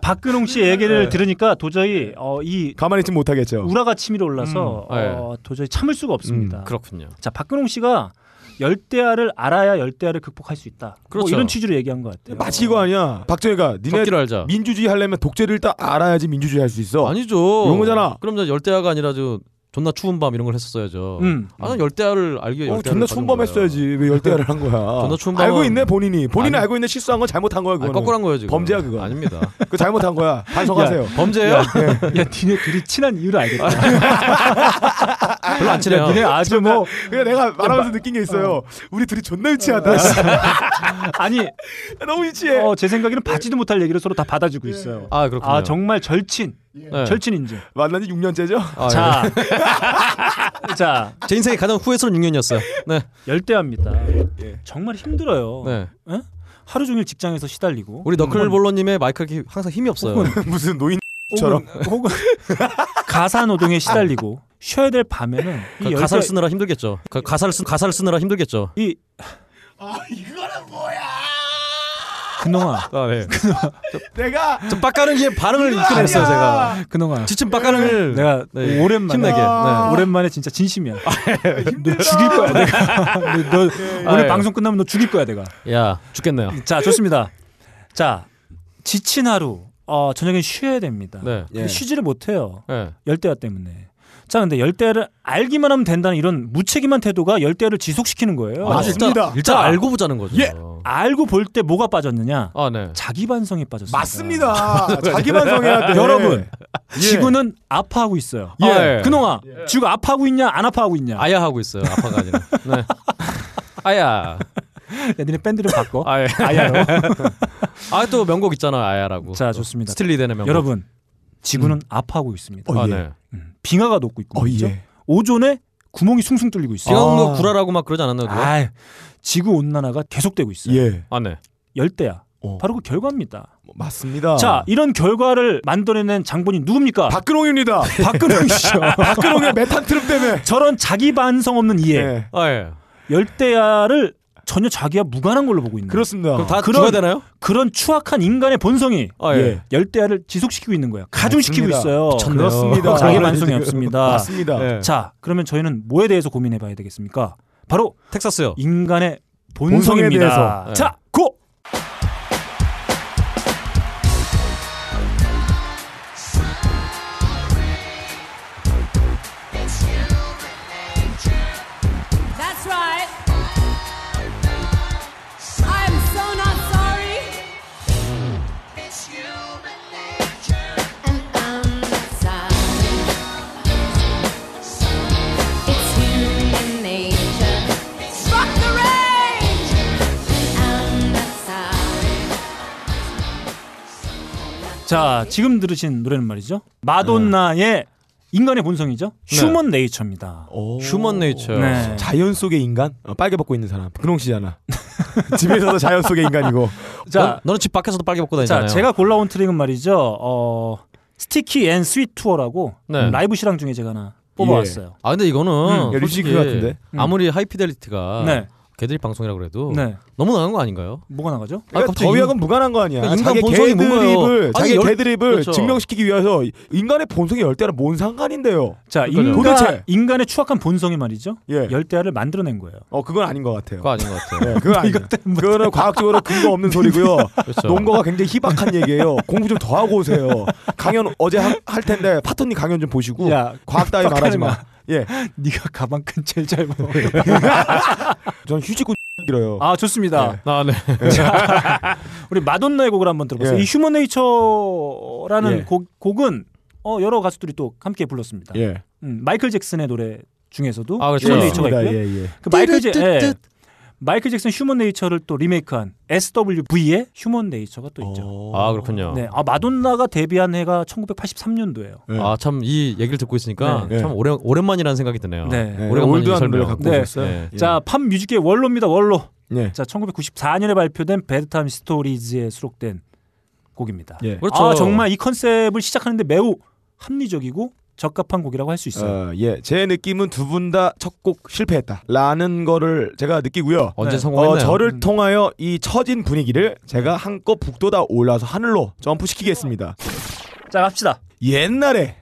박근홍 씨 얘기를 들으니까 도저히 어, 이
가만히 있지 못하겠죠.
우라가 치밀어 올라서
음, 네. 음,
어, 도저히 참을 수가
아,
없습니다.
그렇군요.
자 박근홍 씨가 열대야를 알아야 열대야를 극복할 수 있다. 뭐
그렇죠.
이런 취지로 얘기한 것 같아요.
마치 이거 아니야. 박정희가 니네
적기를 알자.
아. 민주주의 하려면 독재를 일단 알아야지 민주주의 할 수 있어.
아니죠.
이런 거잖아.
그럼 저 열대야가 아니라 저 존나 추운 밤 이런 걸 했었어야죠.
음.
아, 난 열대야를 알기 위해
어,
열대야를
존나
받은
촌범했어야지. 왜 열대야를 한 거야?
존나 촌범은-
알고 있네 본인이. 본인은
아니-
알고 있는 실수한 건 잘못한 거야
거예요. 아니,
그거는.
거꾸로 한 거예요 지금.
범죄야, 그거.
아닙니다.
그 잘못한 거야. 반성하세요.
범죄예요?
야 니네 둘이 친한 이유를
아,
알겠다.
별로 안 친해요.
니네 아주 뭐
그냥 그러니까 내가 말하면서 느낀 게 있어요. 우리 둘이 존나 유치하다.
아니
너무 유치해.
어, 제 생각에는 받지도 못할 얘기를 서로 다 받아주고 있어요. 아,
아 네. 그렇군요.
정말 절친
네.
절친 인증.
만난 지 6년째죠?
아,
자, 자
예. 제 인생에 가장 후회스러운 6년이었어요. 네,
열대합니다. 정말 힘들어요.
예. 네.
에? 하루 종일 직장에서 시달리고
우리 너클볼러님의 마이크가 항상 힘이 없어요.
음.
무슨 노인
혹은, 혹은 가사 노동에 시달리고 쉬어야 될 밤에는 이
그 가,
열대-
가사를 쓰느라 힘들겠죠. 그 가, 가사를 쓰 가사를 쓰느라 힘들겠죠.
이
ah.
근홍아,
아 네.
내가
저 빡가능의 반응을 이끌어냈어요 제가.
근홍아.
지친 빡가능을
내가
네. 아,
오랜만에 아.
힘내게. 네.
오랜만에 진짜 진심이야. 너 죽일 거야 내가. 너, 너 오늘
아, 예.
방송 끝나면 너 죽일 거야 내가.
야 죽겠네요.
자 좋습니다. 자 지친 하루 어, 저녁엔 쉬어야 됩니다.
네.
근데 쉬지를 못해요
네.
열대야 때문에. 자, 근데 열대를 알기만 하면 된다는 이런 무책임한 태도가 열대를 지속시키는 거예요.
아니, 일단-
맞습니다.
일단
자.
알고 보자는 거죠.
예. 알고 볼 때 뭐가 빠졌느냐?
아 네.
자기 반성이 빠졌습니다. 예.
맞습니다. 자기 반성해야 돼.
여러분, 지구는 아파하고 있어요.
예.
아, 그놈아, 지구 아파하고 있냐? 안 아파하고 있냐?
아야 하고 있어요. 아빠가 아니라. 네. 아야.
야, 니네 밴드를 바꿔.
아야.
아야로.
아 또 명곡 있잖아. 아야라고.
자,
또
좋습니다.
스틸리덴의 명곡.
여러분, 지구는 아파하고 있습니다.
어,
아
예.
네.
음, 빙하가 녹고 있고
어,
그죠?
예.
오존에 구멍이 숭숭 뚫리고 있어요.
비가 오는
아.
거 구라라고 막 그러지 않았나요? 누가?
아, 지구 온난화가 계속되고 있어요.
예.
아 네.
열대야.
어.
바로 그 결과입니다.
뭐, 맞습니다.
자, 이런 결과를 만들어낸 장본인 누굽니까?
박근홍입니다.
박근홍이죠.
박근홍의 메탄 트름 때문에.
저런 자기 반성 없는 이해,
예.
아 예.
열대야를 전혀 자기와 무관한 걸로 보고 있는
그렇습니다.
그럼 다
그런-
죽어야 되나요?
그런 추악한 인간의 본성이
아 예.
예.
열대야를 지속시키고 있는 거예요. 가중시키고
맞습니다.
있어요.
그렇습니다.
자기 반성이 없습니다.
맞습니다. 네.
예.
자, 그러면 저희는 뭐에 대해서 고민해봐야 되겠습니까? 바로
텍사스요.
인간의
본성에
본성입니다.
대해서.
자, 고!
That's right. I'm so not sorry. And I'm not sorry. It's human nature. Struck the rage. And I'm not sorry.
자, 지금 들으신 노래는 말이죠.
네.
마돈나의 인간의 본성이죠. 휴먼 네이처입니다.
오.
휴먼 네이처.
네.
네. 자연 속의 인간? 어, 빨개 벗고 있는 사람. 근홍 씨잖아. 집에서도 자연 속의 인간이고.
아,
자,
너는 집 밖에서도 빨개 벗고
자,
네,
다니잖아요.
제가 골라온 트랙은 말이죠. 어, 스티키 앤 스윗 투어라고
네.
라이브 실황 중에 제가 하나 뽑아왔어요.
아 근데 이거는
음,
야,
솔직히
류지크 같은데?
아무리
예.
하이피델리티가
네.
걔들이 방송이라
아.
그래도
네.
너무 나간 거 아닌가요?
뭐가 나가죠?
아,
그러니까
갑자기
더위하고 무관한 거 아니야.
그러니까 인간
자기
본성이
개드립을
뭔가요?
자기
아니, 열-
개드립을
그렇죠.
증명시키기 위해서 인간의 본성이 열대랑 뭔 상관인데요?
자,
그러니까요.
인간,
도대체.
인간의 추악한 본성이 말이죠.
예.
열대야를 만들어낸 거예요.
어 그건 아닌 것 같아요.
그거 아닌 것 같아요.
네, 그건 아니에요. 그거는 과학적으로 근거 없는 소리고요.
그렇죠.
논거가 굉장히 희박한 얘기예요. 공부 좀 더 하고 오세요. 강연 어제 하- 할 텐데 파토님 강연 좀 보시고
야,
과학 따위 말하지 마. 네. 예,
네가 가방 끈 제일 잘 먹어.
전 휴지꾼 길어요.
아, 좋습니다.
아 네.
우리 마돈나의 곡을 한번 들어보세요.
예.
이 휴먼 네이처라는
예.
곡, 곡은 어, 여러 가수들이 또 함께 불렀습니다.
예,
음, 마이클 잭슨의 노래 중에서도
아, 그렇죠.
휴먼 네이처가
맞습니다.
있고요.
예, 예.
그 마이클 잭 예. 마이클 잭슨 휴먼 네이처를 또 리메이크한 SWV의 휴먼 네이처가 또 있죠.
아
어.
그렇군요.
네. 아, 마돈나가 데뷔한 해가 1983년도예요.
네.
아 참 이 얘기를 듣고 있으니까
네.
참 오래 오랜만이라는 생각이 드네요.
네.
네,
오랜만에
올드한
설명.
노래 갖고
네.
오셨어요.
네.
예.
자, 팝 뮤직의 원로입니다. 원로.
예.
자, 1994년에 발표된 배드타임 스토리즈에 수록된 곡입니다.
예.
그렇죠.
아, 정말 이 컨셉을 시작하는데 매우 합리적이고 적합한 곡이라고 할 수 있어요.
어, 예, 제 느낌은 두 분 다 첫 곡 실패했다라는 거를 제가 느끼고요.
네.
언제 뭐 성공했나요? 음.
어, 저를 통하여 이 처진 분위기를 제가 한껏 북돋아 올라서 하늘로 점프시키겠습니다.
자, 갑시다.
옛날에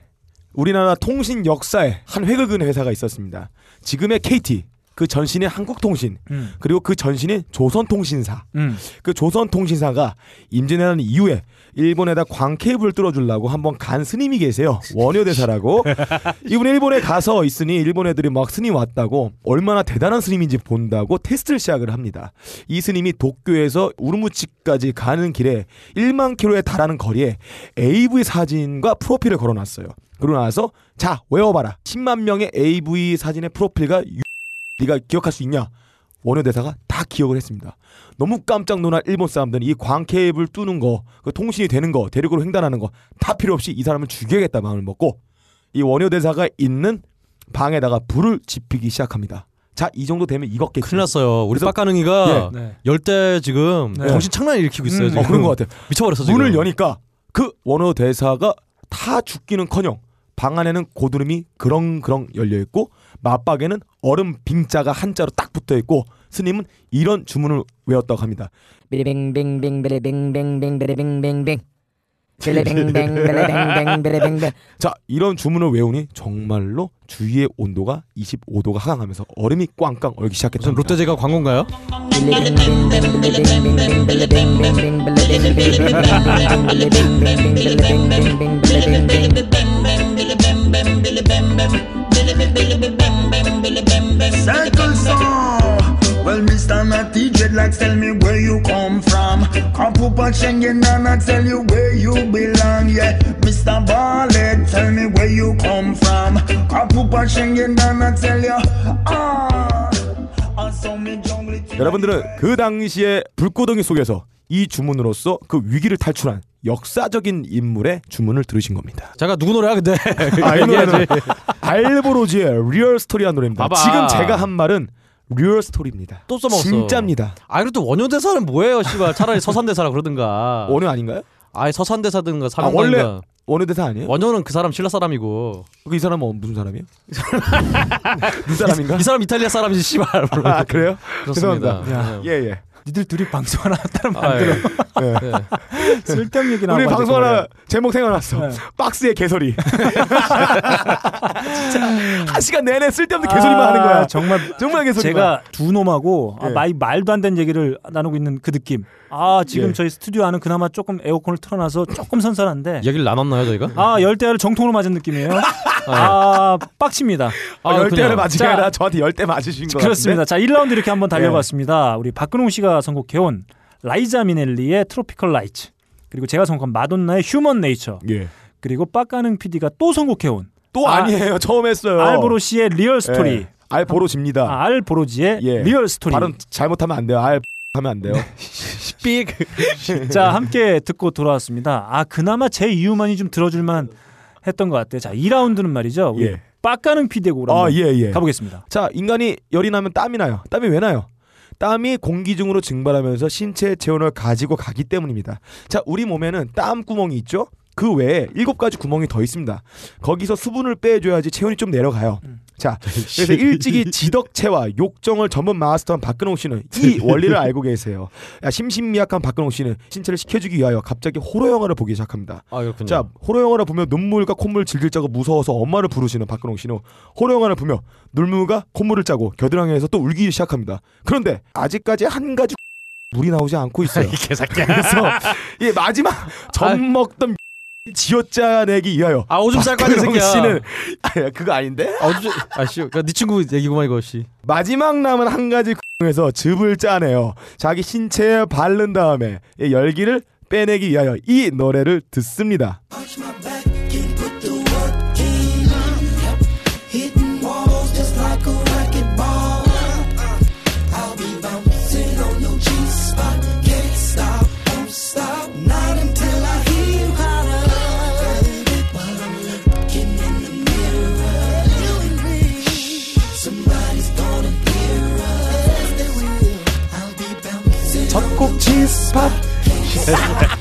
우리나라 통신 역사에 한 획을 그은 회사가 있었습니다. 지금의 KT, 그 전신인 한국통신,
음.
그리고 그 전신인 조선통신사.
음.
그 조선통신사가 임진왜란 이후에 일본에다 광케이블을 뚫어주려고 한번 간 스님이 계세요. 원효대사라고. 이분 일본에 가서 있으니 일본 애들이 막 스님 왔다고 얼마나 대단한 스님인지 본다고 테스트를 시작을 합니다. 이 스님이 도쿄에서 우르무치까지 가는 길에 1만 킬로에 달하는 거리에 AV 사진과 프로필을 걸어놨어요. 그러고 나서 자 외워봐라. 10만 명의 AV 사진의 프로필과 유... 네가 기억할 수 있냐? 원효대사가 다 기억을 했습니다. 너무 깜짝 놀란 일본 사람들은 이 광케이블 뚫는 거, 그 통신이 되는 거, 대륙으로 횡단하는 거 다 필요 없이 이 사람을 죽여야겠다 마음을 먹고 이 원효대사가 있는 방에다가 불을 지피기 시작합니다. 자, 이 정도 되면 이것겠지.
큰일 났어요. 우리
그래서- 예.
빡가능이가
네.
열대 지금
네.
정신 창난 일으키고 있어요.
음.
지금.
어, 그런 것 같아요.
미쳐버렸어 지금.
문을 여니까 그 원효대사가 다 죽기는커녕 방 안에는 고드름이 그렁그렁 열려 있고 맞박에는 얼음 빙자가 한자로 딱 붙어 있고 스님은 이런 주문을 외웠다고 합니다.
Bing-bing-bing, bing-bing-bing, bing-bing-bing. Bing-bing-bing, bing-bing-bing, bing-bing.
자 이런 주문을 외우니 정말로 주위의 온도가 25도가 하강하면서 얼음이 꽝꽝 얼기 시작했다.
무슨 롯데제가 광고인가요?
Bing-bing-bing, bing-bing-bing, bing-bing-bing, bing-bing-bing, bing-bing-bing, bing-bing-bing, bing-bing-bing, bing-bing-bing.
Circle song. Well, Mr. Natty Dreadlocks, tell me where you come from. Kapu Pachengen, and I tell you where you belong. Yeah, Mr. Ballet, tell me where you come from. Kapu Pachengen, and I tell you. Ah, I saw me jungle.
여러분들은 그 당시의 불고덩이 속에서 이 주문으로써 그 위기를 탈출한 역사적인 인물의 주문을 들으신 겁니다.
잠깐 누구 노래야 근데
아, 이 노래는 알보로지의 리얼 스토리한 노래입니다.
봐봐.
지금 제가 한 말은 리얼 스토리입니다.
또 써먹었어.
진짜입니다.
아 그래도 원효 대사는 뭐예요, 씨발. 차라리 서산 대사라 그러든가.
원효 아닌가요?
아니 서산 대사든가
아,
사명단가.
원래 원효 대사 아니에요? 그
원효는 그 사람 신라 사람이고.
이 사람은 어, 무슨 사람이에요? 이 사람인가?
이, 사람 이탈리아 사람이지 씨발.
아 그래요?
그렇습니다.
죄송합니다.
예.
야, 예 예.
니들 둘이 방송 하나 따로
아, 네.
만들어.
예.
쓸데없는 얘기 나와.
우리 방송 하나 제목
네.
생각났어. 박스의 개소리.
음.
진짜 한 시간 내내 쓸데없는 개소리만
아,
하는 거야.
정말
정말 개소리만.
제가 두 놈하고 아,
예.
마이 말도 안 되는 얘기를 나누고 있는 그 느낌. 아 지금
예.
저희 스튜디오 안은 그나마 조금 에어컨을 틀어놔서 조금 선선한데.
예.
얘기를 나눴나요 저희가?
아 열대야를 정통으로 맞은 느낌이에요. 아 빡칩니다.
아, 열대를 맞은 게
자,
아니라 저한테 열대 맞으신 거
그렇습니다. 자 1라운드 이렇게 한번 달려봤습니다.
예.
우리 박근홍 씨가 선곡해온 라이자 미넬리의 트로피컬 라이츠 그리고 제가 선곡한 마돈나의 휴먼 네이처
예.
그리고 빡가능 PD가 또 선곡해온
또
아,
아, 니에요 처음 했어요.
알보로 씨의 리얼 스토리
예. 알보로 집니다.
아, 알보로지의
예.
리얼 스토리
발음 잘못하면 안 돼요. 알 하면 안 돼요.
삑.
자 함께 듣고 돌아왔습니다. 아 그나마 제 이유만이 좀 들어줄만 했던 것 같아요. 자 2라운드는 말이죠. 우리
예.
빡가능 피디고로
아, 예, 예.
가보겠습니다.
자, 인간이 열이 나면 땀이 나요. 땀이 왜 나요? 땀이 공기 중으로 증발하면서 신체의 체온을 가지고 가기 때문입니다. 자, 우리 몸에는 땀 구멍이 있죠? 그 외에 일곱 가지 구멍이 더 있습니다. 거기서 수분을 빼줘야지 체온이 좀 내려가요. 자, 그래서 일찍이 지덕체와 욕정을 전문 마스터한 박근홍 씨는 이 원리를 알고 계세요. 야, 심심미약한 박근홍 씨는 신체를 식혀주기 위하여 갑자기 호러 영화를 보기 시작합니다.
아 그렇군요.
자 호러 영화를 보며 눈물과 콧물 질질 짜고 무서워서 엄마를 부르시는 박근홍 씨는 호러 영화를 보며 눈물과 콧물을 짜고 겨드랑이에서 또 울기 시작합니다. 그런데 아직까지 한 가지 물이 나오지 않고 있어요.
개새끼야.
그래서 이 마지막 젖 먹던 지어짜내기 위하여
아 오줌 쌀 거야 이
박근홍
새끼야.
씨는 아, 그거 아닌데
아, 오줌 아씨. 네 친구 얘기구만 이거 씨.
마지막 남은 한 가지 에서 즙을 짜내요. 자기 신체에 바른 다음에 이 열기를 빼내기 위하여 이 노래를 듣습니다.
Hitting walls just like a rocket ball. I'll be bouncing on your G spot. Can't stop, won't stop. Not until I hear you holler. While I'm looking in the mirror. You and me. Somebody's gonna hear us. They will. I'll be bouncing on your
적곡 지스팟
G spot.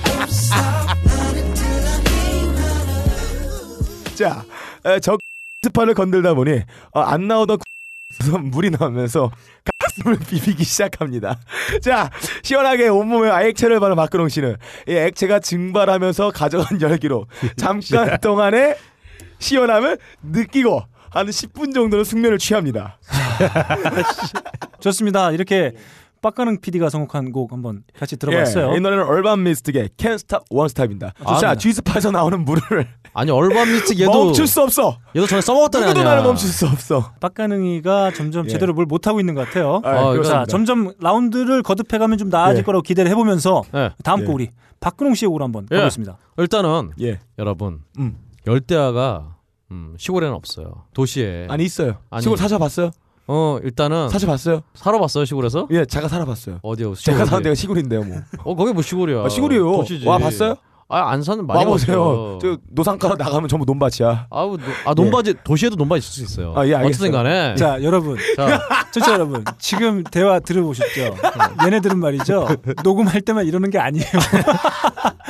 Not until I hear you
자, 에, 저 스파를 건들다 보니 어, 안 나오던 물이 나오면서 가슴을 비비기 시작합니다. 자, 시원하게 온몸에 액체를 바른 박근홍 씨는 이 액체가 증발하면서 가져간 열기로 잠깐 동안의 시원함을 느끼고 한 10분 정도는 숙면을 취합니다.
좋습니다.
예.
이렇게 빡가능 PD가 선곡한 곡 한번 같이 들어봤어요.
예, 이 노래는 얼반 미스틱의 Can't Stop Won't Stop입니다.
아,
자,
맞네.
G스파에서 나오는 물을
아니 얼반 미트 얘도
멈출 수 없어.
얘도 전에 써먹었다는
누구도
아니야.
나를 멈출 수 없어.
빡가능이가 점점
예.
제대로 뭘 못하고 있는 것 같아요.
아,
어,
자,
그렇습니다.
점점 라운드를 거듭해가면 좀 나아질
예.
거라고 기대를 해보면서
예.
다음
예.
곡 우리 박근홍 씨의 곡으로 한번
예.
가보겠습니다.
일단은
예.
여러분
음.
열대야가 음, 시골에는 없어요. 도시에
아니 있어요.
아니.
시골 사셔봤어요?
어 일단은
사셔봤어요?
살아봤어요 시골에서
예, 제가 살아봤어요.
어디요? 시골
제가
어디?
사는 데가 시골인데요, 뭐.
어 거기 뭐 시골이야.
아, 시골이에요.
도시지.
와 봤어요?
아 안산은
와
많이
보세요.
봤죠.
저 노상가로 나가면 전부 논밭이야.
아우 노- 아 논바지 도시에도 논바지 있을 수 있어요.
아, 예, 알겠어요.
어쨌든 간에 네. 자,
자, 여러분, 청취자 여러분, 지금 대화 들어보셨죠?
예.
얘네들은 말이죠. 녹음할 때만 이러는 게 아니에요. 술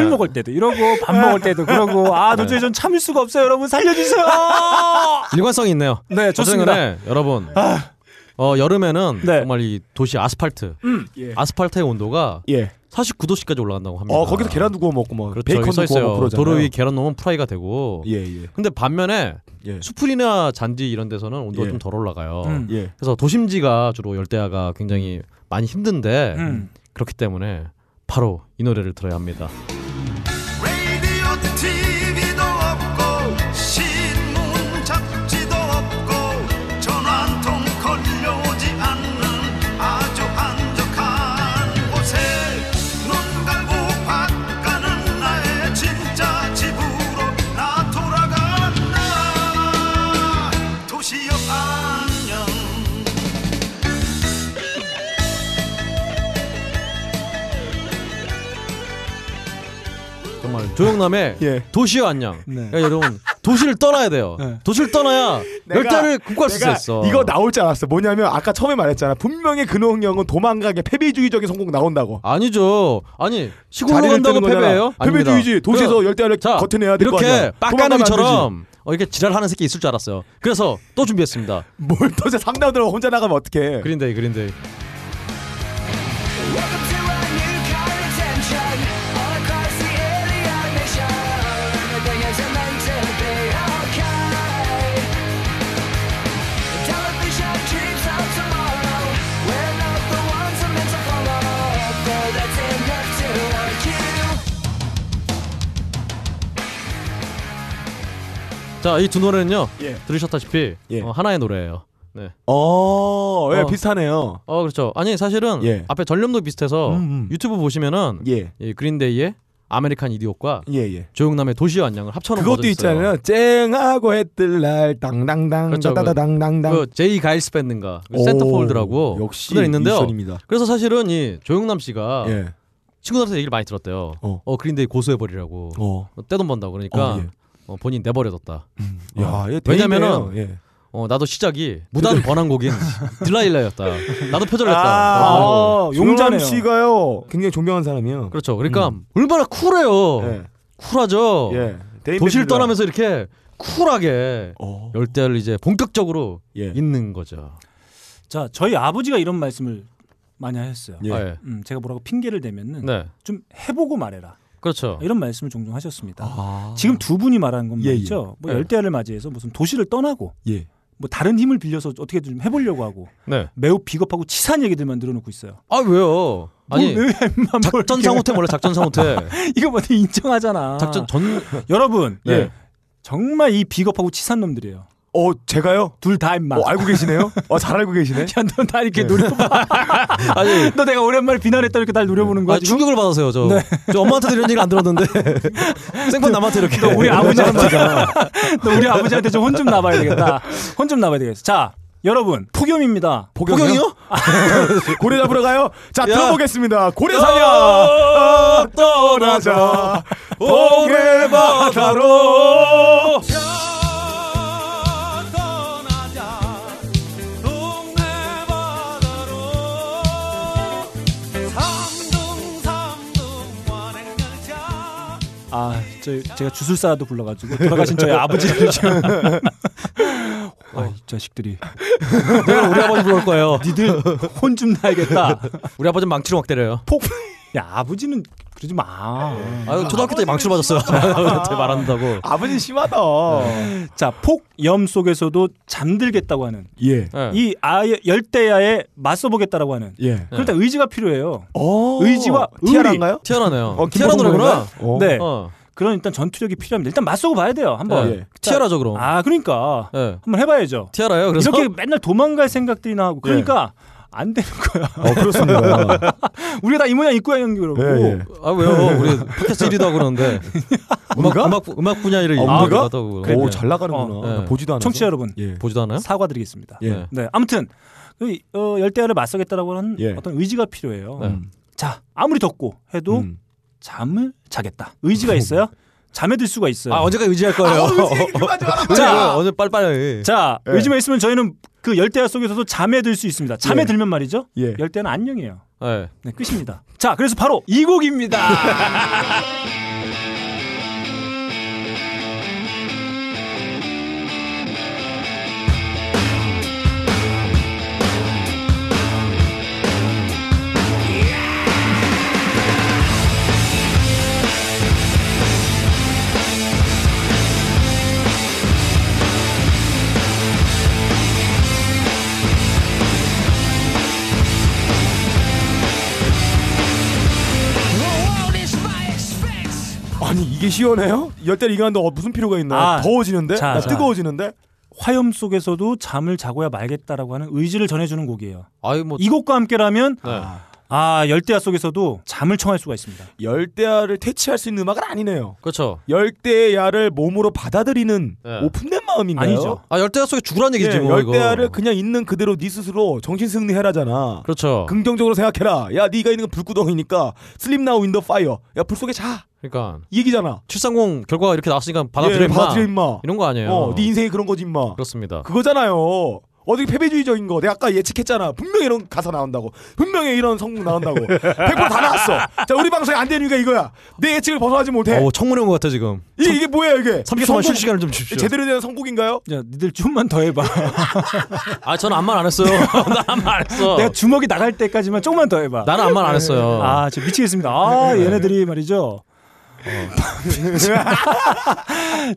예.
먹을 때도 이러고 밥 먹을 때도 그러고 아
예.
도저히 전 참을 수가 없어요 여러분 살려주세요
일관성이 있네요.
네,
어쨌든
좋습니다.
간에 여러분
아.
어 여름에는
네.
정말 이 도시 아스팔트
예.
아스팔트의 온도가
예.
49도씨까지 올라간다고 합니다.
어, 거기서 계란도 구워 먹고 막
음. 그렇죠. 여기 써
베이컨도 구워 먹고
있어요.
그러잖아요.
도로 위 계란 넣으면 프라이가 되고.
예, 예.
근데 반면에
예.
수풀이나 잔디 이런 데서는 온도가
예.
좀 덜 올라가요.
음.
예.
그래서 도심지가 주로 열대야가 굉장히 많이 힘든데
음.
그렇기 때문에 바로 이 노래를 들어야 합니다.
라디오도 TV도 없고 신문
정말 조영남의
예.
도시여 안녕.
네.
그러니까 여러분 도시를 떠나야 돼요. 도시를 떠나야
내가-
열달을 굽고 갈수
내가
있어.
이거 나올 줄 알았어. 뭐냐면 아까 처음에 말했잖아. 분명히 근호형 형은 도망가게 패배주의적인 성공 나온다고.
아니죠. 아니 시골로
자리를
간다고
뜨는 거잖아.
패배해요? 아닙니다.
패배주의지. 도시에서
그럼,
열대야를
자,
겉해내야 될거
이렇게
아니야. 도망가면
빡가능처럼 어, 이렇게 지랄하는 새끼 있을 줄 알았어요. 그래서 또 준비했습니다.
뭘 도대체 3라운드로 혼자 나가면 어떡해.
그린데이 그린데이. 자, 이 두 노래는요.
예.
들으셨다시피 어, 하나의 노래예요. 네.
어, 예, 비슷하네요.
어, 그렇죠. 아니, 사실은
예. 음,
앞에 전렴도 비슷해서 유튜브 보시면은 이 그린데이의 아메리칸 이디ot과
예, 예.
조용남의 도시의 안녕을 합쳐놓은
그것도
버전이 뭐 있어요.
있잖아요. 쨍하고 했들 날 땅땅땅
그렇죠.
따다다당당당.
그 제이 가일스 밴드인가 그
오,
센터폴드라고
역시
그 노래 있는데요. 아.
일선입니다.
그래서 사실은 이 조용남 씨가
예.
친구들한테 얘기를 많이 들었대요. 어, 그린데이 고소해버리라고
어.
떼돈 번다 그러니까
어, 예.
어, 본인 내버려뒀다.
야,
어.
얘 대인이네요.
왜냐면은
예.
어, 나도 시작이 무단 번안곡인 딜라일라였다. 나도 표절했다.
아,
어.
어, 용잠 씨가요. 굉장히 존경한 사람이에요. 예,
그렇죠. 그러니까
음.
얼마나 쿨해요. 쿨하죠.
네,
데이비드
그렇죠. 어. 도시를
밀러.
떠나면서 이렇게 쿨하게
어.
어,
열대를 이제 본격적으로
예,
네.
있는 거죠.
자, 저희 아버지가 이런 말씀을 많이 하셨어요.
예. 아, 예.
음, 제가 뭐라고 핑계를 대면은
네.
좀 해보고 말해라.
그렇죠.
이런 말씀을 종종 하셨습니다. 지금 두 분이 말하는 건
아. 예,
말이죠.
예.
뭐
예.
열대야를 맞이해서 무슨 도시를 떠나고
예.
뭐 다른 힘을 빌려서 어떻게든 좀 해보려고 하고
네.
매우 비겁하고 치사한 얘기들만 늘어놓고 있어요.
아 왜요? 아니
뭘 왜, 엠만 뭘
작전
이렇게.
상호태 원래 작전 상호태.
이거 뭐 어떻게 인정하잖아.
작전 전
여러분
네.
예. 정말 이 비겁하고 치산 놈들이에요.
어 제가요?
둘 다 임마.
어, 알고 계시네요? 어, 잘 알고 계시네.
야너나 이렇게 노려봐.
예. 아니
너 내가 오랜만에 비난했다 이렇게 날 노려보는 거야.
아, 충격을 받았어요 저.
네.
저 엄마한테도 이런 얘기 안 들었는데 생판 남한테 이렇게.
너 우리 아버지한테 너 우리 아버지한테 좀 혼 좀 나봐야 되겠다. 혼 좀 나봐야 되겠어. 자 여러분 폭염입니다.
폭염이요? 고래 잡으러 가요? 자, 들어보겠습니다. 고래
어,
사냥! 떠나자. 고래 바다로.
아, 저 제가 주술사라도 불러가지고 돌아가신 저희 아버지를 지금 아, 이 자식들이
내가 우리 아버지 부를 거예요.
니들 혼 좀 나야겠다.
우리 아버지 망치로 막 때려요.
폭. 야 아버지는 그러지 마.
아유 초등학교 때 망치로 맞았어요. 아버지한테 말한다고.
아버지 심하다.
자 폭염 속에서도 잠들겠다고 하는
예.
네.
이 아예 열대야에 맞서보겠다라고 하는.
예.
그럴 때
네.
의지가 필요해요.
어.
의지와 의리.
티아라인가요?
티아라네요.
어,
티아라
김보성
노래구나.
노래인가요? 네.
어.
그런 일단 전투력이 필요합니다. 일단 맞서고 봐야 돼요. 한번.
예. 티아라죠, 그럼.
아 그러니까
예.
한번 해봐야죠.
티아라요. 그래서 네.
이렇게 맨날 도망갈 생각들이나 하고 그러니까 안 되는 거야.
어, 그렇습니다.
우리가 다 이 모양 이 모양인 그러고.
예, 예.
아 왜요? 우리 팟캐스트 1위도 하고 그러는데 음악 음악, 음악 분야 일을
아, 우리가?
하다고.
오, 잘 나가는구나.
어.
나 보지도 않아서. 예. 음.
청취자 여러분
보지도 않아요?
사과드리겠습니다.
예.
네 아무튼 그, 어, 열대야를 맞서겠다라고 하는
예.
어떤 의지가 필요해요.
네. 음.
자 아무리 덥고 해도 잠을 자겠다. 의지가 있어요? 잠에 들 수가
네.
있어요.
아 언제까지 의지할 거예요? 자 어제 빨빨리.
자
예.
의지만 있으면 저희는 그 열대야 속에서도 잠에 들 수 있습니다. 잠에 들면 말이죠.
예.
열대는 안녕이에요.
네.
네, 끝입니다. 자, 그래서 바로 이 곡입니다.
아니, 이게 시원해요? 열대를 이겨는데 무슨 필요가 있나요?
아,
더워지는데?
자,
나
자.
뜨거워지는데?
화염 속에서도 잠을 자고야 말겠다라고 하는 의지를 전해주는 곡이에요.
아유 뭐
이 곡과 함께라면
네.
아 열대야 속에서도 잠을 청할 수가 있습니다.
열대야를 퇴치할 수 있는 음악은 아니네요.
그렇죠.
열대야를 몸으로 받아들이는
네.
오픈된 마음인가요?
아니죠. 아, 열대야 속에 죽으란 얘기지, 뭐, 이거.
예, 열대야를 그냥 있는 그대로 네 스스로 정신 승리해라잖아.
그렇죠.
긍정적으로 생각해라. 야, 네가 있는 건 불구덩이니까 슬립 나우 인더 파이어. 야, 불 속에 자.
그러니까
이 얘기잖아.
730 결과가 이렇게 나왔으니까 받아들여
예,
임마.
받아들여 임마.
이런 거 아니에요.
어, 네 인생이 그런 거지 임마.
그렇습니다.
그거잖아요. 어떻게 패배주의적인 거. 내가 아까 예측했잖아. 분명히 이런 가사 나온다고. 분명히 이런 성공 나온다고. 100%다 나왔어. 자, 우리 방송이 안 되는 이유가 이거야. 내 예측을 벗어나지 못해.
어, 청문회 온것 같아 지금.
이게, 이게 뭐예요, 이게?
30초만
성공-
쉴 시간을 좀 주십시오.
제대로 된 선곡인가요?
야, 니들 좀만 더 해봐.
어. 아, 저는 아무 말 안 했어요. 나는 아무 말 안 했어.
내가 주먹이 나갈 때까지만 조금만 더 해봐.
나는 아무 말 안 했어요.
아, 진짜 미치겠습니다. 아, 얘네들이 말이죠.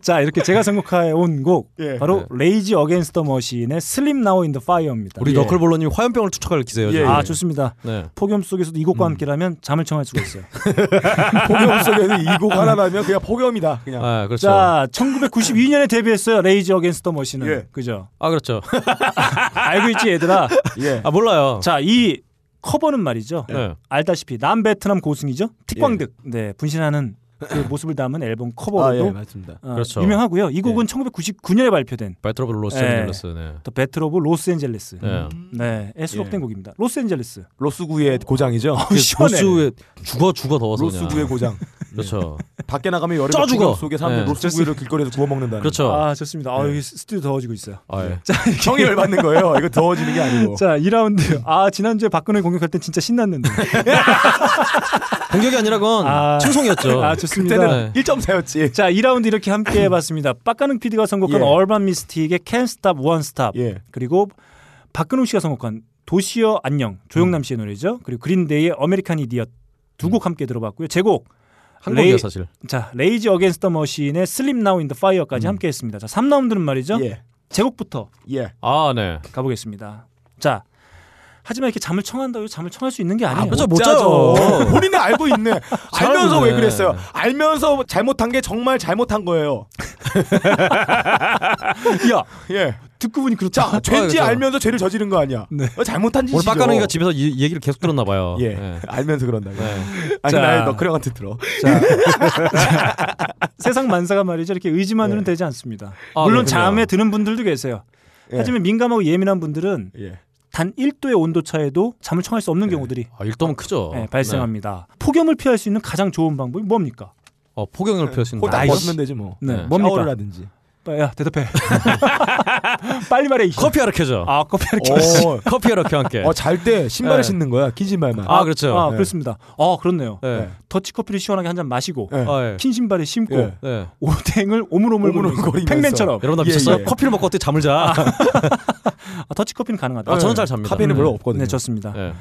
자, 이렇게 제가 선곡해 온 곡
예.
바로 레이지 어게인스 더 머신의 슬림 나우 인더 파이어입니다. 예.
예.
우리 너클볼러님 화염병을 투척할 기세요. 지금.
아, 좋습니다.
네.
폭염 속에서도 이
음.
곡과 함께라면 잠을 청할 수가 있어요.
폭염 속에서 이곡 하나 나면 그냥 폭염이다. 그냥.
아, 그렇죠.
자, 1992년에 데뷔했어요. 레이지 어게인스 더 머신은. 그죠?
아, 그렇죠.
알고 있지, 얘들아.
예.
아, 몰라요.
자, 이 커버는 말이죠.
네.
알다시피 남베트남 고승이죠. 틱광득. 네, 분신하는 그 모습을 담은 앨범 커버로도
예. 아, 예, 맞습니다.
어,
그렇죠.
유명하고요. 이 곡은 1999년에 발표된
배틀 오브 로스앤젤레스. 네.
더 배틀 오브 로스앤젤레스.
네.
네, 에 수록된
예.
곡입니다. 로스앤젤레스.
로스구의 고장이죠.
어, 시원해.
로스구의 죽어 죽어 더워서 그냥.
로스구의 고장.
그렇죠.
밖에 나가면 여름에
쪄 죽어.
폭염 속에 사람들
네.
로스구이를 길거리에서 구워 먹는다는.
그렇죠.
아, 좋습니다. 아, 여기 스튜디오 더워지고 있어요.
아, 예.
자, 이렇게-
형이 열받는 거예요. 이거 더워지는 게
어.
아니고.
자, 2라운드. 아, 지난주에 박근혜 공격할 땐 진짜 신났는데.
공격이 아니라 건 칭송이었죠.
아, 좋습니다.
그때는
1.4였지.
자, 2라운드 이렇게 함께 해봤습니다. 빡가능 PD가 선곡한
예.
얼반 미스틱의 Can't Stop, Won't Stop.
예.
그리고 박근홍 씨가 선곡한 도시여 안녕,
음.
조영남 씨의 노래죠. 그리고 그린데이의 아메리칸 이디엇 두 곡 함께 들어봤고요. 제곡.
한 곡이에요, 사실.
자, 레이지 어게인스트 더 머신의 슬림 나우 인더 파이어까지
음.
함께 했습니다. 자, 3라운드는 말이죠.
예.
제곡부터
예.
아, 네.
가보겠습니다. 자, 하지만 이렇게 잠을 청한다고 해서 잠을 청할 수 있는 게 아니에요.
그렇죠, 못 자죠.
본인은 알고 있네. 알면서
알고
왜
있네.
그랬어요? 알면서 잘못한 게 정말 잘못한 거예요.
야,
예.
듣고 보니 그렇다.
자, 죄인지
아, 그렇죠.
알면서 죄를 저지른 거 아니야.
네.
어, 잘못한 짓이죠.
오늘 빡가능이가 집에서 이, 이 얘기를 계속 들었나 봐요.
예.
예.
알면서 그런다. 고
네.
아니
자.
나의 너클형한테 들어.
자, 세상 만사가 말이죠. 이렇게 의지만으로는 되지 않습니다.
예. 아,
물론
그렇군요. 예.
잠에 드는 분들도 계세요. 하지만 민감하고 예민한 분들은
예.
단 1도의 온도 차에도 잠을 청할 수 없는 경우들이
아, 일도면 크죠.
예, 발생합니다. 폭염을 피할 수 있는 가장 좋은 방법이 뭡니까?
네. 어, 폭염을 피할 수 있는
혼자
나이스.
벗으면 되지 뭐.
네,
네.
뭡니까?
샤워를 하든지.
빨리- 야, 대답해. 빨리 말해. 이 씨.
커피 하락해죠.
아, 커피
어.
한 캔.
오.
커피 하락해 함께.
어, 잘 때 신발을
그렇죠. 네.
신는 거야. 긴 신발만.
아, 그렇죠.
아,
네.
그렇습니다. 아, 그렇네요.
네.
네.
더치 커피를 시원하게 한 잔 마시고
네.
아, 예.
흰 신발에 신고
예.
네.
오뎅을 오물오물거리면서
오물오물거리면서.
팽맨처럼.
여러분
예,
다 미쳤어요?
예.
커피를 먹고 어떻게 잠을 자?
아, 더치 커피는 가능하다.
아, 저는 잘 잡니다.
카페인은 별로 없거든요.
네, 좋습니다.
예.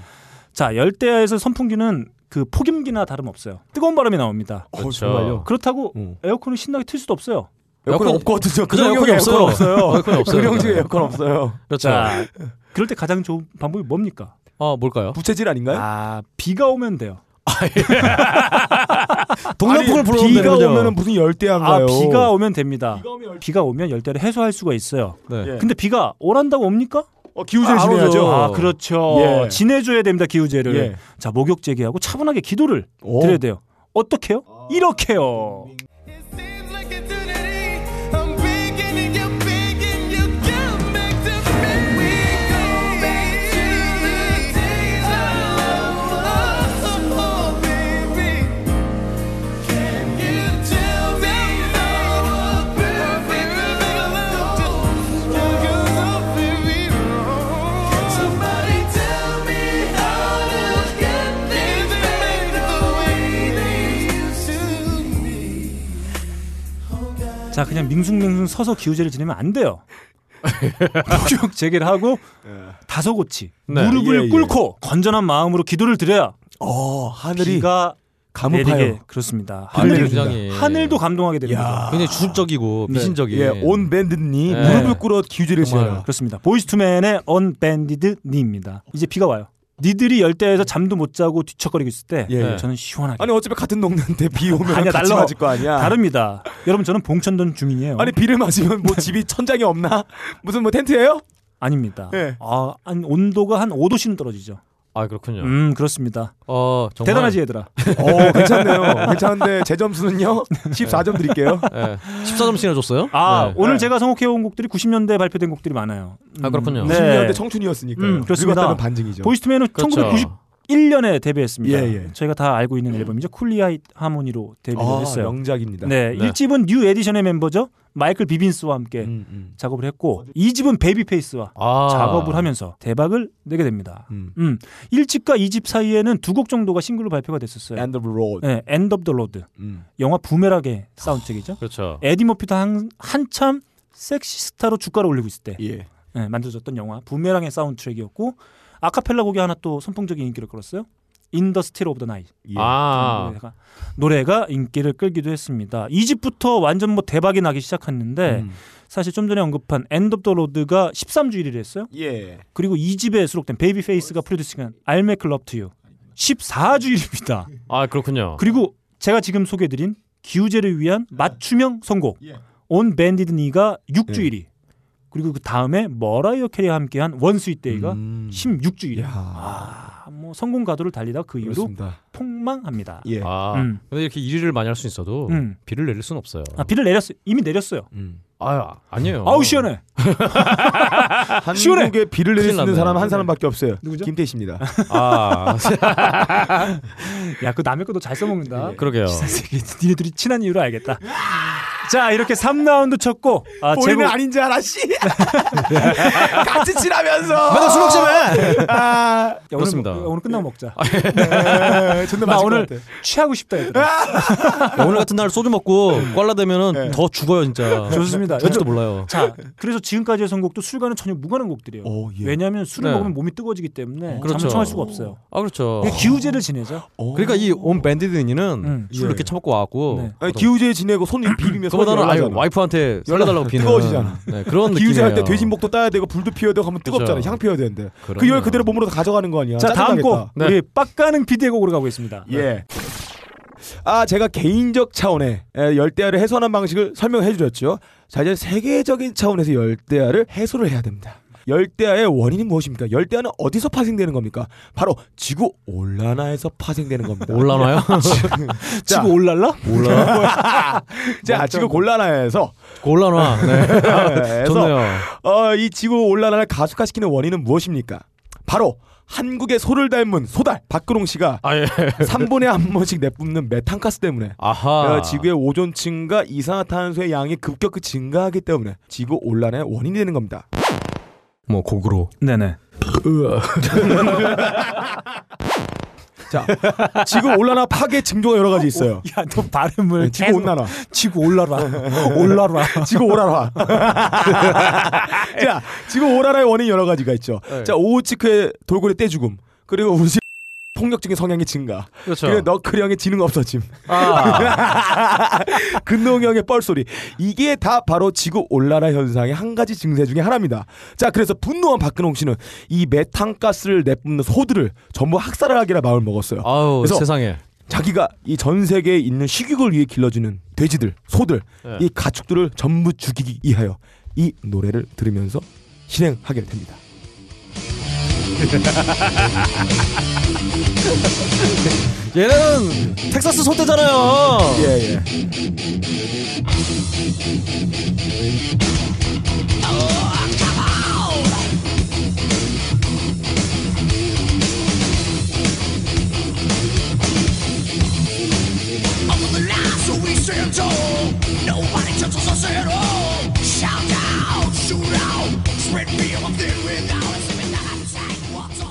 자, 열대야에서 선풍기는 그 폭임기나 다름없어요. 뜨거운 바람이 나옵니다.
어, 정말요.
그렇다고
음.
에어컨을 신나게 틀 수도 없어요.
에어컨
에어컨-
없거든요.
그죠,
그
에어컨이 없어요. 에어컨이
없어요.
없어요.
그형식 에어컨 없어요.
그렇죠.
자, 그럴 때 가장 좋은 방법이 뭡니까?
어, 뭘까요?
부채질 아닌가요?
아, 비가 오면 돼요.
동남풍을 불어오는
비가
되는군요.
오면은 무슨 열대야인가요?
아, 비가 오면 됩니다. 비가 오면 열대를 해소할 수가 있어요.
네.
근데 비가 오란다고 옵니까?
어, 기우제를
아,
지내야죠.
오죠.
아, 그렇죠.
예.
지내줘야 됩니다, 기우제를.
예.
자, 목욕 제기하고 차분하게 기도를
오.
드려야 돼요. 어떻게요? 이렇게요.
Oh, Somebody tell me how to get things back the way they used to be.
자, 그냥 밍숭맹숭 서서 기우제를 지내면 안 돼요. 목욕 재개를 하고 다소곳이
네.
무릎을
예, 예.
꿇고 건전한 마음으로 기도를 드려야
어, 하늘이
비가 내리게
가물파요.
그렇습니다.
하늘이
하늘을-
아, 굉장히-
하늘도 감동하게 됩니다.
굉장히 주술적이고
네.
미신적인.
예, 온 밴드니
예.
무릎을 꿇어 기우제를 지내라.
그렇습니다. 보이스투맨의 언밴디드 니입니다. 이제 비가 와요. 니들이 열대에서 잠도 못 자고 뒤척거리고 있을 때
예,
예.
저는 시원하게
아니 어차피 같은 동네인데 비 오면
아니야,
같이
달라.
맞을 거 아니야.
다릅니다. 여러분 저는 봉천동 주민이에요.
아니 비를 맞으면 뭐 집이 천장이 없나? 무슨 뭐 텐트예요?
아닙니다.
예.
아, 한 온도가 한 5도씩은 떨어지죠.
아 그렇군요.
음 그렇습니다.
어 정말
대단하지 얘들아.
어 괜찮네요. 괜찮은데 제 점수는요 14점 드릴게요.
예. 14점씩이나 줬어요?
아
네.
오늘 제가 선곡해온 곡들이 90년대 발표된 곡들이 많아요.
아, 그렇군요.
네.
90년대 청춘이었으니까요.
음, 그렇습니다.
늙었다는 반증이죠.
보이스투맨은
그렇죠.
1991년에 데뷔했습니다.
네. 예, 예.
저희가 다 알고 있는 앨범이죠. 쿨리아이 하모니로 데뷔를
아,
했어요.
명작입니다.
네,
네.
일집은뉴 에디션의 멤버죠. 마이클 비빈스와 함께
음, 음.
작업을 했고 이집은 베이비페이스와
아.
작업을 하면서 대박을 내게 됩니다.
음.
음. 1집과 2집 사이에는 두 곡 정도가 싱글로 발표가 됐었어요.
And the road.
네, End of the Road.
음.
영화 부메락의
아.
사운드책이죠.
그렇죠.
에디 머피도 한, 한참 섹시 스타로 주가를 올리고 있을 때
예.
네, 만들어졌던 영화 부메랑의 사운드트랙이었고 아카펠라 곡이 하나 또 선풍적인 인기를 끌었어요. 인더스틸 오브 더 나이
예.
아
노래가, 노래가 인기를 끌기도 했습니다. 이집부터 완전 뭐 대박이 나기 시작했는데
음.
사실 좀 전에 언급한 엔드 오브 더 로드가 13주 1위를 했어요.
예.
그리고 이집에 수록된 베이비 페이스가 프로듀싱한 I'll Make Love To You 14주 1위입니다.
아 그렇군요.
그리고 제가 지금 소개해드린 기우제를 위한 맞춤형 선곡 온 밴디드 니가 6주
예.
1위 그리고 그 다음에 머라이어 캐리와 함께한 원스윗 데이가
음.
16주 1위
야.
아, 뭐 성공 가도를 달리다 그 이후로
그렇습니다.
폭망합니다.
예.
아
음.
근데 이렇게 1위를 많이 할 수 있어도
음.
비를 내릴 수는 없어요.
아, 비를 내렸어요. 이미 내렸어요.
음.
아 아니에요.
아우 시원해. 시원해.
한국에 비를 내릴 수
큰일
있는
났네.
사람 한 사람밖에 없어요.
누구죠?
김태희 씨입니다.
아
야 그 남의 것도 잘 써먹는다.
그러게요.
새끼, 니네들이 친한 이유를 알겠다. 자 이렇게 3라운드 쳤고 아,
본인은
제곡-
아닌 줄 알아 씨. 같이 치라면서. 맨날 술 먹지 마. 아,
야, 오늘,
그렇습니다.
먹- 오늘 끝나고 먹자.
네,
나
존나 맛있을
오늘
것 같아.
취하고 싶다 얘들아.
오늘 같은 날 소주 먹고 꽐라 되면은 더 죽어요 진짜.
음. 네. 좋습니다.
죽을지도 몰라요.
자, 그래서 지금까지의 선곡도 술과는 전혀 무관한 곡들이에요.
오, 예.
왜냐하면 술을
네.
먹으면 몸이 뜨거워지기 때문에
그렇죠.
잠을 청할 수가 없어요.
아 그렇죠.
그러니까 기우제를 지내죠.
오.
그러니까 이 온 밴디드니는
음.
술
예.
이렇게 처먹고 와갖고
네.
아니, 기우제 지내고 손 비비면
그보다는 아예 와이프한테 살려달라고 비는
뜨거워지잖아.
네, 그런
기우제 할 때
느낌이에요.
돼지목도 따야 되고 불도 피워야 되고 하면 뜨겁잖아.
그렇죠.
향 피워야 되는데. 그
그럼요.
열 그대로 몸으로 다 가져가는 거 아니야.
자, 다음
짜증나겠다.
곡 우리 빡가는 피디의 곡으로 가보겠습니다.
예. 아, 제가 개인적 차원의 에, 열대야를 해소하는 방식을 설명해 주셨죠. 자, 이제 세계적인 차원에서 열대야를 해소를 해야 됩니다. 열대야의 원인이 무엇입니까? 열대야는 어디서 파생되는 겁니까? 바로 지구 온난화에서 파생되는 겁니다.
올라나요?
자,
지금 올랄라?
자, 지구 곤란화에서
올라나. 네.
에서,
좋네요.
어, 이 지구 온난화를 가속화시키는 원인은 무엇입니까? 바로 한국의 소를 닮은 소달 박근홍 씨가
아 예.
3분의 한 번씩 내뿜는 메탄가스 때문에
아하.
어, 지구의 오존층과 이산화탄소의 양이 급격히 증가하기 때문에 지구 온난화의 원인이 되는 겁니다.
뭐 곡으로.
네네.
자, 지구 온난화 파괴 징조가 여러 가지 있어요.
야, 너 발음을
네, 지구
계속-
온난화.
지구 올라라. 올라라.
지구 오라라. 자, 지구 오라라의 원인 여러 가지가 있죠.
네.
자, 오우치크의 돌고래 떼죽음 그리고 우리 폭력적인 성향의 증가.
그렇죠.
그리고 너클 형의 지능 없어짐.
아.
근동 형의 뻘소리. 이게 다 바로 지구 온난화 현상의 한 가지 증세 중에 하나입니다. 자, 그래서 분노한 박근홍 씨는 이 메탄가스를 내뿜는 소들을 전부 학살을 하기라 마음을 먹었어요.
아우
그래서-
세상에.
자기가 이 전 세계에 있는 식육을 위해 길러주는 돼지들, 소들,
네.
이 가축들을 전부 죽이기 위하여 이 노래를 들으면서 실행하게 됩니다.
얘는 텍사스 소대잖아요.
예, 예.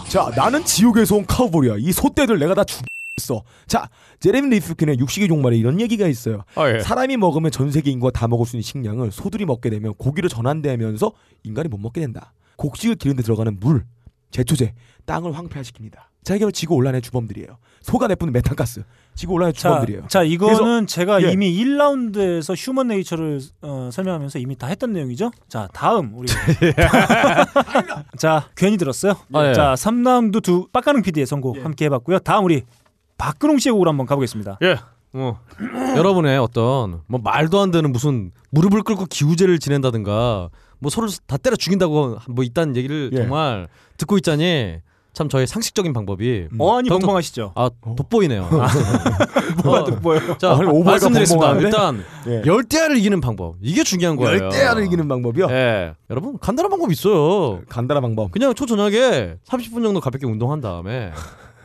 자, 나는 지옥에서 온 카우보리야. 이 소떼들 내가 다 죽였어. 자, 제레미 리프킨의 육식의 종말에 이런 얘기가 있어요.
아 예.
사람이 먹으면 전 세계 인구가 다 먹을 수 있는 식량을 소들이 먹게 되면 고기로 전환되면서 인간이 못 먹게 된다. 곡식을 기르는 데 들어가는 물, 제초제, 땅을 황폐화시킵니다. 자, 이게 바로 지구 온난의 주범들이에요. 소가 내뿜는 메탄가스, 지구 온난의
자,
주범들이에요.
자, 이거는 제가
예.
이미 1라운드에서 휴먼 네이처를 어, 설명하면서 이미 다 했던 내용이죠. 자, 다음 우리 자, 괜히 들었어요.
아, 예.
자, 3라운드 두 빡가능 PD의 선곡 함께 해봤고요. 다음 우리 박근홍 씨의 곡으로 한번 가보겠습니다.
예. 뭐 여러분의 어떤 뭐 말도 안 되는 무슨 무릎을 꿇고 기우제를 지낸다든가 뭐 서로 다 때려 죽인다고 뭐 있다는 얘기를
예.
정말 듣고 있자니 참 저의 상식적인 방법이
음. 어안이 벙벙하시죠?
아 돋보이네요.
어.
어,
뭐가 돋보여요?
자
아니, 오버가
말씀드리겠습니다.
벙벙한데?
일단
예.
열대야를 이기는 방법 이게 중요한 거예요.
열대야를 이기는 방법이요?
예, 여러분 간단한 방법 있어요.
간단한 방법.
그냥 초 저녁에 30분 정도 가볍게 운동한 다음에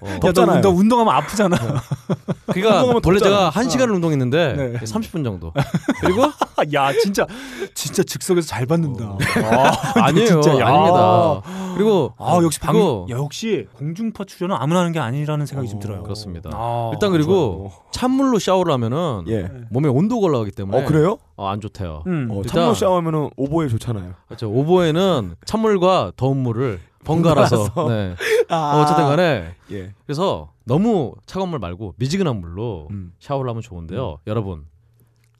어,
덥잖아요. 어. 너 운동하면 아프잖아.
그러니까
운동하면
원래
덥잖아.
제가 한 시간을 운동했는데
네.
30분 정도.
그리고 야 진짜 진짜 즉석에서 잘 받는다.
아, 아니에요. 아닙니다. 그리고
아 역시 방
그거-
야, 역시 공중파 출연은 아무나 하는 게 아니라는 생각이 좀 들어요.
그렇습니다.
아,
일단 그리고 찬물로 샤워를 하면은 몸에 온도가 올라가기 때문에
예. 어, 그래요?
그렇죠. 예. 어, 안 좋대요.
음.
어,
일단
찬물 샤워하면은 오보에 좋잖아요.
그렇죠. 오보에는 찬물과 더운 물을 번갈아서.
번갈아서.
네.
아.
어, 어쨌든 간에.
예.
그래서 너무 차가운 물 말고 미지근한 물로 샤워를 하면 좋은데요. 여러분.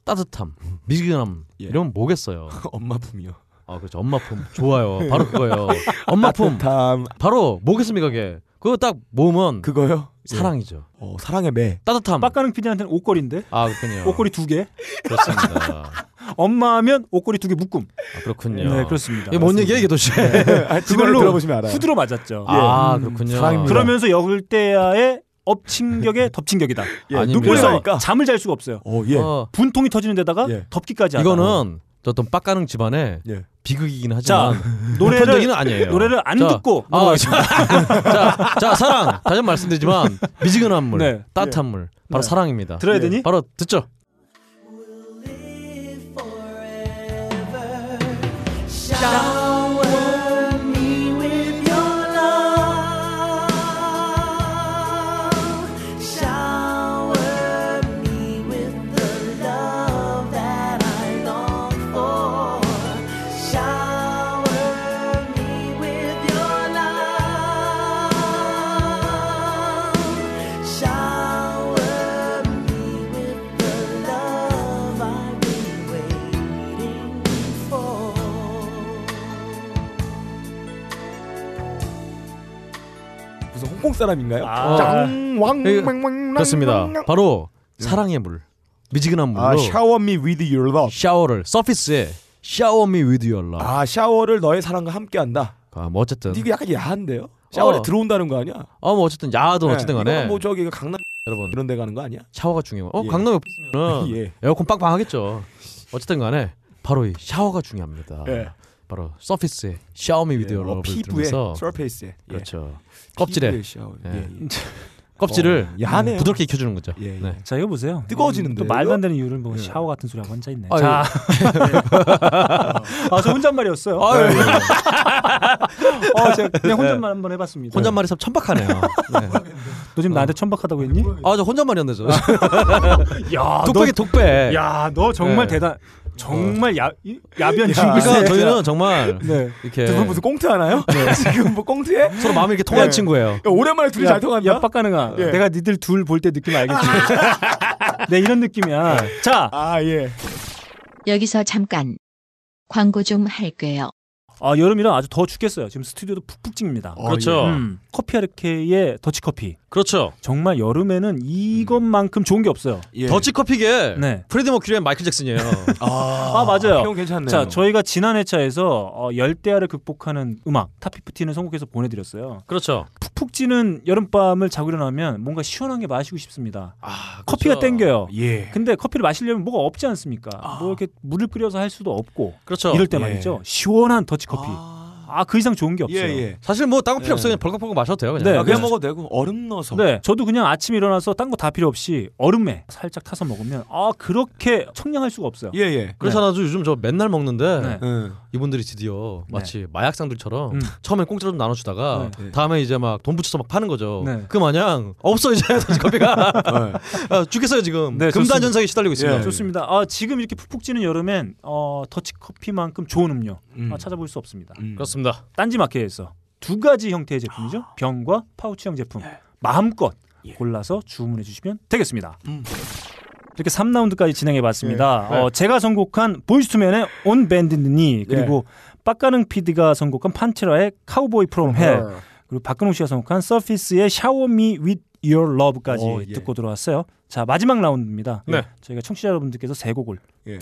따뜻함, 미지근함 이러면 뭐겠어요?
그 엄마 품이요.
아, 그렇죠. 엄마 품. 좋아요. 바로 그거예요. 엄마 품. 바로 뭐겠습니까, 그게? 그거 딱 모으면
그거요?
사랑이죠.
어, 사랑의 매.
따뜻함.
빡가는 PD한테는 옷걸인데.
아, 그렇군요.
옷걸이 두 개.
그렇습니다. 아,
엄마하면 옷걸이 두 개 묶음.
그렇군요.
네, 그렇습니다.
이게 뭔 얘기야 이게 도대체?
아,
그걸로 후드로 맞았죠.
아,
음.
그렇군요.
그러면서 열대야의 엎친격에 덮친격이다.
예, 아닙니다.
그래서
그러니까.
잠을 잘 수가 없어요.
예.
어, 분통이 터지는 데다가 덮기까지. 하다.
이거는 어떤 빡가능 집안의
예.
비극이긴 하지만
예. 노래를-
보편적인 아니에요.
노래를 안
자,
듣고
아, 자, 자, 자, 사랑 다시 한번 말씀드리지만 미지근한 물,
네.
따뜻한 물 바로
네.
사랑입니다. 예,
들어야 되니?
바로 듣죠.
Shower me with your love. Shower me with the love that I long for. Shower me with your love. Shower me with the love I've been waiting for.
무슨 홍콩 사람인가요?
아.
어. 예,
음,
그렇습니다. 바로
예.
사랑의 물, 미지근한 물로
아, shower me with your love.
샤워를 서피스에 shower me with your love.
아, 샤워를 너의 사랑과 함께 한다.
아, 뭐 어쨌든
이게 약간 야한데요? 샤워에
어.
들어온다는 거 아니야?
아, 뭐 어쨌든 야하든
네,
어쨌든 간에
이거는 뭐 저기 강남
여러분
이런 데 가는 거 아니야?
샤워가 중요해요. 어
예.
강남에 없으면은
예.
에어컨 빵빵 하겠죠. 어쨌든 간에 바로 이 샤워가 중요합니다.
예.
바로 서피스에 샤오미
예,
비디오를
어, 피부에
들으면서
서페이스에 예.
그렇죠. 껍질에
피부에 샤워.
예.
예, 예.
음.
껍질을 음,
어, 야하네요.
부드럽게 익혀주는 거죠.
예, 예.
네.
자 이거 보세요.
뜨거워지는데,
또 말도 안 되는 이유를 뭐 샤워 같은 소리 하고 앉아 있네.
아유.
자, 아저 혼잣말이었어요.
아유.
예.
어 제가 그냥 혼잣말 어. 한번 해봤습니다.
혼잣말이 참 천박하네요. 네.
너 지금 나한테 천박하다고 했니?
아저 혼잣말이었네 저.
아,
야,
독백이
너-
독백.
야, 너 정말
네.
대단. 정말 야 이- 야비한 친구야.
그러니까 저희는 정말
네.
이렇게
두분 무슨 꽁트 하나요? 지금 뭐 꽁트해?
서로 마음이 이렇게 통한
예.
친구예요.
야, 오랜만에 둘이 잘 통한다.
야, 빡가능아.
예.
내가 니들 둘 볼 때 느낌 알겠지? 네, 이런 느낌이야. 자,
아 예.
여기서 잠깐 광고 좀 할게요.
아, 여름이라 아주 더워 죽겠어요. 지금 스튜디오도 푹푹 찝니다.
어,
음,
그렇죠.
예.
커피 아르케의 더치커피.
그렇죠.
정말 여름에는 이것만큼 좋은 게 없어요.
예.
더치커피계
예. 네.
프레디 머큐리의 마이클 잭슨이에요.
아, 맞아요.
표현 괜찮네요.
자, 저희가 지난 회차에서 어, 열대야를 극복하는 음악 탑피프티는 선곡해서 보내드렸어요.
그렇죠.
푹 찌는 여름밤을 자고 일어나면 뭔가 시원한 게 마시고 싶습니다. 커피가
그렇죠. 아.
땡겨요.
예.
근데 커피를 마시려면 뭐가 없지 않습니까? 뭐 이렇게 물을 끓여서 할 수도 없고.
그렇죠.
이럴 때
예.
말이죠. 시원한 더치커피. 아, 그 이상 좋은 게 없어요.
사실 뭐 다른 거 필요
예.
없어요. 그냥 벌컥벌컥 마셔도 돼요. 그냥.
네, 아, 그냥
네, 먹어도 되고 얼음 넣어서.
네, 저도 그냥 아침에 일어나서 딴 거 다 필요 없이 얼음에 살짝 타서 먹으면 아 그렇게 청량할 수가 없어요.
예,
예. 그렇잖아. 요 요즘 저 맨날 먹는데
네.
이분들이 드디어 마치 마약상들처럼
음.
처음엔 공짜로 좀 나눠주다가
네.
다음에 이제 막 돈 붙여서 막 파는 거죠.
네.
그 마냥 없어 이제 커피가
어.
아, 죽겠어요 지금. 금단 현상에 시달리고 있습니다.
네, 좋습니다. 아, 지금 이렇게 푹푹 찌는 여름엔 어, 더치커피만큼 좋은 음료
음.
아, 찾아볼 수 없습니다.
그렇습니다.
딴지마켓에서 두 가지 형태의 제품이죠.
아.
병과 파우치형 제품
예.
마음껏 골라서 주문해 주시면 되겠습니다. 이렇게 3라운드까지 진행해 봤습니다.
음. 예. 네.
어, 제가 선곡한 보이스투맨의 온 밴드니 그리고 빡가능 PD가 선곡한 판체라의 카우보이 프롬 헬
어.
그리고 박근홍 씨가 선곡한 서피스의 샤워 미 with your love까지
어, 예.
듣고 들어왔어요. 자, 마지막 라운드입니다.
네.
저희가 청취자 여러분들께서 세 곡을
예.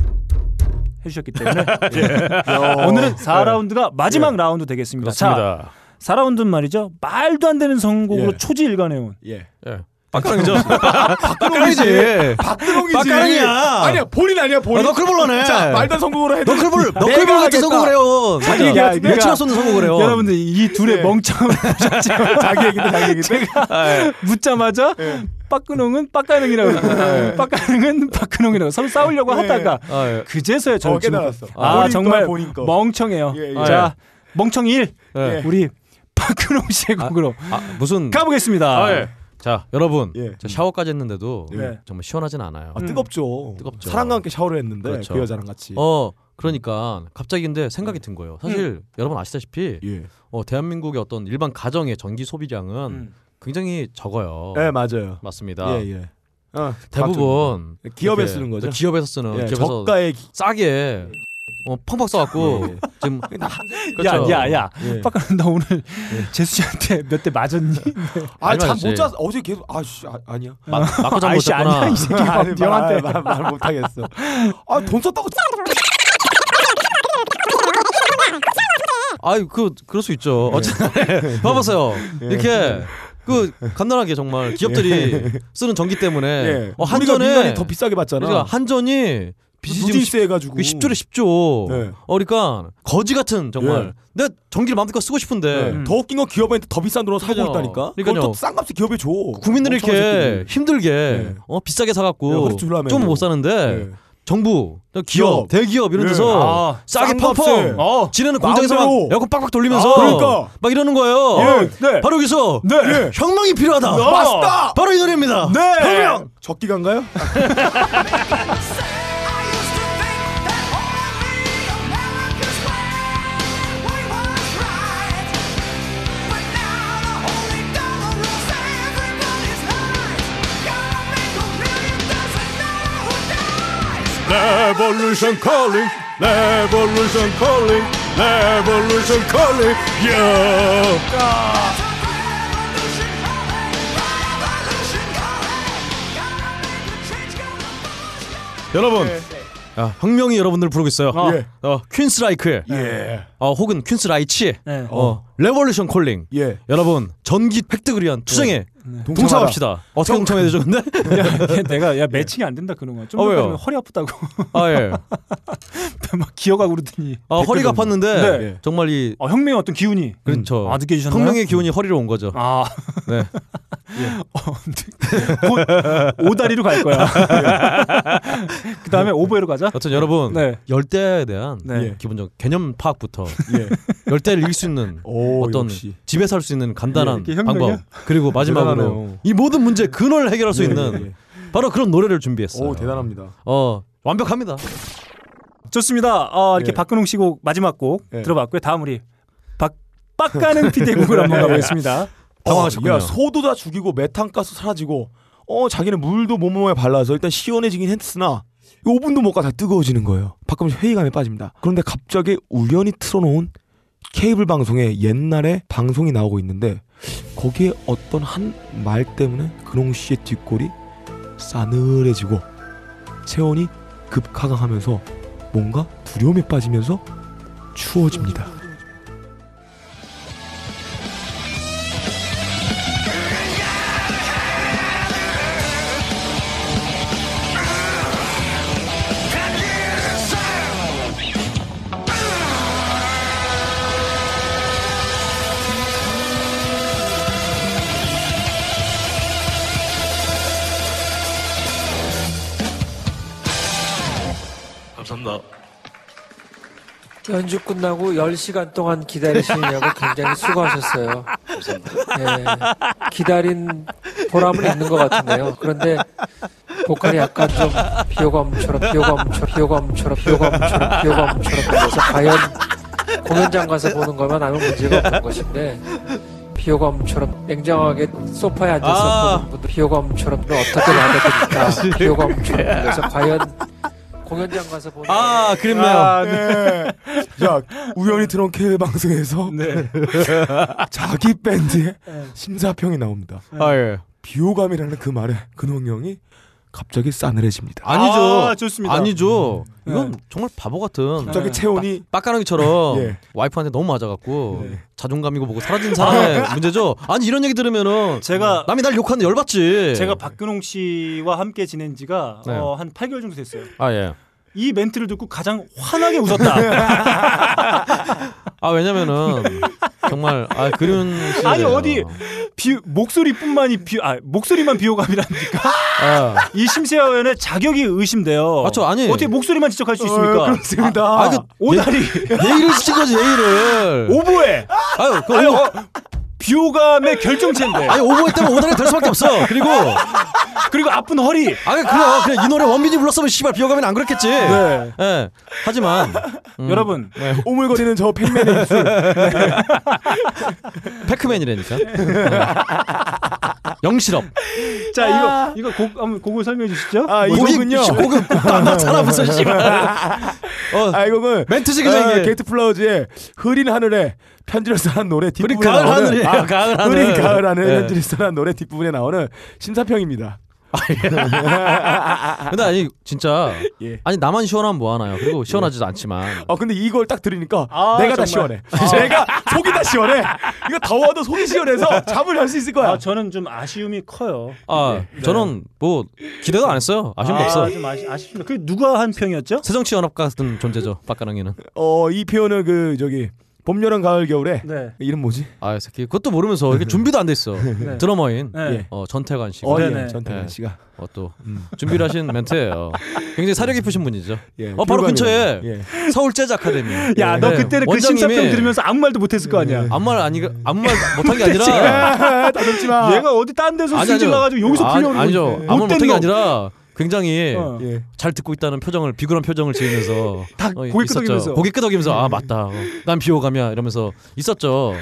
해주셨기 때문에
예.
오늘은 4라운드가 마지막 라운드 되겠습니다.
그렇습니다.
자, 4라운드는 말이죠. 말도 안 되는 선곡으로
예.
초지일관해온.
예.
박가랑이죠.
박가랑이지. 박가랑이지.
박가랑이야.
아니야 본인 아니야 본인.
아, 너클볼러네.
자 말단 성공으로 해.
너클볼, 너클볼
내가
같이
하겠다.
성공을 해요.
자기
맞아.
얘기 같은데.
며칠 앞서 없는 성공을 해요. 여러분들, 이 둘의 멍청함을 보셨지만
자기 얘기도 자기 얘기도.
묻자마자
네.
음.
빠끄농은 빠까능이라고 그러고 빠까능은 빠끄농이라고 서로 싸우려고 하다가
아, 예. 예.
그제서야 저를
어,
지금-
깨달았어.
아,
본인
정말
거야, 본인 거.
멍청해요.
예, 예.
자 멍청 1
예.
우리 빠끄농 씨의 곡으로
아, 무슨
가보겠습니다.
아, 예. 자 여러분 저 샤워까지 했는데도 음,
예.
정말 시원하진 않아요.
아, 뜨겁죠.
뜨겁죠. 그렇죠.
사람과 함께 샤워를 했는데 그 여자랑 같이.
어 그러니까 갑자기 근데 생각이 든 거예요. 사실 여러분 아시다시피
예.
어, 대한민국의 어떤 일반 가정의 전기 소비량은 굉장히 적어요.
음. 예, 맞아요.
맞습니다.
예, 예. 어,
대부분
맞죠. 기업에
이렇게
쓰는 거죠.
기업에서 쓰는
예,
기업에서
저가의 예. 기-
싸게 어, 펑펑 써갖고 지금 그렇죠.
야야야
예.
빠까능 나 오늘 재수 씨한테 몇 대 맞았니?
아 잠 못 잤어. 어제 계속 아씨 아, 아니야.
마- 맞고 잠못 아이씨, 잤구나. 아니야, 이 새끼.
아니,
형한테.
말, 말, 말 못하겠어. 아 돈 썼다고.
아유 그 그럴 수 있죠.
네.
어쨌든 봐봤어요.
예.
이렇게 그 간단하게 정말 기업들이
예.
쓰는 전기 때문에
예.
어,
우리가 민간이
한전에
더 비싸게 받잖아.
그러니까 한전이 빚이 그 지금
누진세 해가지고.
10조래 10조.
네.
어, 그러니까 거지 같은 정말. 내가 전기를 마음껏 쓰고 싶은데
예. 더 웃긴 건 기업한테 더 비싼 돈으로 사고
그죠.
있다니까.
그러니까요.
그걸 또싼 값에 기업에 줘.
국민들이
엄청
이렇게
새끼들.
힘들게
네.
어, 비싸게
네,
사갖고
허리 줄라매고.
좀 못 사는데 정부,
기업.
기업, 대기업 이런
네.
데서
아,
싸게
싼 값에.
펑펑 어. 지네는 공장에서 막
마음대로.
에어컨 빡빡 돌리면서
아, 그러니까.
막 이러는 거예요.
예, 네.
바로 여기서
네. 예.
형망이 필요하다.
어. 맞다.
바로 이 노래입니다.
네.
혁명!
적기가인가요?
Revolution calling, revolution calling, revolution calling, yeah.
여러분, 아, 혁명이 여러분들 부르고 있어요. 어.
예.
퀸스라이크,
예.
어, 혹은 퀸스라이치,
예.
어, 레볼루션 콜링.
예. 네.
여러분, 전기 획득을 위한 투쟁에 동참합시다. 어떻게 동참해야 되죠, 근데?
야, 걔 내가 야 매칭이 안 된다 그런 거야. 좀
어,
전에
왜요?
허리 아프다고.
아 예.
막 기어가고 그러더니.
아, 허리가
댓글
아팠는데
달고.
정말 이
어, 혁명의 어떤 기운이
그렇죠.
아, 느껴지셨나요?
혁명의 기운이 허리로 온 거죠.
아.
네.
곧 오다리로 갈 거야. 그다음에 오버헤로 가자.
여튼 여러분
네.
열대에 대한 예,
네.
기본적 개념 파악부터
예.
열대를 이길 수 있는 어떤 집에서 할 수 있는 간단한
예, 이게 혁명이야?
방법 그리고 마지막으로
대단하네요.
이 모든 문제 근원을 해결할 수
예,
있는
예, 예.
바로 그런 노래를 준비했어요.
오 대단합니다.
어 완벽합니다.
좋습니다. 어, 이렇게
예.
박근홍 씨곡 마지막 곡
예.
들어봤고요. 다음 우리 박 빡가는 피대곡을
예.
한번 가보겠습니다.
어, 야, 소도 다 죽이고 메탄가스 사라지고 어 자기는 물도 몸에 발라서 일단 시원해지긴 했으나 5분도 못 가 다 뜨거워지는 거예요. 박근혜 회의감에 빠집니다. 그런데 갑자기 우연히 틀어놓은 케이블 방송에 옛날에 방송이 나오고 있는데 거기에 어떤 한 말 때문에 근홍 씨의 뒷골이 싸늘해지고 체온이 급 하강하면서 뭔가 두려움에 빠지면서 추워집니다.
감사합니다.
연주 끝나고 10시간 동안 기다리시느냐고 굉장히 수고하셨어요. 예, 기다린 보람은 있는 것 같은데요. 그런데 보컬이 약간 좀 비호감처럼 비호감처럼 비호감처럼 비호감처럼 비호감처럼 들려서 과연 공연장 가서 보는 것만 아무 문제가 없는 것인데 비호감처럼 냉정하게 소파에 앉아서
아.
보는 분들 비호감처럼 어떻게 나가야 됩니까? 비호감처럼 들려서 과연 공연장 가서 보는
아 그립네요.
아, 네. 야 우연히 들어온 케이 방송에서
네.
자기 밴드의 심사평이 나옵니다.
아, 예.
비호감이라는 그 말에 근홍 형이 갑자기 싸늘해집니다.
아니죠.
아, 좋습니다.
아니죠. 이건 정말 바보 같은.
갑자기 체온이
빠- 빡가랑이처럼
예.
와이프한테 너무 맞아갖고
예.
자존감이고 뭐고 사라진 사람의 문제죠. 아니 이런 얘기 들으면은 제가 남이 날 욕하는데 열받지.
제가 박근홍 씨와 함께 지낸 지가
예. 네.
어, 한 8개월 정도 됐어요.
아 예.
이 멘트를 듣고 가장 환하게 웃었다.
아 왜냐면은 정말 아 그리운 시절이에요.
아니 어디 비, 목소리뿐만이 비, 아, 목소리만 비호감이라니까. 이 심세어연의 자격이 의심돼요.
아, 저 아니-
어떻게 목소리만 지적할 수
어,
있습니까?
그렇습니다.
아, 그 오다리
예의를 지킨 거지 예의를.
오보해.
아유, 그
어, 비호감의 결정체인데.
아니 오버했다면 오다리 될 수밖에 없어. 그리고
그리고 아픈 허리.
아 그럼 그냥 이 노래 원빈이 불렀으면 씨발 비호감이 안 그랬겠지.
네.
예. 하지만 음,
여러분
오물거리는 저 팩맨의 입술.
패크맨이라니까. 예. 영실업.
자 이거 이거 곡 한번 곡을 설명해 주시죠.
아
뭐죠?
이거군요.
곡은
곡도 안 나잖아 무슨 씨발. 어,
아 이거는 네,
멘트식이
아,
생긴.
게이트 플라워즈의 흐린 하늘에 편지를 써한 노래 뒷부분에
가을
나오는 아,
하늘이에요, 가을 하늘.
흐린 가을 하늘에
네.
편지를 써한 노래 뒷부분에 나오는 심사평입니다.
근데 아니 진짜
예.
아니 나만 시원하면 뭐 하나요?
예.
그리고 시원하지도 않지만.
어 근데 이걸 딱 들으니까 내가 다
정말.
시원해.
아.
내가 속이 다 시원해. 이거 더워도 속이 시원해서 잠을 잘 수 있을 거야.
아, 저는 좀 아쉬움이 커요.
아 저는 뭐 기대도 안 했어요.
어,
아쉬움도
예. 네. 아,
없어.
좀 아쉬, 아쉽습니다. 그 누가 한 평이었죠?
새정치 연합 같은 존재죠. 박가랑이는.
어 이 표현은 그 저기 봄 여름 가을 겨울에
네.
이름 뭐지?
아, 이 새끼 그것도 모르면서 이렇게 준비도 안 돼 있어.
네.
드러머인
예.
네.
어, 전태관 씨가
어, 예,
네.
전태관 씨가.
어, 또
음.
준비를 하신 멘트예요. 굉장히 사려 깊으신 분이죠.
예,
어, 바로
필감이-
근처에
예.
서울 재즈 아카데미.
야, 너
네.
그때는 그
원장님이
심사평 들으면서 아무 말도 못했을 거 아니야.
아무 말 아니 아무 말 못한 게 아니라
다듬지 마.
얘가 어디 딴 데서
아니,
승질
아니요.
나가지고 여기서
아니,
풀려오는
아니죠.
거지.
아무 말
못된
못한 게
놈.
아니라 굉장히
어.
예.
잘 듣고 있다는 표정을 비굴한 표정을 지으면서
다
어,
고개 네.
있었죠.
끄덕이면서.
고개 끄덕이면서 아 맞다. 어, 난 비호감이야 이러면서 있었죠.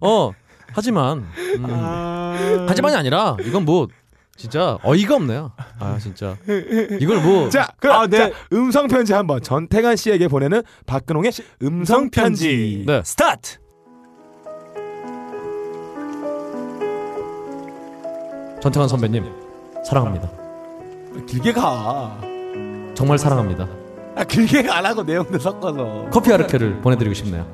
어 하지만 음,
아.
하지만이 아니라 이건 뭐 진짜 어이가 없네요. 아 진짜 이걸 뭐
자, 그럼 자, 음성 편지 한번 전태관 씨에게 보내는 박근홍의 음성 편지.
네.
스타트.
전태관 선배님 사랑합니다.
길게 가.
정말 사랑합니다.
아, 길게 안 하고 내용도 섞어서.
커피 아르케를 보내드리고 싶네요.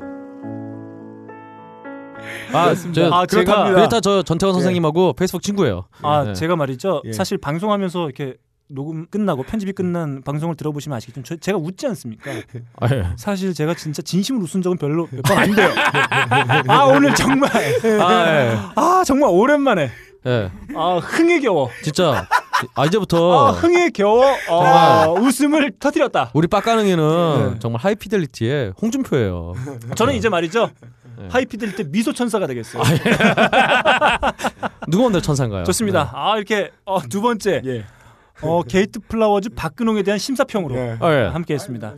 아,
그렇습니다.
저,
아,
제가
그렇답니다. 네.
그렇다 저 전태관 선생님하고 페이스북 친구예요.
아
네.
제가 말이죠.
예.
사실 방송하면서 이렇게 녹음 끝나고 편집이 끝난 방송을 들어보시면 아시겠지만 저, 제가 웃지 않습니까?
아, 예.
사실 제가 진짜 진심으로 웃은 적은 별로 몇 번 안 돼요. 아 오늘 정말
아, 예.
아 정말 오랜만에
예.
아 흥에 겨워.
진짜 아
아
이제부터
흥에 겨워 아, 웃음을 터뜨렸다.
우리
네.
빡가능이는 정말 하이피델리티의 홍준표예요.
저는 이제 말이죠
예.
하이피들 때 미소 천사가 되겠어요.
아, 누가 오늘 천사인가요?
좋습니다. 아 이렇게 어, 두 번째
예.
어, 게이트 플라워즈 박근홍에 대한 심사평으로 네,
아, 예.
함께했습니다.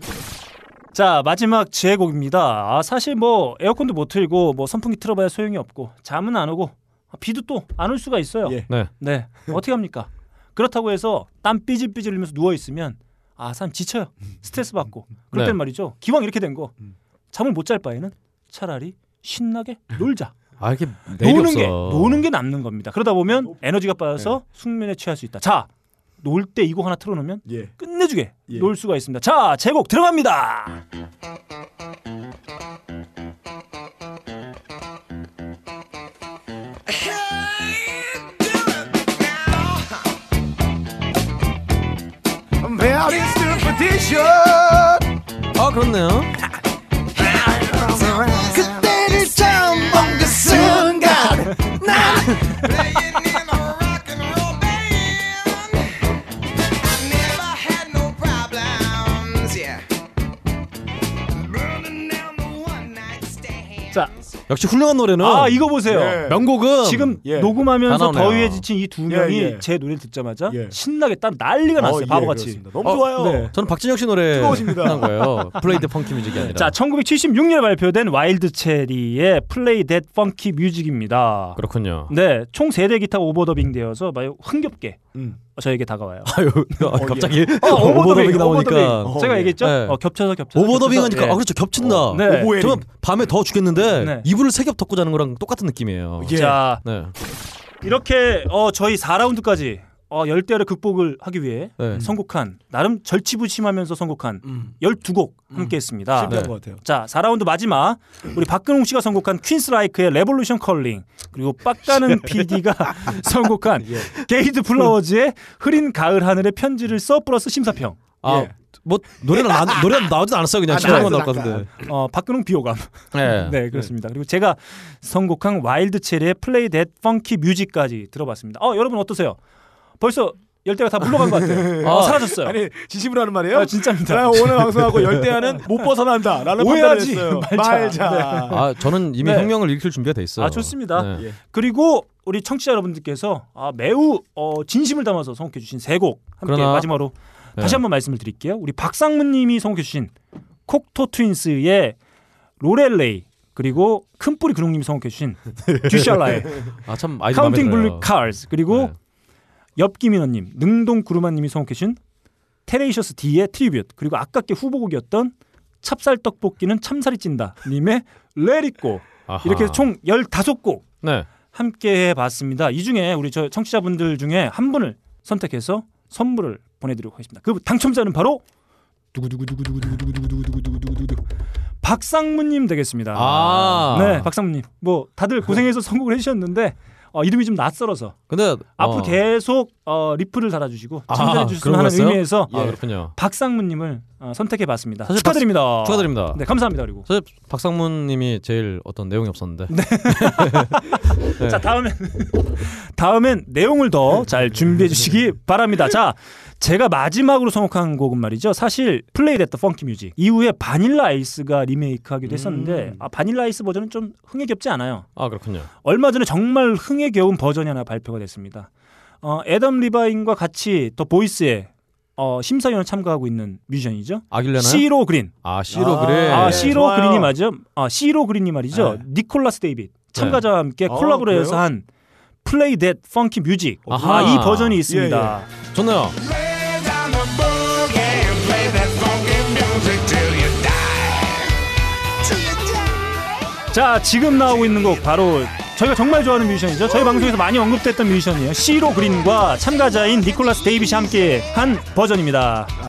자 마지막 제 곡입니다. 아, 사실 뭐 에어컨도 못 틀고 뭐 선풍기 틀어봐야 소용이 없고 잠은 안 오고 아, 비도 또 안 올 수가 있어요.
네.
네 어떻게 합니까? 그렇다고 해서 땀 삐질삐질 흘리면서 누워 있으면 아 사람 지쳐요. 스트레스 받고 그럴 땐
네. 음.
말이죠. 기왕 이렇게 된 거 잠을 못 잘 바에는 차라리 신나게 놀자.
아 이게 내일이
노는
없어.
게 노는 게 남는 겁니다. 그러다 보면 에너지가
네.
빠져서 숙면에 취할 수 있다. 자, 놀 때 이 곡 하나 틀어놓으면
예.
끝내주게 놀 수가 있습니다. 자, 제곡 들어갑니다.
Very superstition.
아 그렇네요.
그때를 처음 본그 순간 난
자,
역시 훌륭한 노래는
아 이거 보세요.
예. 명곡은
지금
예. 다
녹음하면서
나오네요.
더위에 지친 이 두
예,
명이
예.
제 노래 를 듣자마자 신나게 따 난리가
어,
났어요.
예,
바보같이. 네.
그렇습니다. 너무 좋아요. 저는 박진영 씨 노래
뜨거워집니다.
한 거예요. 블레이드 펑키 뮤직이 아니라.
자, 1976년에 발표된 와일드 체리의 플레이 댓 펑키 뮤직입니다.
그렇군요.
네, 총 세 대 기타가 오버더빙 되어서 매우 흥겹게
음,
저에게 다가와요.
아유, 아, 갑자기
어, 오버더빙,
오버더빙이 나오니까
오버더빙.
예.
제가 얘기했죠? 어, 겹쳐서 겹쳐서
네. 오버더빙하니까
겹쳐서, 예.
아 그렇죠 겹친다.
어, 네. 오버헤딩.
정말 밤에 더 죽겠는데
네.
이불을 세 겹 예. 덮고 자는 거랑 똑같은 느낌이에요.
예. 자.
네.
이렇게 어, 저희 4라운드까지 어, 열대야를 극복을 하기 위해
음.
네.
선곡한 나름 절치부심하면서 선곡한 12곡 함께 했습니다.
실패한 네. 것 같아요.
자, 4라운드 마지막 우리 박근홍 씨가 선곡한 퀸스라이크의 레볼루션 컬링 그리고 빡가는 PD가 선곡한
예.
게이드 플라워즈의 흐린 가을 하늘의 편지를 써 플러스 심사평.
아, 뭐 노래는 안, 노래는 나오진 않았어요. 그냥 실험만 나올 것 같은데.
어, 박근홍 비호감.
네.
아, 네. 그렇습니다. 그리고 제가 선곡한 와일드 체리의 플레이 댓 펑키 뮤직까지 들어봤습니다. 어, 여러분 어떠세요? 벌써 열대가 다 물러간 것 같아요. 어, 사라졌어요.
아니 진심으로 하는 말이에요?
아, 진짜입니다.
나 오늘 방송하고 열대야는 못 벗어난다라는
오해하지
판단을 했어요.
말자. 네.
아, 저는 이미
네.
혁명을 일으킬 준비가 돼 있어요.
아 좋습니다.
네.
그리고 우리 청취자 여러분들께서 아, 매우 어, 진심을 담아서 선곡해 주신 세 곡 함께
그러나-
마지막으로 다시
네.
한번 말씀을 드릴게요. 우리 박상문님이 선곡해 주신 콕토 트윈스의 로렐레이 그리고 큰뿌리 근홍님이 선곡해 주신 듀샬라의
아, 참 아이디 마음에
카운팅
들어요. 네.
블루 칼스 그리고 엽기민호님 능동 구루마님이 선곡해 주신 테레이셔스 D의 트리뷰트 그리고 아깝게 후보곡이었던 찹쌀 떡볶이는 참살이 찐다 님의 레리꼬
아하.
이렇게 해서 총 15곡
네.
함께 해봤습니다. 이 중에 우리 저 청취자분들 중에 한 분을 선택해서 선물을 보내드리고 하겠습니다. 그 당첨자는 바로 두구두구두구두구두구두구두구두구두구두구두구 박상무님 되겠습니다.
아.
네, 박상무님. 뭐 다들 고생해서 선곡을 해주셨는데 어, 이름이 좀 낯설어서.
근데
앞으로
어.
계속 어, 리플을 달아주시고
아,
참전해 주셨으면
그런
하는
거였어요?
의미에서 예.
아, 그렇군요.
박상무님을 어, 선택해봤습니다.
사실
축하드립니다.
박- 축하드립니다.
네, 감사합니다. 그리고
사실 박상문님이 제일 어떤 내용이 없었는데. 네.
자 다음엔 다음엔 내용을 더 잘 준비해 주시기 바랍니다. 자 제가 마지막으로 선곡한 곡은 말이죠. 사실 플레이 됐다 펑키 뮤직 이후에 바닐라 아이스가
음.
리메이크하기도 했었는데 아, 바닐라 아이스 버전은 좀 흥에 겹지 않아요.
아 그렇군요.
얼마 전에 정말 흥에 겨운 버전이 하나 발표가 됐습니다. 어, 애덤 리바인과 같이 더 보이스의 어, 심사위원 참가하고 있는 뮤지션이죠.
아길레나요?
시로 그린.
아 시로 그래.
아, 시로 그린이 맞죠? 아, 시로 그린이 말이죠.
네.
니콜라스 데이빗 참가자와 함께
아,
콜라보해서
그래요?
한 플레이 댓 펑키 뮤직.
아하.
아, 이
예,
버전이 있습니다.
좋네요.
자, 지금 나오고 있는 곡 바로 저희가 정말 좋아하는 뮤지션이죠.
어.
저희 방송에서 많이 언급됐던 뮤지션이에요. 시로 그린과 참가자인 니콜라스 데이빗이 함께 한 버전입니다.